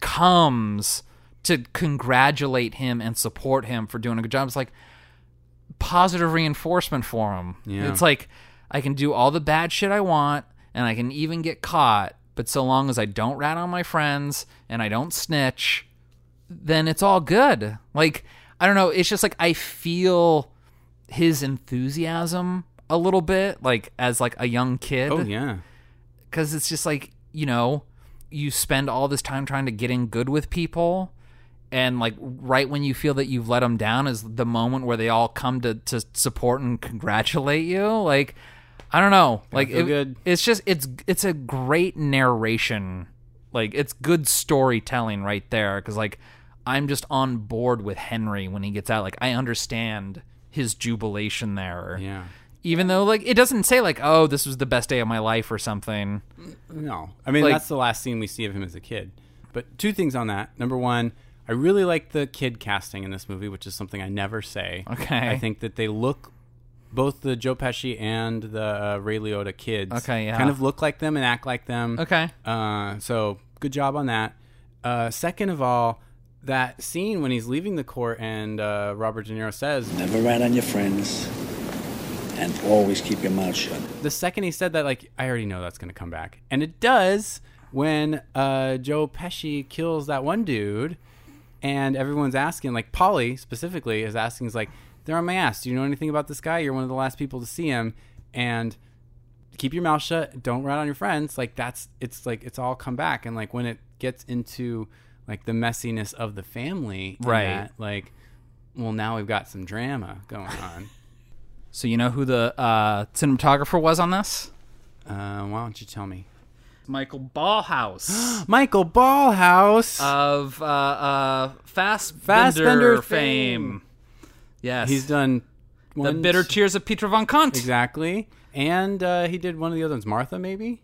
comes to congratulate him and support him for doing a good job it's like positive reinforcement for him Yeah. it's like i can do all the bad shit i want and i can even get caught but so long as i don't rat on my friends and i don't snitch then it's all good. Like, I don't know. It's just like I feel his enthusiasm a little bit, like as like a young kid. Oh, yeah. Cause it's just like, you know, you spend all this time trying to get in good with people. And like right when you feel that you've let them down is the moment where they all come to, to support and congratulate you. Like, I don't know. Like feel it- it's just it's it's a great narration. Like it's good storytelling right there cuz like I'm just on board with Henry when he gets out. Like I understand his jubilation there. Yeah. Even though like it doesn't say like oh this was the best day of my life or something. No, I mean Like- that's the last scene we see of him as a kid. But two things on that. Number one, I really like the kid casting in this movie, which is something I never say. Okay. I think that they look both the Joe Pesci and the uh, Ray Liotta kids. Okay, yeah. Kind of look like them and act like them. Okay. Uh, so good job on that. Uh, second of all, that scene when he's leaving the court and uh, Robert De Niro says, Never rat on your friends, and always keep your mouth shut. the second he said that, like, I already know that's going to come back. And it does when uh, Joe Pesci kills that one dude, and everyone's asking, like, Polly specifically is asking, is like, they're on my ass. Do you know anything about this guy? You're one of the last people to see him. And keep your mouth shut. Don't rat on your friends. Like, that's, it's like, it's all come back. And, like, when it gets into, like, the messiness of the family, in Right. that, like, well, now we've got some drama going on. So you know who the uh, cinematographer was on this? Uh, why don't you tell me? Michael [GASPS] Ballhouse Michael Ballhouse. of uh, uh, Fast Fassbender fame. Yes, He's done the bitter tears of Peter von Kant. Exactly. And uh, he did one of the other ones, Martha, maybe?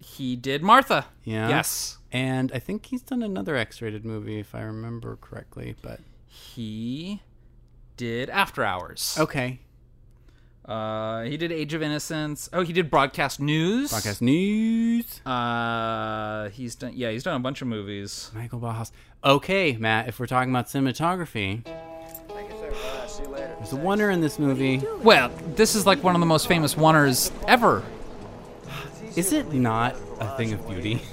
He did Martha. Yeah. Yes. And I think he's done another X rated movie, if I remember correctly. But He did After Hours. Okay. Uh, he did Age of Innocence. Oh, he did Broadcast News. Broadcast News. Uh, he's done. Yeah, he's done a bunch of movies. Michael Ballhouse. Okay, Matt, if we're talking about cinematography, there's a wonder in this movie. Well, this is like one of the most famous oneers ever. Is it not a thing of beauty? [LAUGHS]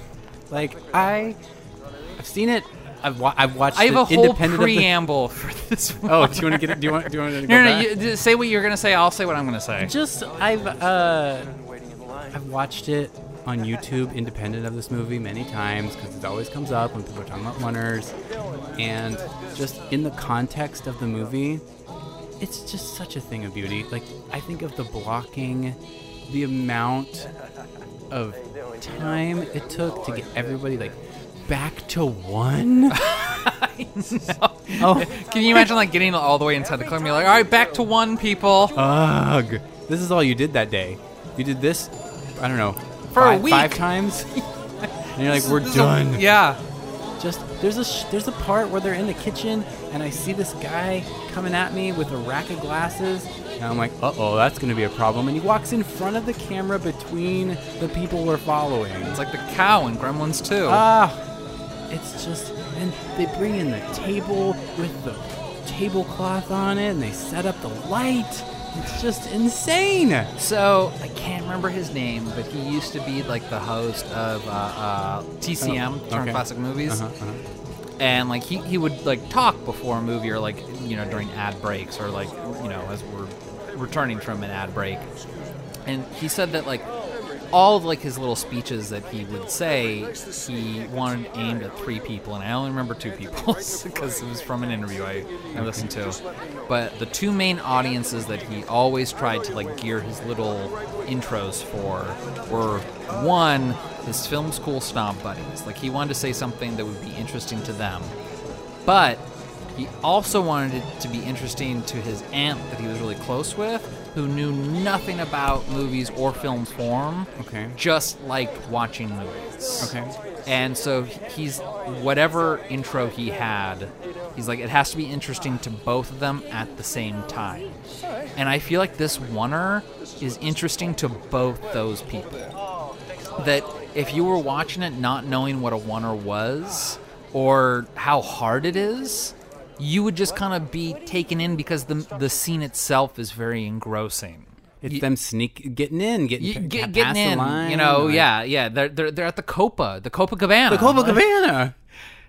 Like, I. I've seen it. I've, wa- I've watched I have it a whole independent of the- preamble for [LAUGHS] this. One. [LAUGHS] Oh, do you wanna get it- do you want- do you want to go [LAUGHS] No, no. back? You, d- say what you're gonna say. I'll say what I'm gonna [LAUGHS] say. Just I've uh, I've watched it on YouTube, independent of this movie, many times because it always comes up when people are talking about Wonders, and just in the context of the movie, it's just such a thing of beauty. Like I think of the blocking, the amount of time it took to get everybody like back to one. Oh. [LAUGHS] Can you imagine like getting all the way inside the club and be like, all right, back to one, people. Ugh. This is all you did that day. You did this, I don't know, For a five, week. [LAUGHS] five times. And you're like, This- we're this is a- done. yeah. Just there's a sh- there's a part where they're in the kitchen and I see this guy coming at me with a rack of glasses and I'm like, uh oh, that's gonna be a problem. And he walks in front of the camera between the people we're following. It's like the cow in Gremlins 2. Uh, Ah, it's just and they bring in the table with the tablecloth on it and they set up the light. It's just insane. So I can't remember his name, but he used to be like the host of uh, uh, TCM, Oh, Turn okay. Classic Movies, Uh-huh, and like he, he would like talk before a movie or like you know during ad breaks or like you know as we're returning from an ad break, and he said that like all of like his little speeches that he would say he wanted aimed at three people and i only remember two people [LAUGHS] because it was from an interview i, I listened to but the two main audiences that he always tried to like gear his little intros for were one his film school stomp buddies like he wanted to say something that would be interesting to them but he also wanted it to be interesting to his aunt that he was really close with, who knew nothing about movies or film form. Okay. Just liked watching movies. Okay. And so he's whatever intro he had, he's like it has to be interesting to both of them at the same time. And I feel like this oneer is interesting to both those people that if you were watching it not knowing what a oneer was or how hard it is, you would just kind of be taken in because the the scene itself is very engrossing. It's them sneak getting in, getting You, pa- get, past getting the in, line, you know, like- yeah, yeah. They're, they're they're at the Copa, the Copacabana, The Copacabana.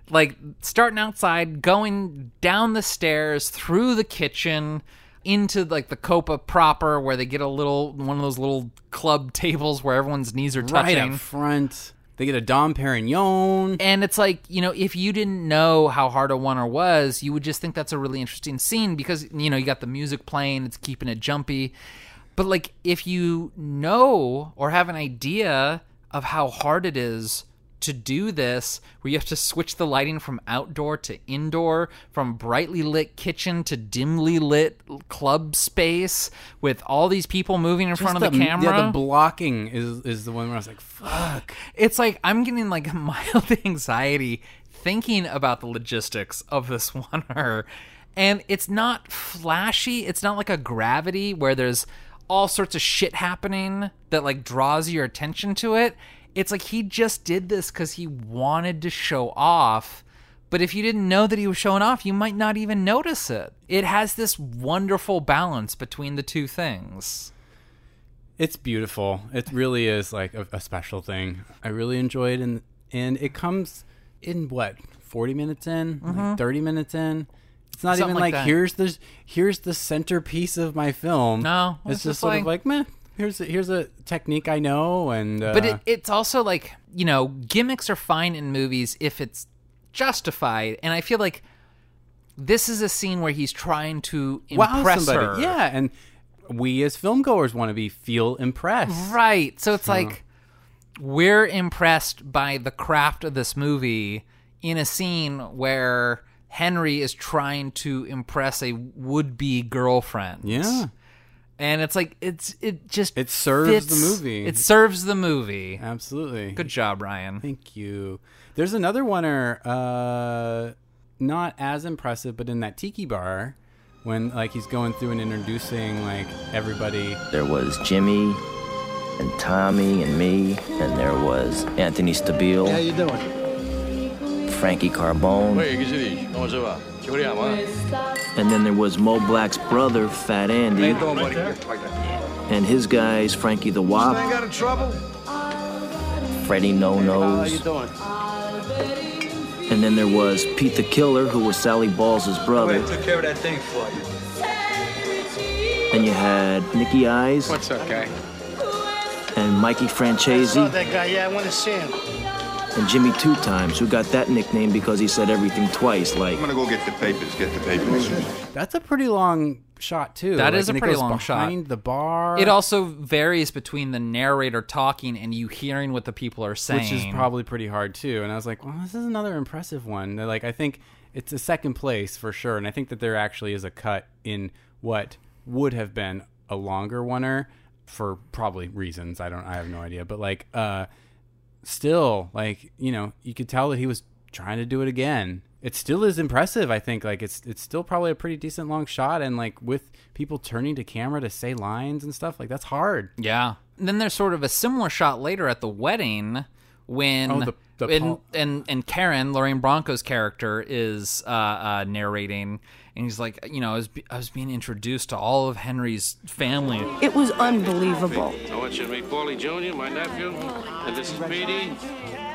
Like starting outside, going down the stairs, through the kitchen, into like the Copa proper, where they get a little one of those little club [LAUGHS] tables where everyone's knees are touching. right up front. They get a Dom Perignon. And it's like, you know, if you didn't know how hard a oneer was, you would just think that's a really interesting scene because, you know, you got the music playing, it's keeping it jumpy. But like if you know or have an idea of how hard it is to do this, where you have to switch the lighting from outdoor to indoor, from brightly lit kitchen to dimly lit club space with all these people moving in front of the, camera. Yeah, the blocking is is the one where I was like, fuck. It's like I'm getting like [LAUGHS] mild anxiety thinking about the logistics of this [LAUGHS] one her. And it's not flashy, it's not like a gravity where there's all sorts of shit happening that like draws your attention to it. It's like he just did this cuz he wanted to show off. But if you didn't know that he was showing off, you might not even notice it. It has this wonderful balance between the two things. It's beautiful. It really is like a, a special thing. I really enjoy it, and and it comes in what forty minutes in, Like, Mhm. thirty minutes in. It's not Something even like like, that. here's the here's the centerpiece of my film. No, it's, just, sort of like meh. Here's a, here's a technique I know, and uh, but it, it's also like you know gimmicks are fine in movies if it's justified and i feel like this is a scene where he's trying to wow, impress her somebody. Yeah, and we as film goers want to be feel impressed. right so it's So- like we're impressed by the craft of this movie in a scene where henry is trying to impress a would-be girlfriend Yeah. and it's like it's it just It serves the fits- movie. Uh, it serves the movie Absolutely. good job ryan Thank you. There's another oneer, uh, not as impressive, but in that tiki bar, when like he's going through and introducing like everybody. There was Jimmy and Tommy and me, and there was Anthony Stabile. How you doing? Frankie Carbone. Hey, Gazidis, comment ça va? Tu vas bien, moi? And then there was Mo Black's brother, Fat How Andy, you doing, buddy? Like that. and his guys, Frankie the Wop, got in trouble? Freddie No How you Nose, doing? and then there was Pete the Killer, who was Sally Balls' brother, Wait, took care of that thing for you. and you had Nicky Eyes. What's up, guy? And Mikey Francesi. that guy. Yeah, I want to see him. and Jimmy Two Times, who got that nickname because he said everything twice. Like, I'm gonna go get the papers. Get the papers. That's a pretty long shot too. That That is is a pretty long shot. Behind the bar, It also varies between the narrator talking and you hearing what the people are saying. which is probably pretty hard too. And I was like, well, this is another impressive one. They're like I think it's a second place for sure, and I think that there actually is a cut in what would have been a longer oneer for probably reasons I don't I have no idea, but like uh still like you know you could tell that he was trying to do it again. It still is impressive, I think. Like it's it's still probably a pretty decent long shot and like with people turning to camera to say lines and stuff, like that's hard. Yeah. And then there's sort of a similar shot later at the wedding when Oh, the- the and, Paul- and and Karen Lorraine Bronco's character is uh, uh, narrating, and he's like, you know, I was, be- I was being introduced to all of Henry's family. It was unbelievable. I want you to meet Paulie Jr., my nephew, and this is Petey.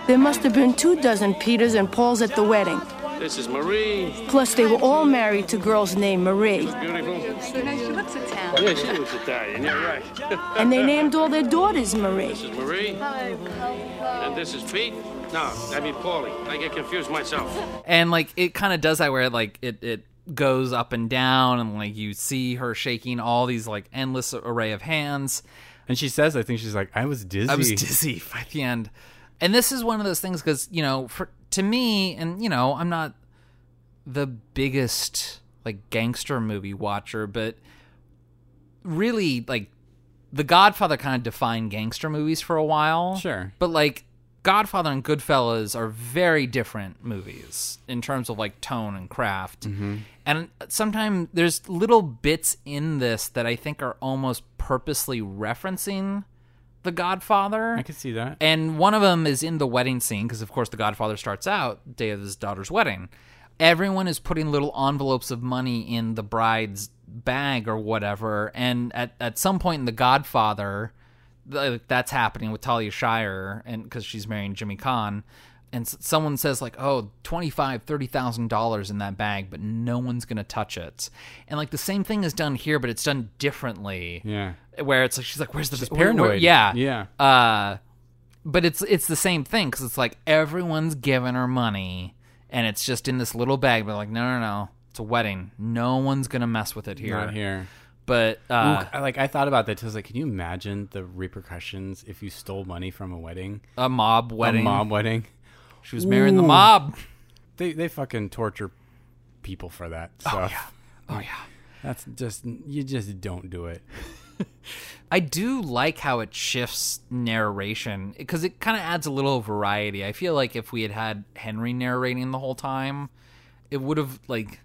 There must have been two dozen Peters and Pauls at the wedding. This is Marie. Plus, they were all married to girls named Marie. Beautiful. You know, she looks Italian. Yeah, she looks Italian. You're right. And they named all their daughters Marie. This is Marie. And this is Pete. No, I mean Paulie. I get confused myself. and like it kind of does that where like it it goes up and down and like you see her shaking all these like endless array of hands and she says i think she's like i was dizzy i was dizzy by the end and this is one of those things because you know for to me and you know i'm not the biggest like gangster movie watcher but really like the godfather kind of defined gangster movies for a while Sure. but like godfather and goodfellas are very different movies in terms of like tone and craft Mm-hmm. and sometimes there's little bits in this that i think are almost purposely referencing the godfather I could see that. and one of them is in the wedding scene because, of course, The Godfather starts out day of his daughter's wedding. Everyone is putting little envelopes of money in the bride's bag or whatever, and at at some point in The Godfather, th- that's happening with Talia Shire, and because she's marrying Jimmy Kahn. And s- someone says like, "Oh, twenty-five, thirty thousand dollars in that bag, but no one's gonna touch it." And like the same thing is done here, but it's done differently. Yeah. where it's like she's like, "Where's the She's where- where- paranoid. yeah, Yeah. uh, but it's it's the same thing because it's like everyone's giving her money, and it's just in this little bag. But like, no, no, no, it's a wedding. No one's gonna mess with it here. Not here. But uh, Ooh, I- like I thought about that too. I was like, can you imagine the repercussions if you stole money from a wedding? A mob wedding. A mob wedding. She was marrying the mob. They they fucking torture people for that. So. Oh yeah. Oh yeah. That's just you just don't do it. I do like how it shifts narration because it kind of adds a little variety. I feel like if we had had Henry narrating the whole time, it would have like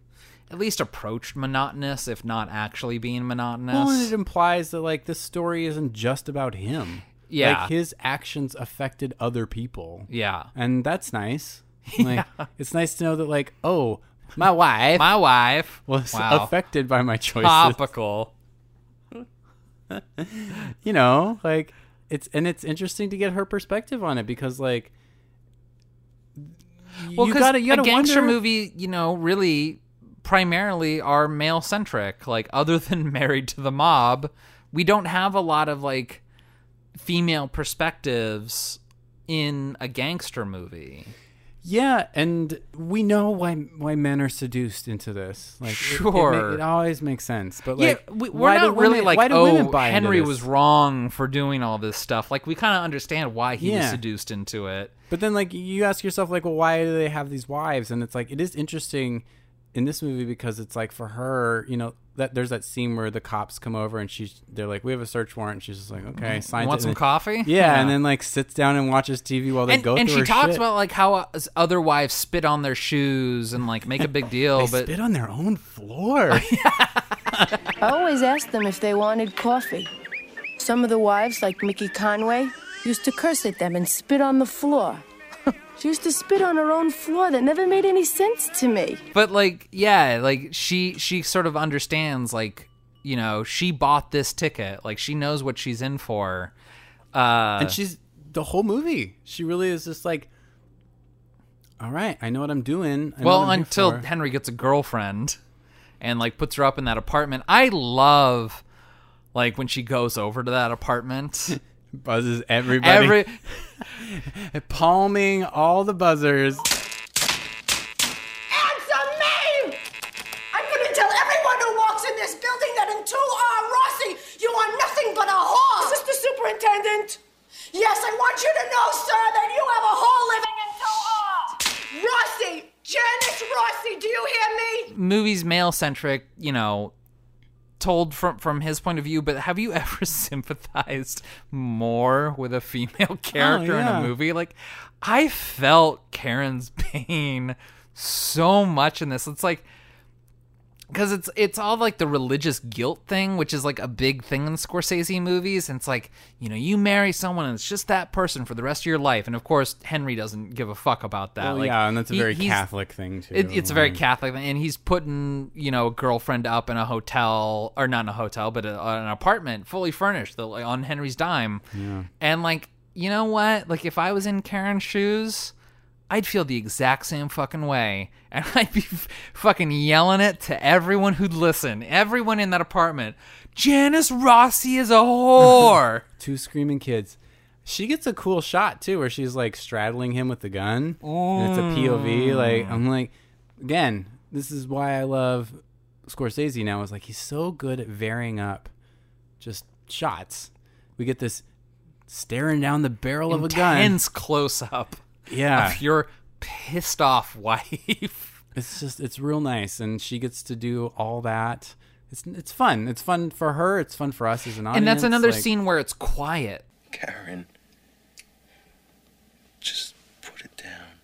at least approached monotonous, if not actually being monotonous. Well, and it implies that like this story isn't just about him. Yeah. like his actions affected other people. Yeah. and [LAUGHS] that's nice. Like, it's nice to know that like oh, my wife, my wife was Wow. affected by my choices. Topical. you know, like it's and it's interesting to get her perspective on it because like Well, you 'cause gotta you gotta a gangster wonder- movie, you know, really primarily are male centric. Like other [LAUGHS] than Married to the Mob, we don't have a lot of like female perspectives in a gangster movie. Yeah, and we know why why men are seduced into this. Like, it- it ma- Sure. it, always makes sense. But Yeah, like, we, we're why do not really women- like, why do women oh, buy into Henry this? was wrong for doing all this stuff. Like we kind of understand why he was Yeah. seduced into it. But then, like, you ask yourself, like, well, why do they have these wives? And it's like, it is interesting in this movie because it's like for her, you know, that there's that scene where the cops come over and she's, they're like, we have a search warrant. And she's just like, okay, Mhm. sign. Want it. some And- coffee? Yeah, Yeah. and then like sits down and watches TV while they and, go. and through she her talks shit. about like how uh, other wives spit on their shoes and like make a big [LAUGHS] deal, They but spit on their own floor. [LAUGHS] I always asked them if they wanted coffee. Some of the wives, like Mickey Conway, used to curse at them and spit on the floor. [LAUGHS] she used to spit on her own floor. That never made any sense to me. but like yeah like she she sort of understands like you know she bought this ticket like she knows what she's in for uh and she's the whole movie. She really is just like, all right, I know what I'm doing. I know well what I'm here until for." [LAUGHS] henry gets a girlfriend and like puts her up in that apartment i love like when she goes over to that apartment buzzes everybody. Every- palming all the buzzers. Answer me! I'm gonna tell everyone who walks in this building that until R. Rossi, you are nothing but a whore! Is this the superintendent? Yes, I want you to know, sir, that you have a whore living in R. Rossi! Janice Rossi, do you hear me? movies male centric you know told from from his point of view, but have you [LAUGHS] ever sympathized more with a Oh, female character yeah. in a movie? Like I felt Karen's [LAUGHS] pain so much in this. It's like because it's it's all like the religious guilt thing, which is like a big thing in Scorsese movies. And it's like you know you marry someone and it's just that person for the rest of your life. And of course Henry doesn't give a fuck about that. Well, Like, yeah, and that's a he- very he's- Catholic thing, too. it- it's a very Like- Catholic thing, and he's putting you know a girlfriend up in a hotel or not in a hotel, but a, an apartment fully furnished the- like, on Henry's dime. Yeah. And like, you know what? Like if I was in Karen's shoes, I'd feel the exact same fucking way. [LAUGHS] And I'd be f- fucking yelling it to everyone who'd listen. Everyone in that apartment. Janice Rossi is a [LAUGHS] whore. Two screaming kids. She gets a cool shot too, where she's like straddling him with the gun, and it's Mm. a POV. Like I'm like, again, this is why I love Scorsese now. Is like he's so good at varying up just shots. We get this staring down the barrel of a gun, Ah. Intense close up. Yeah. Of your pissed off [LAUGHS] wife. It's just it's real nice, and she gets to do all that. It's it's fun. It's fun for her. It's fun for us as an audience. and that's another like- scene where it's quiet. Karen, just put it down.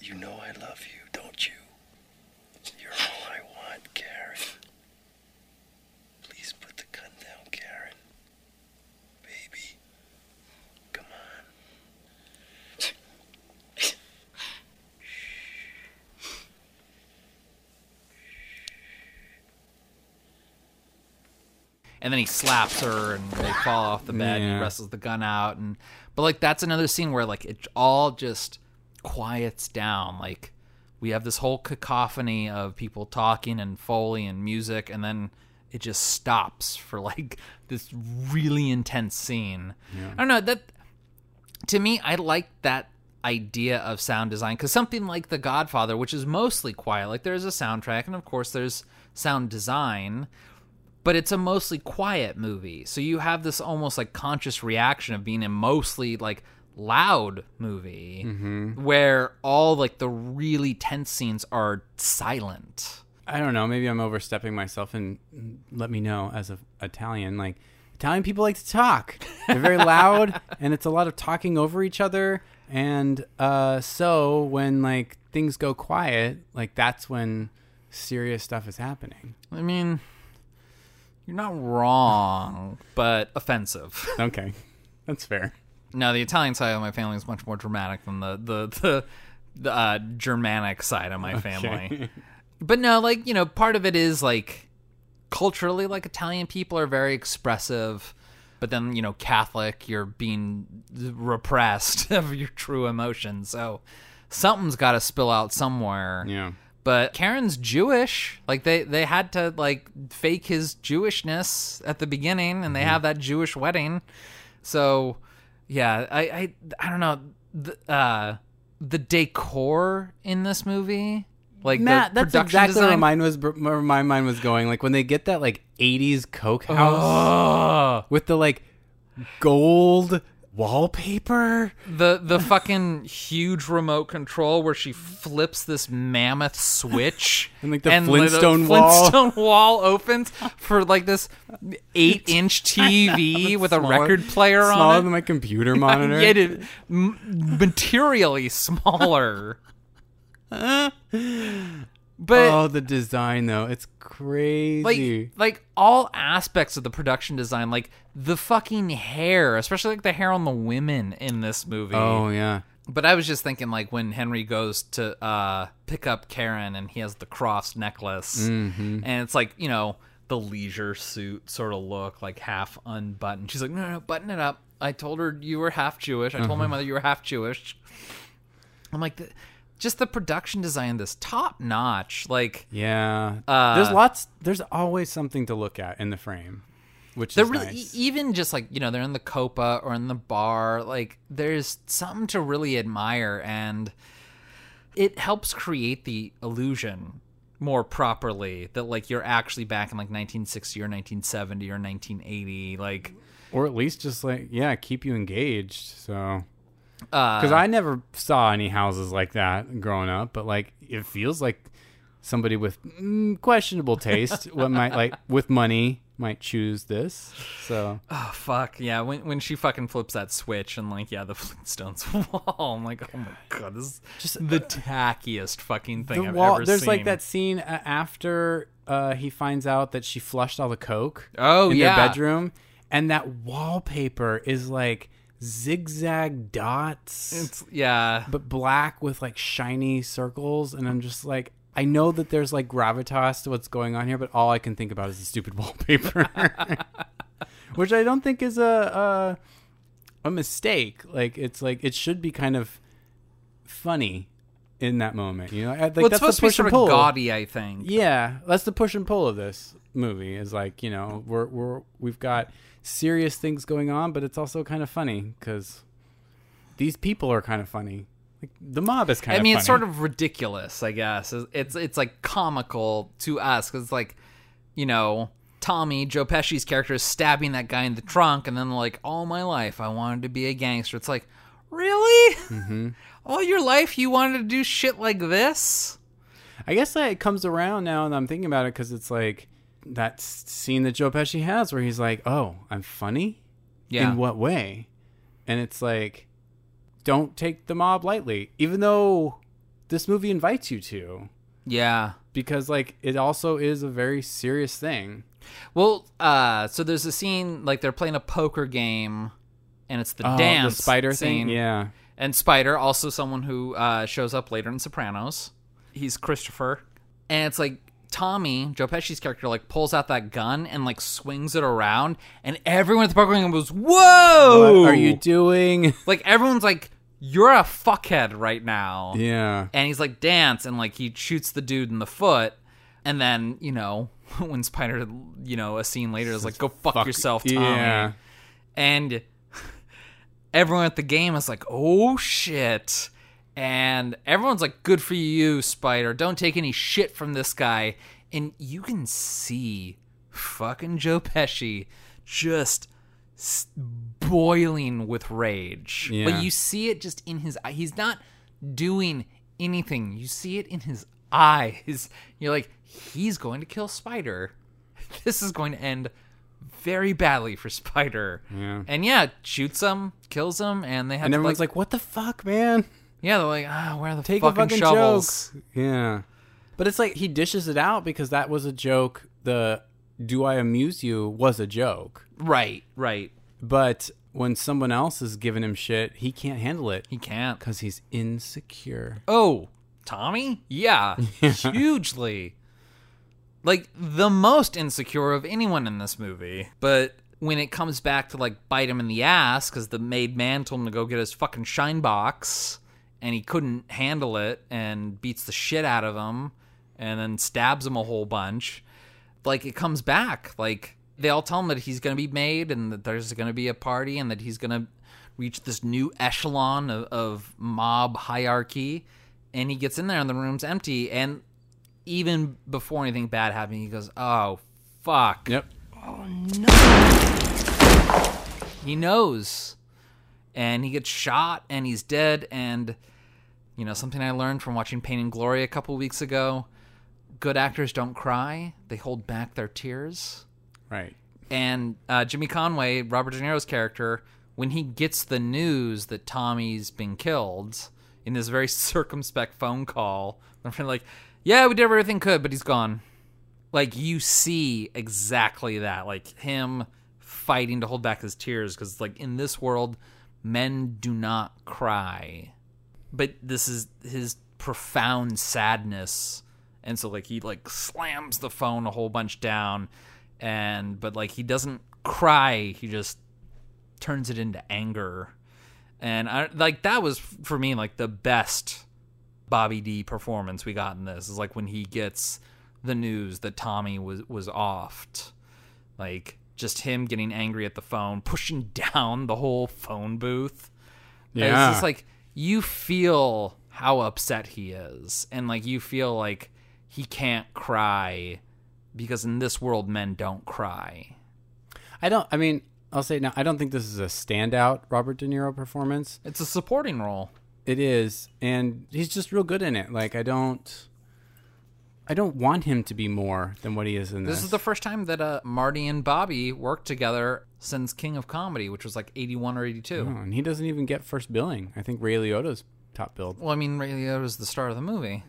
You know I love you, don't you? You're all I want, Karen. Please put the gun down, Karen. Baby. Come on. and then he slaps her and they fall off the bed and Yeah. he wrestles the gun out and but like that's another scene where like it all just quiets down like we have this whole cacophony of people talking and foley and music and then it just stops for like [LAUGHS] this really intense scene i don't know that to me i like that idea of sound design because something like the godfather which is mostly quiet like there's a soundtrack and of course there's sound design but it's a mostly quiet movie. So you have this almost like conscious reaction of being a mostly like loud movie where all like the really tense scenes are silent. I don't know. Maybe I'm overstepping myself, and let me know as an Italian. Like Italian people like to talk. They're [LAUGHS] very loud, and it's a lot of talking over each other. And uh, so when like things go quiet, like that's when serious stuff is happening. I mean, you're not wrong, but offensive. Okay, that's fair. No, the Italian side of my family is much more dramatic than the the the, the uh, Germanic side of my Okay. family. but no, like you know, part of it is like culturally, like Italian people are very expressive. But then you know, Catholic, you're being repressed [LAUGHS] of your true emotions. So something's got to spill out somewhere. Yeah. But Karen's Jewish. Like they they had to like fake his Jewishness at the beginning, Mm-hmm. and they have that Jewish wedding. So yeah, I I I don't know the uh, the decor in this movie. Like Matt, the that's production exactly design. where mine was. Where my mind was going. Like when they get that like '80s Coke house Ugh. with the like gold wallpaper. the the fucking huge remote control where she flips this mammoth switch [LAUGHS] And, like, the li- Flintstone wall. Flintstone [LAUGHS] wall opens for like this eight inch [LAUGHS] TV with Smaller- a record player smaller on it. than my computer monitor. [LAUGHS] Yeah, it is m- materially smaller. but oh, the design though, it's crazy. like like all aspects of the production design like the fucking hair especially like the hair on the women in this movie oh yeah, but i was just thinking like when henry goes to uh pick up karen and he has the crossed necklace Mhm. and it's like you know the leisure suit sort of look like half unbuttoned she's like no no, no button it up i told her you were half jewish i told my Uh-huh. mother you were half jewish i'm like the, just the production design of this top notch like yeah. Uh, there's lots. There's always something to look at in the frame, which they're is really nice. e- even just like you know they're in the copa or in the bar like there's something to really admire and it helps create the illusion more properly that like you're actually back in like 1960 or 1970 or 1980 like or at least just like yeah, keep you engaged. So uh because I never saw any houses like that growing up, but like it feels like somebody with mm, questionable taste what might like with money might choose this. So Oh fuck yeah! When when she fucking flips that switch and like yeah, the [LAUGHS] Flintstones wall. I'm like, oh my god, this is just the tackiest fucking thing uh, the I've wall. ever there's seen. like that scene uh, after uh, he finds out that she flushed all the coke. Oh, in yeah. their bedroom, and that wallpaper is like zigzag dots. Mm, It's yeah, but black with like shiny circles, and I'm just like. I know that there's like gravitas to what's going on here, but all I can think about is the stupid [LAUGHS] wallpaper, which I don't think is a, a a mistake. Like it's like it should be kind of funny in that moment. You know, I, like, well, it's that's supposed the to be push sort and of pull. gaudy, I think. Yeah, that's the push and pull of this movie. Is like you know we're we're we've got serious things going on, but it's also kind of funny because these people are kind of funny. Like the mob is kind I of. mean, funny. it's sort of ridiculous, I guess. It's it's, it's, like comical to us because it's like, you know, Tommy Joe Pesci's character is stabbing that guy in the trunk, and then like all my life I wanted to be a gangster. It's like, really? Mm-hmm. All your life you wanted to do shit like this? I guess that it comes around now, and I'm thinking about it because it's like that s- scene that Joe Pesci has where he's like, "Oh, I'm funny." Yeah. In what way? And it's like, don't take the mob lightly, even though this movie invites you to, Yeah. because like it also is a very serious thing. Well, uh, so there's a scene like they're playing a poker game, and it's the Oh, the dance spider thing? scene. Yeah. and Spider also someone who uh, shows up later in Sopranos. He's Christopher, and it's like Tommy Joe Pesci's character like pulls out that gun and like swings it around, and everyone at the poker game goes, "Whoa!" What are you doing? like everyone's like, "You're a fuckhead right now." [LAUGHS] Yeah. and he's like dance and like he shoots the dude in the foot and then you know [LAUGHS] when spider you know a scene later is like go fuck, yourself tommy yeah. and everyone at the game is like oh shit and everyone's like good for you spider don't take any shit from this guy and you can see fucking joe pesci just s- boiling with rage Yeah. but you see it just in his eye he's not doing anything you see it in his eyes [LAUGHS] you're like he's going to kill spider this is going to end very badly for spider Yeah. and yeah shoots him kills him and they have And to everyone's like, "What the fuck, man?" yeah they're like ah where are the Take fucking, a fucking shovels joke. Yeah. But it's like he dishes it out because that was a joke. The do I amuse you was a joke. right right But when someone else is giving him shit, he can't handle it. He can't. Because he's insecure. oh tommy yeah hugely like the most insecure of anyone in this movie but when it comes back to like bite him in the ass because the made man told him to go get his fucking shine box and he couldn't handle it and beats the shit out of him and then stabs him a whole bunch like it comes back like they all tell him that he's going to be made and that there's going to be a party and that he's going to reach this new echelon of, of mob hierarchy and he gets in there and the room's empty and even before anything bad happened he goes oh fuck yep oh no he knows and he gets shot and he's dead and you know something i learned from watching pain and glory a couple weeks ago good actors don't cry they hold back their tears Right. and uh, jimmy conway robert de niro's character when he gets the news that tommy's been killed in this very [LAUGHS] circumspect phone call i'm feeling like yeah we did everything could but he's gone like you see exactly that like him fighting to hold back his tears because like in this world men do not cry but this is his profound sadness and so like he like slams the phone a whole bunch down and but like he doesn't cry he just turns it into anger and i like that was for me like the best bobby d performance we got in this is like when he gets the news that tommy was was offed like just him getting angry at the phone pushing [LAUGHS] down the whole phone booth And Yeah. it's just like you feel how upset he is and like you feel like he can't cry because in this world men don't cry I don't. I mean, I'll say now. I don't think this is a standout Robert De Niro performance. It's a supporting role. It is, and he's just real good in it. Like I don't. I I don't want him to be more than what he is in this. This is the first time that uh, Marty and Bobby worked together since King of Comedy, which was like 81 or 82. Oh, and he doesn't even get first billing. I think Ray Liotta's top billed. Well, I mean, Ray Liotta's the star of the movie.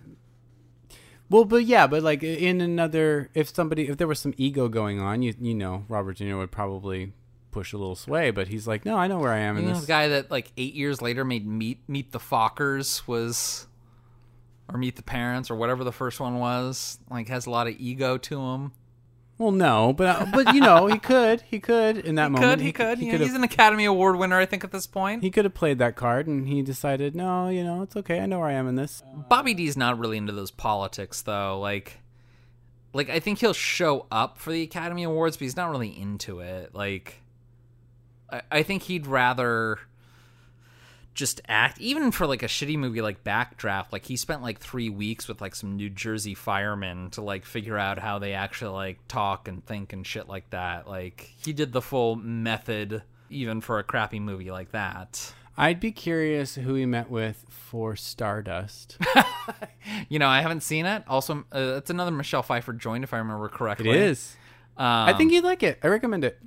Well, but yeah, but like in another, if somebody, if there was some ego going on, you you know, Robert De Niro would probably push a little sway. But he's like, no, I know where I am You in know, this. the guy that like eight years later made Meet Meet the Fockers was, or Meet the Parents or whatever the first one was, like has a lot of ego to him. Well, no, but uh, but you know, he could, he could in that He could, moment. he could. you know, could've- he's an Academy Award winner, I think, at this point. He could have played that card, and he decided, no, you know, it's okay. I know where I am in this. Bobby D's not really into those politics though. Like like I think he'll show up for the Academy Awards, but he's not really into it. Like I, I think he'd rather just act even for like a shitty movie like Backdraft, like he spent like three weeks with like some New Jersey firemen to like figure out how they actually like talk and think and shit like that. Like he did the full method even for a crappy movie like that. I'd be curious who he met with for [LAUGHS] Stardust. You know, I haven't seen it. Also, uh, it's another Michelle Pfeiffer joint, if I remember correctly. is. Um, I think you'd like it. I recommend it.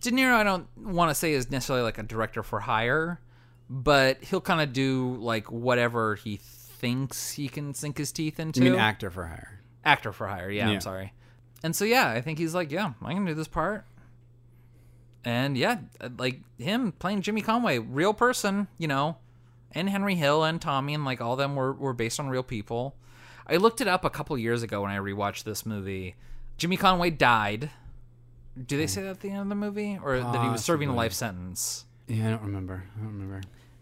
De Niro. I don't want to say is necessarily like a director for hire, but he'll kind of do like whatever he thinks he can sink his teeth into. I mean, actor for hire. Actor for hire. Yeah, Yeah. I'm sorry. And so yeah, I think he's like, yeah, I can do this part. And yeah, uh, like him playing Jimmy Conway, real person, you know, and Henry Hill and Tommy and like all them were were based on real people. I looked it up a couple years ago when I rewatched this movie. Jimmy Conway died. Do they say that at the end of the movie, or that he was serving a Hmm. Possibly. life sentence? Yeah, I don't remember. I don't remember.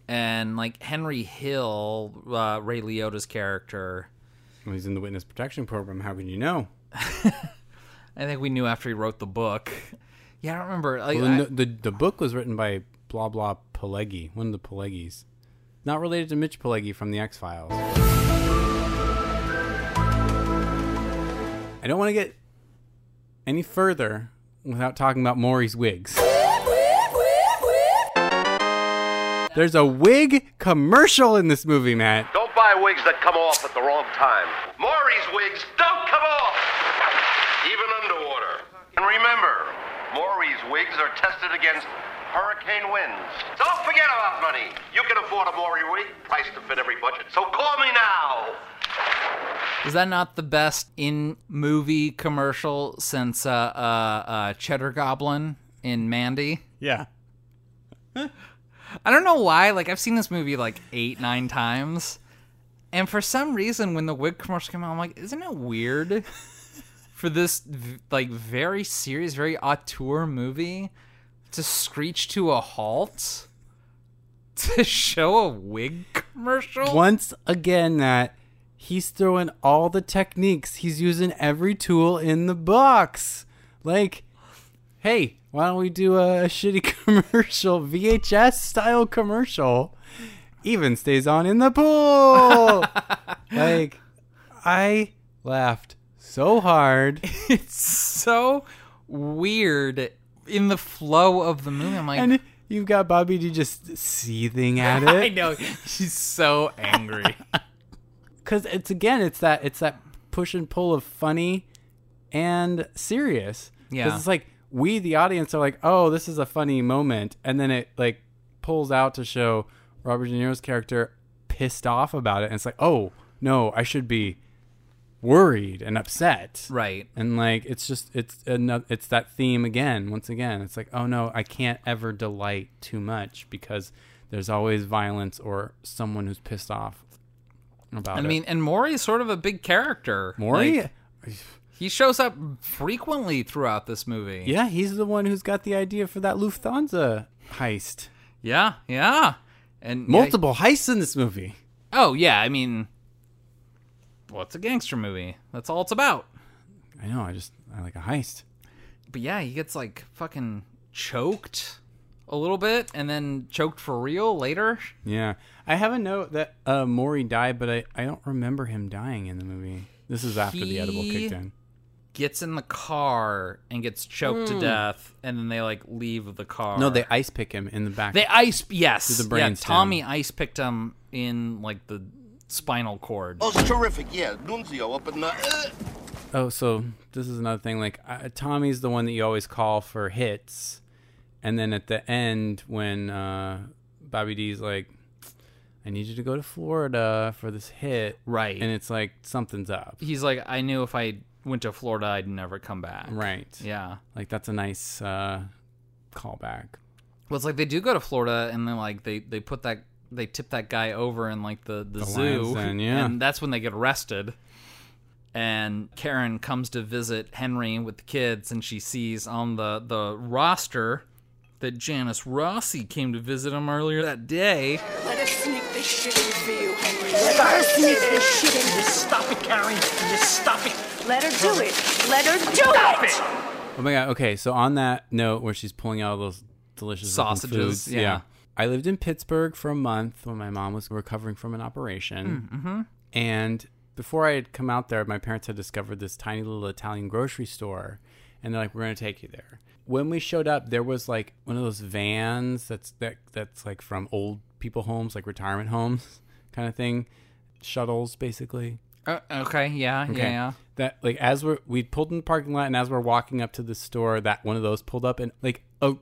And like Henry Hill, uh, Ray Liotta's character, Well, he's in the witness protection program. How can you know? I think we knew after he wrote the book. [LAUGHS] Yeah, I don't remember. Like, Well, I- the, the the book was written by blah blah Pelegi, one of the Pelegis, not related to Mitch Pelegi from the X Files. I don't want to get any further without talking about Maury's wigs. There's a wig commercial in this movie, Matt. Don't buy wigs that come off at the wrong time. Maury's wigs don't come off, even underwater. And remember, Maury's wigs are tested against hurricane winds. Don't forget about money. You can afford a Maury wig, priced to fit every budget. So call me now. Is that not the best in movie commercial since uh, uh, uh, Cheddar Goblin in Mandy? Yeah. I don't know why. Like I've seen this movie like eight, nine times, and for some reason, when the wig commercial came out, I'm like, isn't it weird [LAUGHS] for this v- like very serious, very auteur movie to screech to a halt [LAUGHS] to show a wig commercial? Once again, that he's throwing all the techniques. He's using every tool in the box. Like, hey, why don't we do a shitty [LAUGHS] commercial, VHS style commercial? Even stays on in [LAUGHS] the pool. like, I laughed so hard. [LAUGHS] It's so weird in the flow of the movie. I'm like, and you've got Bobby D just seething at [LAUGHS] it. I know she's so angry. because it's again it's that it's that push and pull of funny and serious 'Cause Yeah. it's like we the audience are like oh this is a funny moment and then it like pulls out to show robert de niro's character pissed off about it and it's like oh no i should be worried and upset [LAUGHS] Right. and like it's just it's another it's that theme again once again it's like oh no i can't ever delight too much because there's always violence or someone who's pissed off about I it. mean, and Maury's sort of a big character. Maury? Like, he shows up frequently throughout this movie. Yeah, he's the one who's got the idea for that Lufthansa heist. Yeah, yeah. And Multiple heists in this movie. Oh yeah, I mean, well, it's a gangster movie. That's all it's about. I know. I just I like a heist. But yeah, he gets like fucking choked a little bit, and then choked for real later. Yeah, I have a note that uh, Maury died, but I I don't remember him dying in the movie. This is after the edible He kicked in. Gets in the car and gets choked Mm. to death, and then they like leave the car. No, they ice pick him in the back. They ice, yes, Through the yeah. brainstem. Tommy ice picked him in like the spinal cord. Oh, it's terrific. Yeah, Nunzio up in the. Uh, Oh, so this is another thing. Like I, Tommy's the one that you always call for hits, and then at the end when uh, Bobby D's like, "I need you to go to Florida for this hit," right? And it's like something's up, He's like, I knew if I went to Florida, I'd never come back. right? Yeah. like that's a nice uh, callback. Well, it's like they do go to Florida, and then like they they put that they tip that guy over in like the the, The zoo, lion's den, yeah. and that's when they get arrested. And Karen comes to visit Henry with the kids, and she sees on the the roster that Janice Rossi came to visit him earlier that day. Let us sneak this shit in for you, Henry. Let her sneak this shit in. Just stop it, Karen. Just stop it. Let her do it. Let her do Stop it. Oh my god. Okay, so on that note, where she's pulling out all those delicious looking Sausages, foods, yeah. I lived in Pittsburgh for a month when my mom was recovering from an operation, Mm-hmm. and before I had come out there, my parents had discovered this tiny little Italian grocery store, and they're like, "We're gonna take you there." When we showed up, there was like one of those vans that's that that's like from old people homes, like retirement homes, [LAUGHS] kind of thing, shuttles basically. Uh, okay, yeah, yeah, yeah. That like as we're we pulled in the parking lot and as we're walking up to the store, that one of those pulled up and like a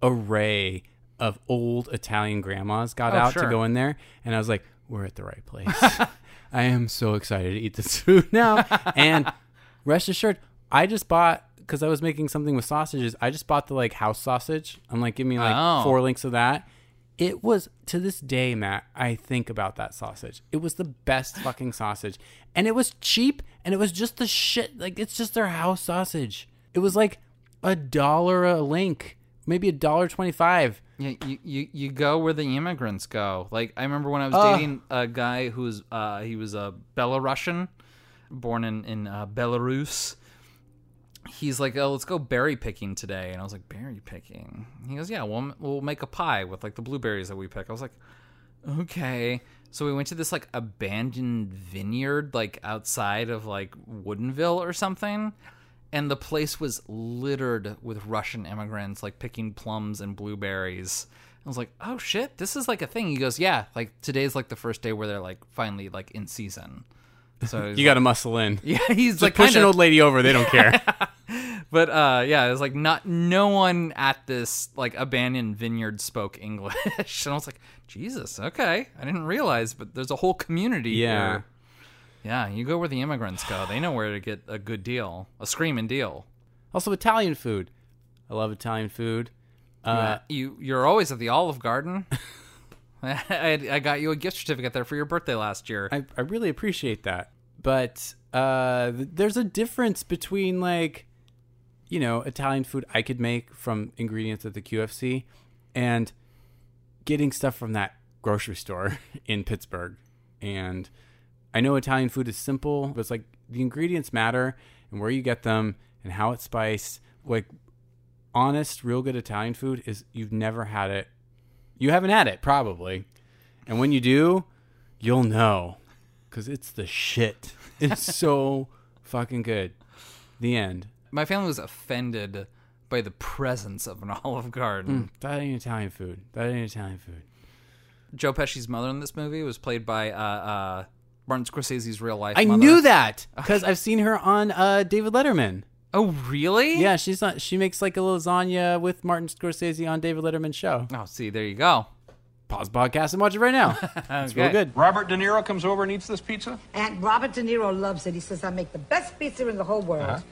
array of old Italian grandmas got Oh, out sure. to go in there, and I was like, we're at the right place. [LAUGHS] I am so excited to eat this food now, and rest assured, I just bought because I was making something with sausages. I just bought the like house sausage. I'm like, give me like Oh. four links of that. It was to this day, Matt. I think about that sausage. It was the best fucking sausage, and it was cheap, and it was just the shit. Like it's just their house sausage. It was like a dollar a link, maybe a dollar twenty-five. Yeah, you, you, you go where the immigrants go. Like I remember when I was Ugh. dating a guy who was uh, he was a Belarusian, born in in uh, Belarus. He's like, oh, let's go berry picking today, and I was like, berry picking. He goes, yeah, we'll we'll make a pie with like the blueberries that we pick. I was like, okay. So we went to this like abandoned vineyard like outside of like Woodenville or something. And the place was littered with Russian immigrants like picking plums and blueberries. I was like, "Oh shit, this is like a thing." He goes, "Yeah, like today's like the first day where they're like finally like in season." So You got to muscle in. Yeah, he's Just like push an kinda- old lady [LAUGHS] over. They don't care. but uh yeah, it was like not no one at this like abandoned vineyard spoke English. [LAUGHS] and I was like, Jesus, okay. I didn't realize, but there's a whole community Yeah. here. Yeah, you go where the immigrants go. They know where to get a good deal. A screaming deal. Also, Italian food. I love Italian food. Uh, you you're always at the Olive Garden. [LAUGHS] I, I got you a gift certificate there for your birthday last year. I, I really appreciate that. But uh, th- there's a difference between like, you know, Italian food I could make from ingredients at the QFC, and getting stuff from that grocery store [LAUGHS] in Pittsburgh. And I know Italian food is simple, but it's like the ingredients matter and where you get them and how it's spiced. Like honest, real good Italian food is you've never had it. You haven't had it probably. And when you do, you'll know cuz it's the shit. It's so fucking good. The end. My family was offended by the presence of an [LAUGHS] Olive Garden. Mm, that ain't Italian food. That ain't Italian food. Joe Pesci's mother in this movie was played by uh, uh, Martin Scorsese's real life. I mother. knew that cuz I've seen her on uh, David Letterman. Oh, really? Yeah, she's not. She makes like a lasagna with Martin Scorsese on David Letterman's show. Oh, see, there you go. Pause podcast and watch it [LAUGHS] right now. It's real Okay. good. Robert De Niro comes over and eats this pizza? And Robert De Niro loves it. He says, I make the best pizza in the whole world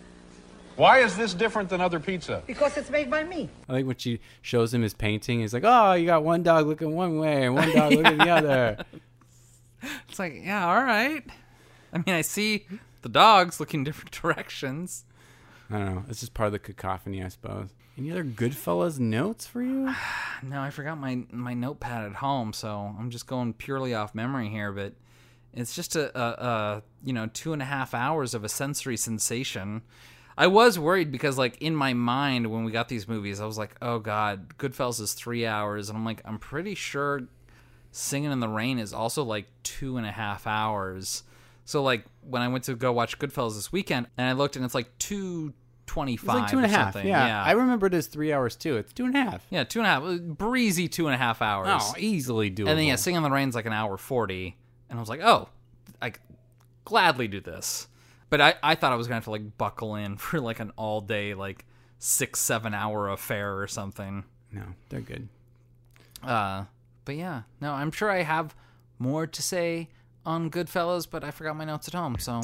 Why is this different than other pizza? because it's made by me. I think when she shows him his painting, he's like, "Oh, you got one dog looking one way, and one dog looking [LAUGHS] the other." It's like, yeah, all right. I mean, I see the dogs looking different [LAUGHS] directions. I don't know. It's just part of the cacophony, I suppose. Any other Goodfellas notes for you? No, I forgot my my notepad at home, so I'm just going purely off memory here. But it's just a, a, a you know two and a half hours of a sensory sensation. I was worried because like in my mind when we got these movies, I was like, oh god, Goodfellas is three hours, and I'm like, I'm pretty sure Singing in the Rain is also like two and a half hours. So like when I went to go watch Goodfellas this weekend, and I looked and it's like two twenty It's five. like two and a half. Something. Yeah. I remember it as three hours too. It's two and a half. Yeah, two and a half, uh, breezy two and a half hours. Oh, easily doable. And then yeah, Sing in the Rain's like an hour forty, and I was like, oh, I could gladly do this. But I, I thought I was gonna have to like buckle in [LAUGHS] for like an all day like six seven hour affair or something. No, they're good. Uh, but yeah, no, I'm sure I have more to say on Goodfellas, but I forgot my notes at home, so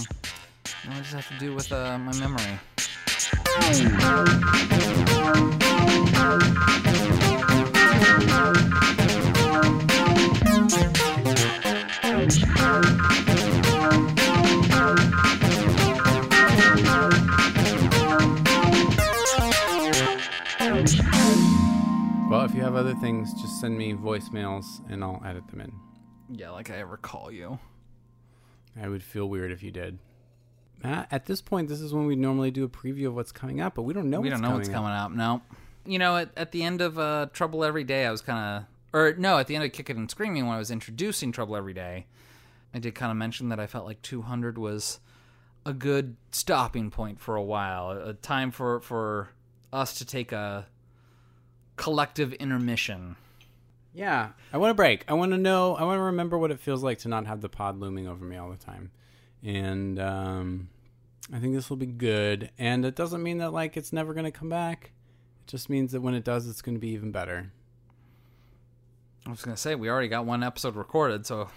I just have to do with uh, my memory. Well, if you have other things, just send me voicemails and I'll edit them in. Yeah, like I ever call you. I would feel weird if you did. Matt, at this point, this is when we normally do a preview of what's coming up, but we don't know. we what's don't know coming what's up. coming up. No, you know, at, at the end of uh, Trouble Every Day, I was kind of, or no, at the end of Kick It and Screaming, when I was introducing Trouble Every Day, I did kind of mention that I felt like 200 was a good stopping point for a while, a time for for us to take a collective intermission. Yeah, I want a break. I want to know. I want to remember what it feels like to not have the pod looming over me all the time, and um, I think this will be good. And it doesn't mean that like it's never going to come back. It just means that when it does, it's going to be even better. I was gonna say we already got one episode recorded, so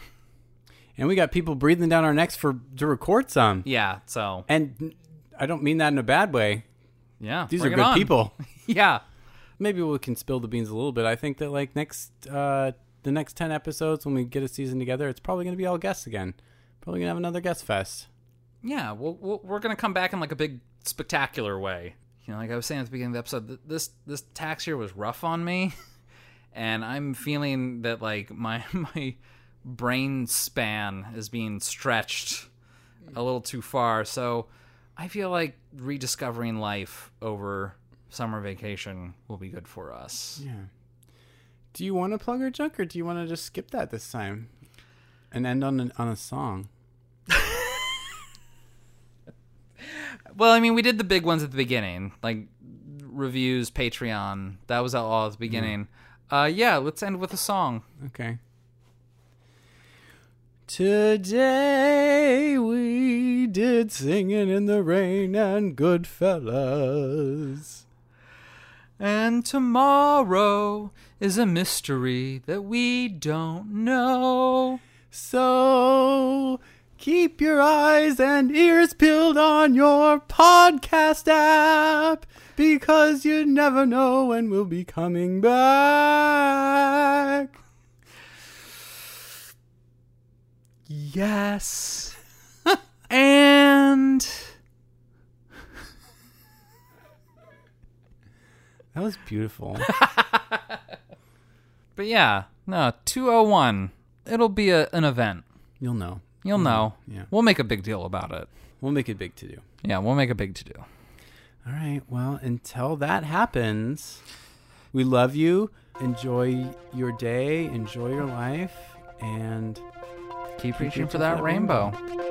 And we got people breathing down our necks for to record some. yeah, so And I don't mean that in a bad way. Yeah, These are bring it good on. people. [LAUGHS] yeah. Maybe we can spill the beans a little bit. I think that like next uh the next 10 episodes when we get a season together, it's probably going to be all guests again. Probably going to have another guest fest. yeah, we'll, we'll, we're gonna come back in like a big spectacular way. You know, like I was saying at the beginning of the episode, th- this this tax year was rough on me, [LAUGHS] and I'm feeling that like my [LAUGHS] my brain span is being stretched a little too far. So I feel like rediscovering life over summer vacation will be good for us. Yeah. Do you want to plug our junk or do you want to just skip that this time and end on an, on a song? Well, I mean, we did the big ones at the beginning, like reviews, Patreon. That was all at the beginning. Uh, yeah, let's end with a song. Okay. Today we did singing in the rain and good fellas. And tomorrow is a mystery that we don't know. So keep your eyes and ears peeled on your podcast app because you never know when we'll be coming back. Yes. and That was beautiful. but yeah, no, 201. It'll be a, an event. You'll know. You'll know. Yeah. We'll make a big deal about it. We'll make it big to do. Yeah, we'll make a big to do. All right. Well, until that happens, we love you. Enjoy your day. Enjoy your life. And Keep reaching for that rainbow.